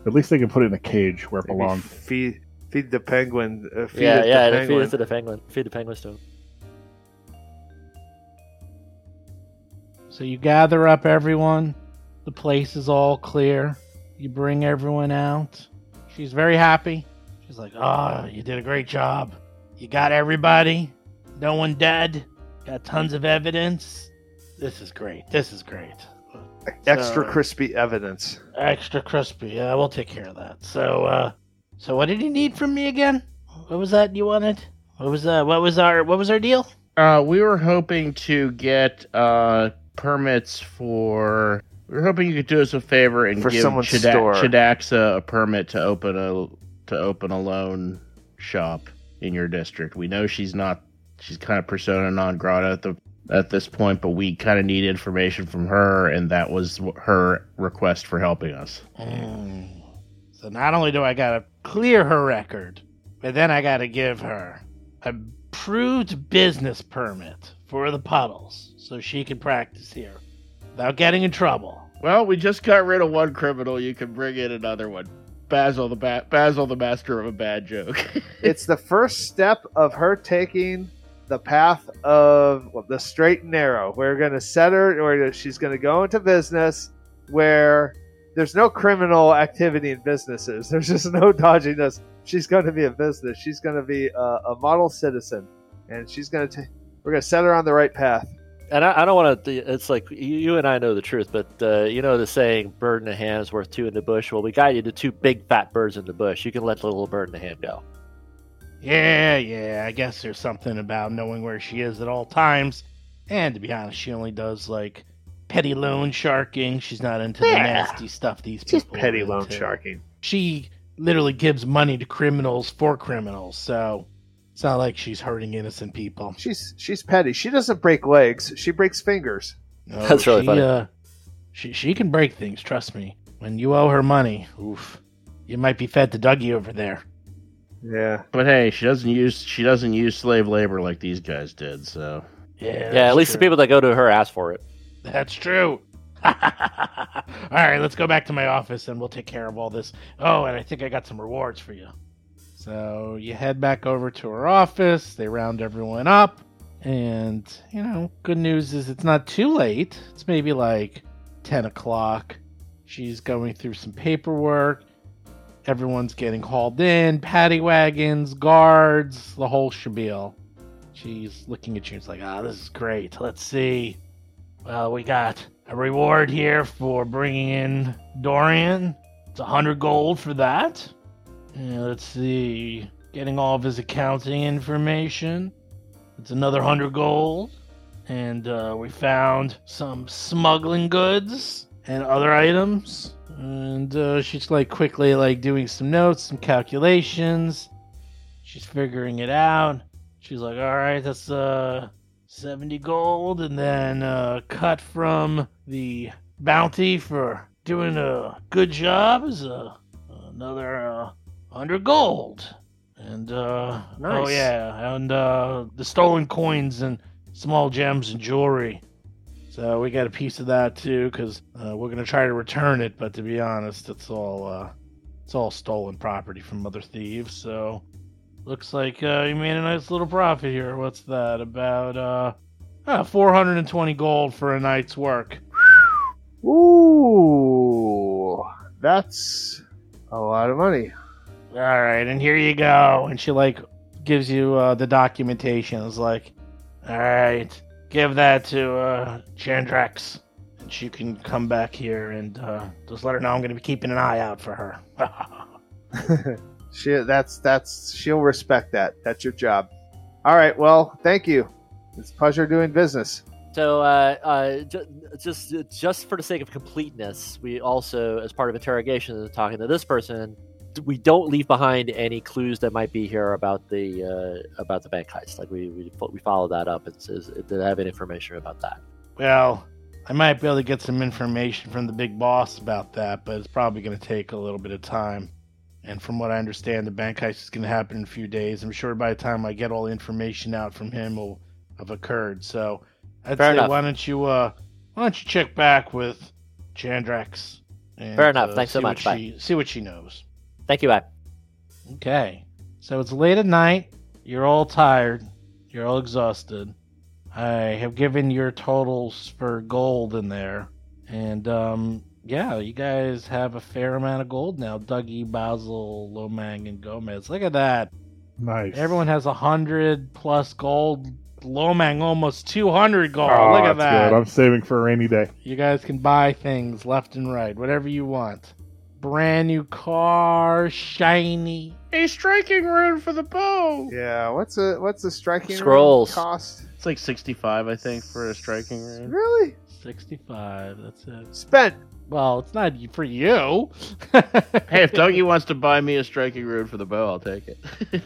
Speaker 4: At least they can put it in a cage where it
Speaker 3: Maybe
Speaker 4: belongs.
Speaker 3: Feed feed the penguin. Uh, feed
Speaker 5: Yeah,
Speaker 3: it
Speaker 5: yeah.
Speaker 3: The
Speaker 5: and Feed
Speaker 3: penguin.
Speaker 5: it to the penguin. Feed the penguins to him.
Speaker 2: So you gather up everyone. The place is all clear. You bring everyone out. She's very happy. She's like, Oh, you did a great job. You got everybody. No one dead. Got tons of evidence. This is great. This is great.
Speaker 3: Extra
Speaker 5: uh,
Speaker 2: So-
Speaker 3: crispy evidence.
Speaker 2: Extra crispy. Yeah, we'll take care of that. So, uh, so what did you need from me again? What was that you wanted? What was uh, what was our what was our deal?
Speaker 6: Uh, we were hoping to get uh, permits for We were hoping you could do us a favor and
Speaker 8: For
Speaker 6: give
Speaker 8: someone's
Speaker 6: Chida-
Speaker 8: store.
Speaker 6: Chidaxa a permit to open a to open a loan shop in your district. We know she's not she's kind of persona non grata at the at this point, but we kind of need information from her, and that was wh- her request for helping us.
Speaker 2: Mm. So not only do I gotta clear her record, but then I gotta give her a approved business permit for the puddles so she can practice here without getting in trouble.
Speaker 6: Well, we just got rid of one criminal. You can bring in another one. Basil the ba- Basil the master of a bad joke.
Speaker 3: it's the first step of her taking the path of well, the straight and narrow. We're going to set her, or she's going to go into business where there's no criminal activity in businesses. <laughs> There's just no dodging this. She's going to be a business. She's going to be a, a model citizen, and she's going to. We're going to set her on the right path.
Speaker 5: And I, I don't want to. It's like you, you and I know the truth, but uh, you know the saying, "Bird in the hand is worth two in the bush." Well, we got you to two big fat birds in the bush. You can let the little bird in the hand go.
Speaker 2: Yeah, yeah, I guess there's something about knowing where she is at all times. And to be honest, she only does like petty loan sharking. She's not into the nasty stuff these people.
Speaker 3: Just petty
Speaker 2: are
Speaker 3: loan
Speaker 2: into.
Speaker 3: sharking.
Speaker 2: She literally gives money to criminals for criminals, so it's not like she's hurting innocent people.
Speaker 3: She's she's petty. She doesn't break legs. She breaks fingers.
Speaker 2: No,
Speaker 5: That's really
Speaker 2: she,
Speaker 5: funny.
Speaker 2: Uh, she she can break things. Trust me. When you owe her money, oof, you might be fed to Dougie over there.
Speaker 3: Yeah.
Speaker 6: but hey, she doesn't use she doesn't use slave labor like these guys did. So
Speaker 2: Yeah,
Speaker 5: yeah, at
Speaker 2: that's
Speaker 5: least the
Speaker 2: true.
Speaker 5: people that go to her ask for it.
Speaker 2: That's true. <laughs> all right, let's go back to my office and we'll take care of all this. Oh, and I think I got some rewards for you. So you head back over to her office. They round everyone up. And, you know, good news is it's not too late. It's maybe like 10 o'clock. She's going through some paperwork. Everyone's getting hauled in paddy wagons, guards, the whole shabil. She's looking at you and it's like, ah, this is great. Let's see. Well, Uh, we got a reward here for bringing in Dorian. It's a 100 gold for that. Uh, let's see. Getting all of his accounting information. It's another 100 gold. And uh, we found some smuggling goods and other items. And uh, she's like quickly like doing some notes, some calculations. She's figuring it out. She's like, all right, that's uh, 70 gold and then uh, cut from the bounty for doing a good job is uh, another uh, 100 gold and uh, oh
Speaker 5: Nice.
Speaker 2: yeah and uh, the stolen coins and small gems and jewelry so we got a piece of that too because uh, we're gonna try to return it but to be honest it's all uh, it's all stolen property from other thieves so Looks like uh, you made a nice little profit here. What's that? About uh, ah, 420 gold for a night's work.
Speaker 3: Ooh, that's a lot of money.
Speaker 2: All right, and here you go. And she like gives you uh, the documentation. It's like, all right, give that to uh, Chandrax, and she can come back here and uh, just let her know I'm going to be keeping an eye out for her. <laughs>
Speaker 3: She that's that's she'll respect that. That's your job. All right. Well, thank you. It's a pleasure doing business.
Speaker 5: So, uh, uh, ju- just just for the sake of completeness, we also, as part of interrogation, is talking to this person. We don't leave behind any clues that might be here about the uh, about the bank heist. Like we we, fo- we follow that up and says uh, did I have any information about that?
Speaker 2: Well, I might be able to get some information from the big boss about that, but it's probably going to take a little bit of time. And from what I understand, the bank heist is going to happen in a few days. I'm sure by the time I get all the information out from him, will have occurred. So I'd
Speaker 5: Fair
Speaker 2: say,
Speaker 5: enough.
Speaker 2: why don't you uh, why don't you check back with Chandrax? And,
Speaker 5: Fair enough.
Speaker 2: uh,
Speaker 5: Thanks so
Speaker 2: see what
Speaker 5: much. Bye.
Speaker 2: she- see what she knows.
Speaker 5: Thank you, I.
Speaker 2: Okay. So it's late at night. You're all tired. You're all exhausted. I have given your totals for gold in there. And um yeah, you guys have a fair amount of gold now. Dougie, Basil, Lomang, and Gomez. Look at that.
Speaker 4: Nice.
Speaker 2: Everyone has a hundred plus gold. Lomang almost two hundred gold.
Speaker 4: Oh,
Speaker 2: Look at
Speaker 4: that's
Speaker 2: that.
Speaker 4: Good. I'm saving for a rainy day.
Speaker 2: You guys can buy things left and right, whatever you want. Brand new car, shiny,
Speaker 6: a striking rune for the bow.
Speaker 3: Yeah. What's a what's a striking
Speaker 5: Scrolls.
Speaker 3: cost?
Speaker 6: It's like 65, I think, for a striking range.
Speaker 3: Really?
Speaker 2: 65. That's it.
Speaker 3: Spent.
Speaker 2: Well, it's not for
Speaker 5: <laughs>
Speaker 2: you.
Speaker 6: Hey, if Dougie wants to buy me a striking rune for the bow, I'll take it.
Speaker 3: What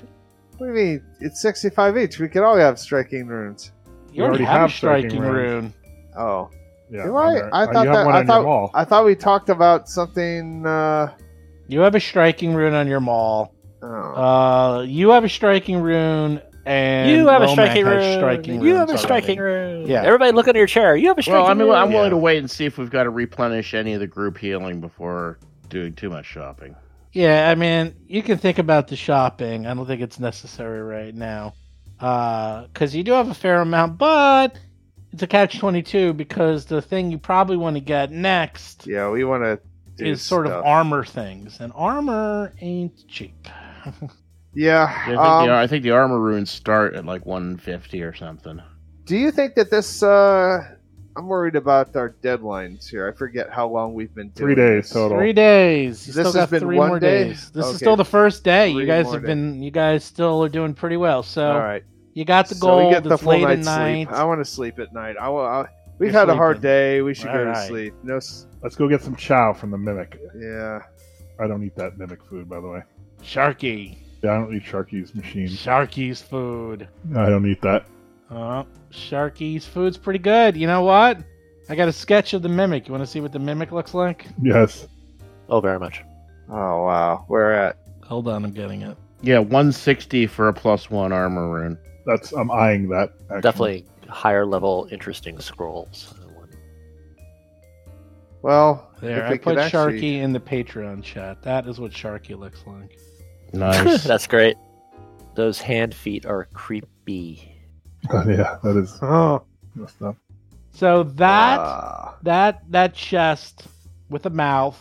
Speaker 3: do you mean? It's 65 each. We could all have striking runes.
Speaker 2: you already have, striking rune.
Speaker 3: Oh.
Speaker 4: Yeah,
Speaker 3: Do I-
Speaker 4: on there.
Speaker 3: I
Speaker 4: Uh,
Speaker 3: thought
Speaker 4: you have
Speaker 3: that-
Speaker 4: one
Speaker 3: I
Speaker 4: on
Speaker 3: thought-
Speaker 4: your wall.
Speaker 3: I thought we talked about something. Uh,
Speaker 2: You have a striking rune on your maul.
Speaker 3: oh.
Speaker 2: Uh, you have a striking rune, and
Speaker 5: you have a
Speaker 2: Womack
Speaker 5: striking
Speaker 2: has
Speaker 5: room.
Speaker 2: striking
Speaker 5: you
Speaker 2: runes
Speaker 5: have a
Speaker 2: already.
Speaker 5: striking room.
Speaker 2: Yeah.
Speaker 5: Everybody look under your chair. You have a striking
Speaker 6: well, I mean,
Speaker 5: room.
Speaker 6: I'm willing
Speaker 4: Yeah.
Speaker 6: to wait and see if we've got to replenish any of the group healing before doing too much shopping.
Speaker 2: Yeah, I mean, you can think about the shopping. I don't think it's necessary right now. Because you do have a fair amount, but it's a catch 22 because the thing you probably want to get next
Speaker 3: Yeah, we want to.
Speaker 2: is sort of armor things, and armor ain't cheap.
Speaker 3: Yeah.
Speaker 6: I think,
Speaker 3: um,
Speaker 6: the, I think the armor runes start at like 150 or something.
Speaker 3: Do you think that this? Uh, I'm worried about our deadlines here. I forget how long we've been. Doing
Speaker 4: Three days
Speaker 3: this.
Speaker 4: total.
Speaker 2: Three days. You
Speaker 3: This
Speaker 2: still
Speaker 3: has
Speaker 2: got
Speaker 3: been
Speaker 2: three
Speaker 3: one
Speaker 2: more
Speaker 3: day?
Speaker 2: days. This
Speaker 3: Okay.
Speaker 2: is still the first day.
Speaker 3: Three
Speaker 2: you guys
Speaker 3: more
Speaker 2: have
Speaker 3: days.
Speaker 2: been. You guys still are doing pretty well. So
Speaker 3: All right.
Speaker 2: you got the
Speaker 3: So
Speaker 2: goal.
Speaker 3: we get the
Speaker 2: it's
Speaker 3: full
Speaker 2: late at
Speaker 3: night's
Speaker 2: night.
Speaker 3: sleep. I want to sleep at night. I, wa- I We've
Speaker 2: You're
Speaker 3: had a hard
Speaker 2: sleeping.
Speaker 3: day. We should go
Speaker 2: All
Speaker 3: to
Speaker 2: right.
Speaker 3: sleep. No. s-
Speaker 4: Let's go get some chow from the mimic.
Speaker 3: Yeah.
Speaker 4: I don't eat that mimic food, by the way.
Speaker 2: Sharky,
Speaker 4: Yeah, I don't eat Sharky's machine.
Speaker 2: Sharky's food.
Speaker 4: I don't eat that.
Speaker 2: Oh, Sharky's food's pretty good. You know what? I got a sketch of the mimic. You want to see what the mimic looks like?
Speaker 4: Yes.
Speaker 5: Oh, very much.
Speaker 3: Oh wow. Where at?
Speaker 2: Hold on, I'm getting it.
Speaker 6: Yeah, 160 for a plus one armor rune.
Speaker 4: That's I'm eyeing that. actually.
Speaker 5: Definitely higher level, interesting scrolls.
Speaker 3: Well,
Speaker 2: There,
Speaker 3: if
Speaker 2: I
Speaker 3: we could
Speaker 2: put
Speaker 3: actually- <gasps>
Speaker 2: Sharky in the Patreon chat. That is what Sharky looks like.
Speaker 5: <laughs>
Speaker 6: Nice.
Speaker 5: That's great. Those hand feet are creepy.
Speaker 4: <laughs> yeah, that is
Speaker 3: Oh.
Speaker 4: messed up.
Speaker 2: So that
Speaker 3: ah,
Speaker 2: that that chest with a mouth,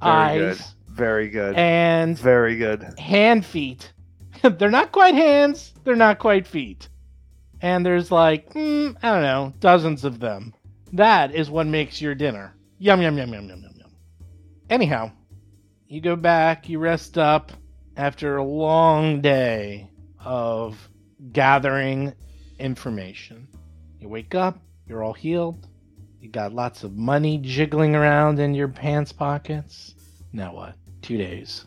Speaker 3: Very
Speaker 2: eyes,
Speaker 3: very good.
Speaker 2: and
Speaker 3: Very good.
Speaker 2: hand feet. <laughs> they're not quite hands. They're not quite feet. And there's like mm, I don't know dozens of them. That is what makes your dinner. Yum yum yum yum yum yum yum. Anyhow, you go back. You rest up after a long day of gathering information. You wake up. You're all healed. You got lots of money jiggling around in your pants pockets. Now what? Two days.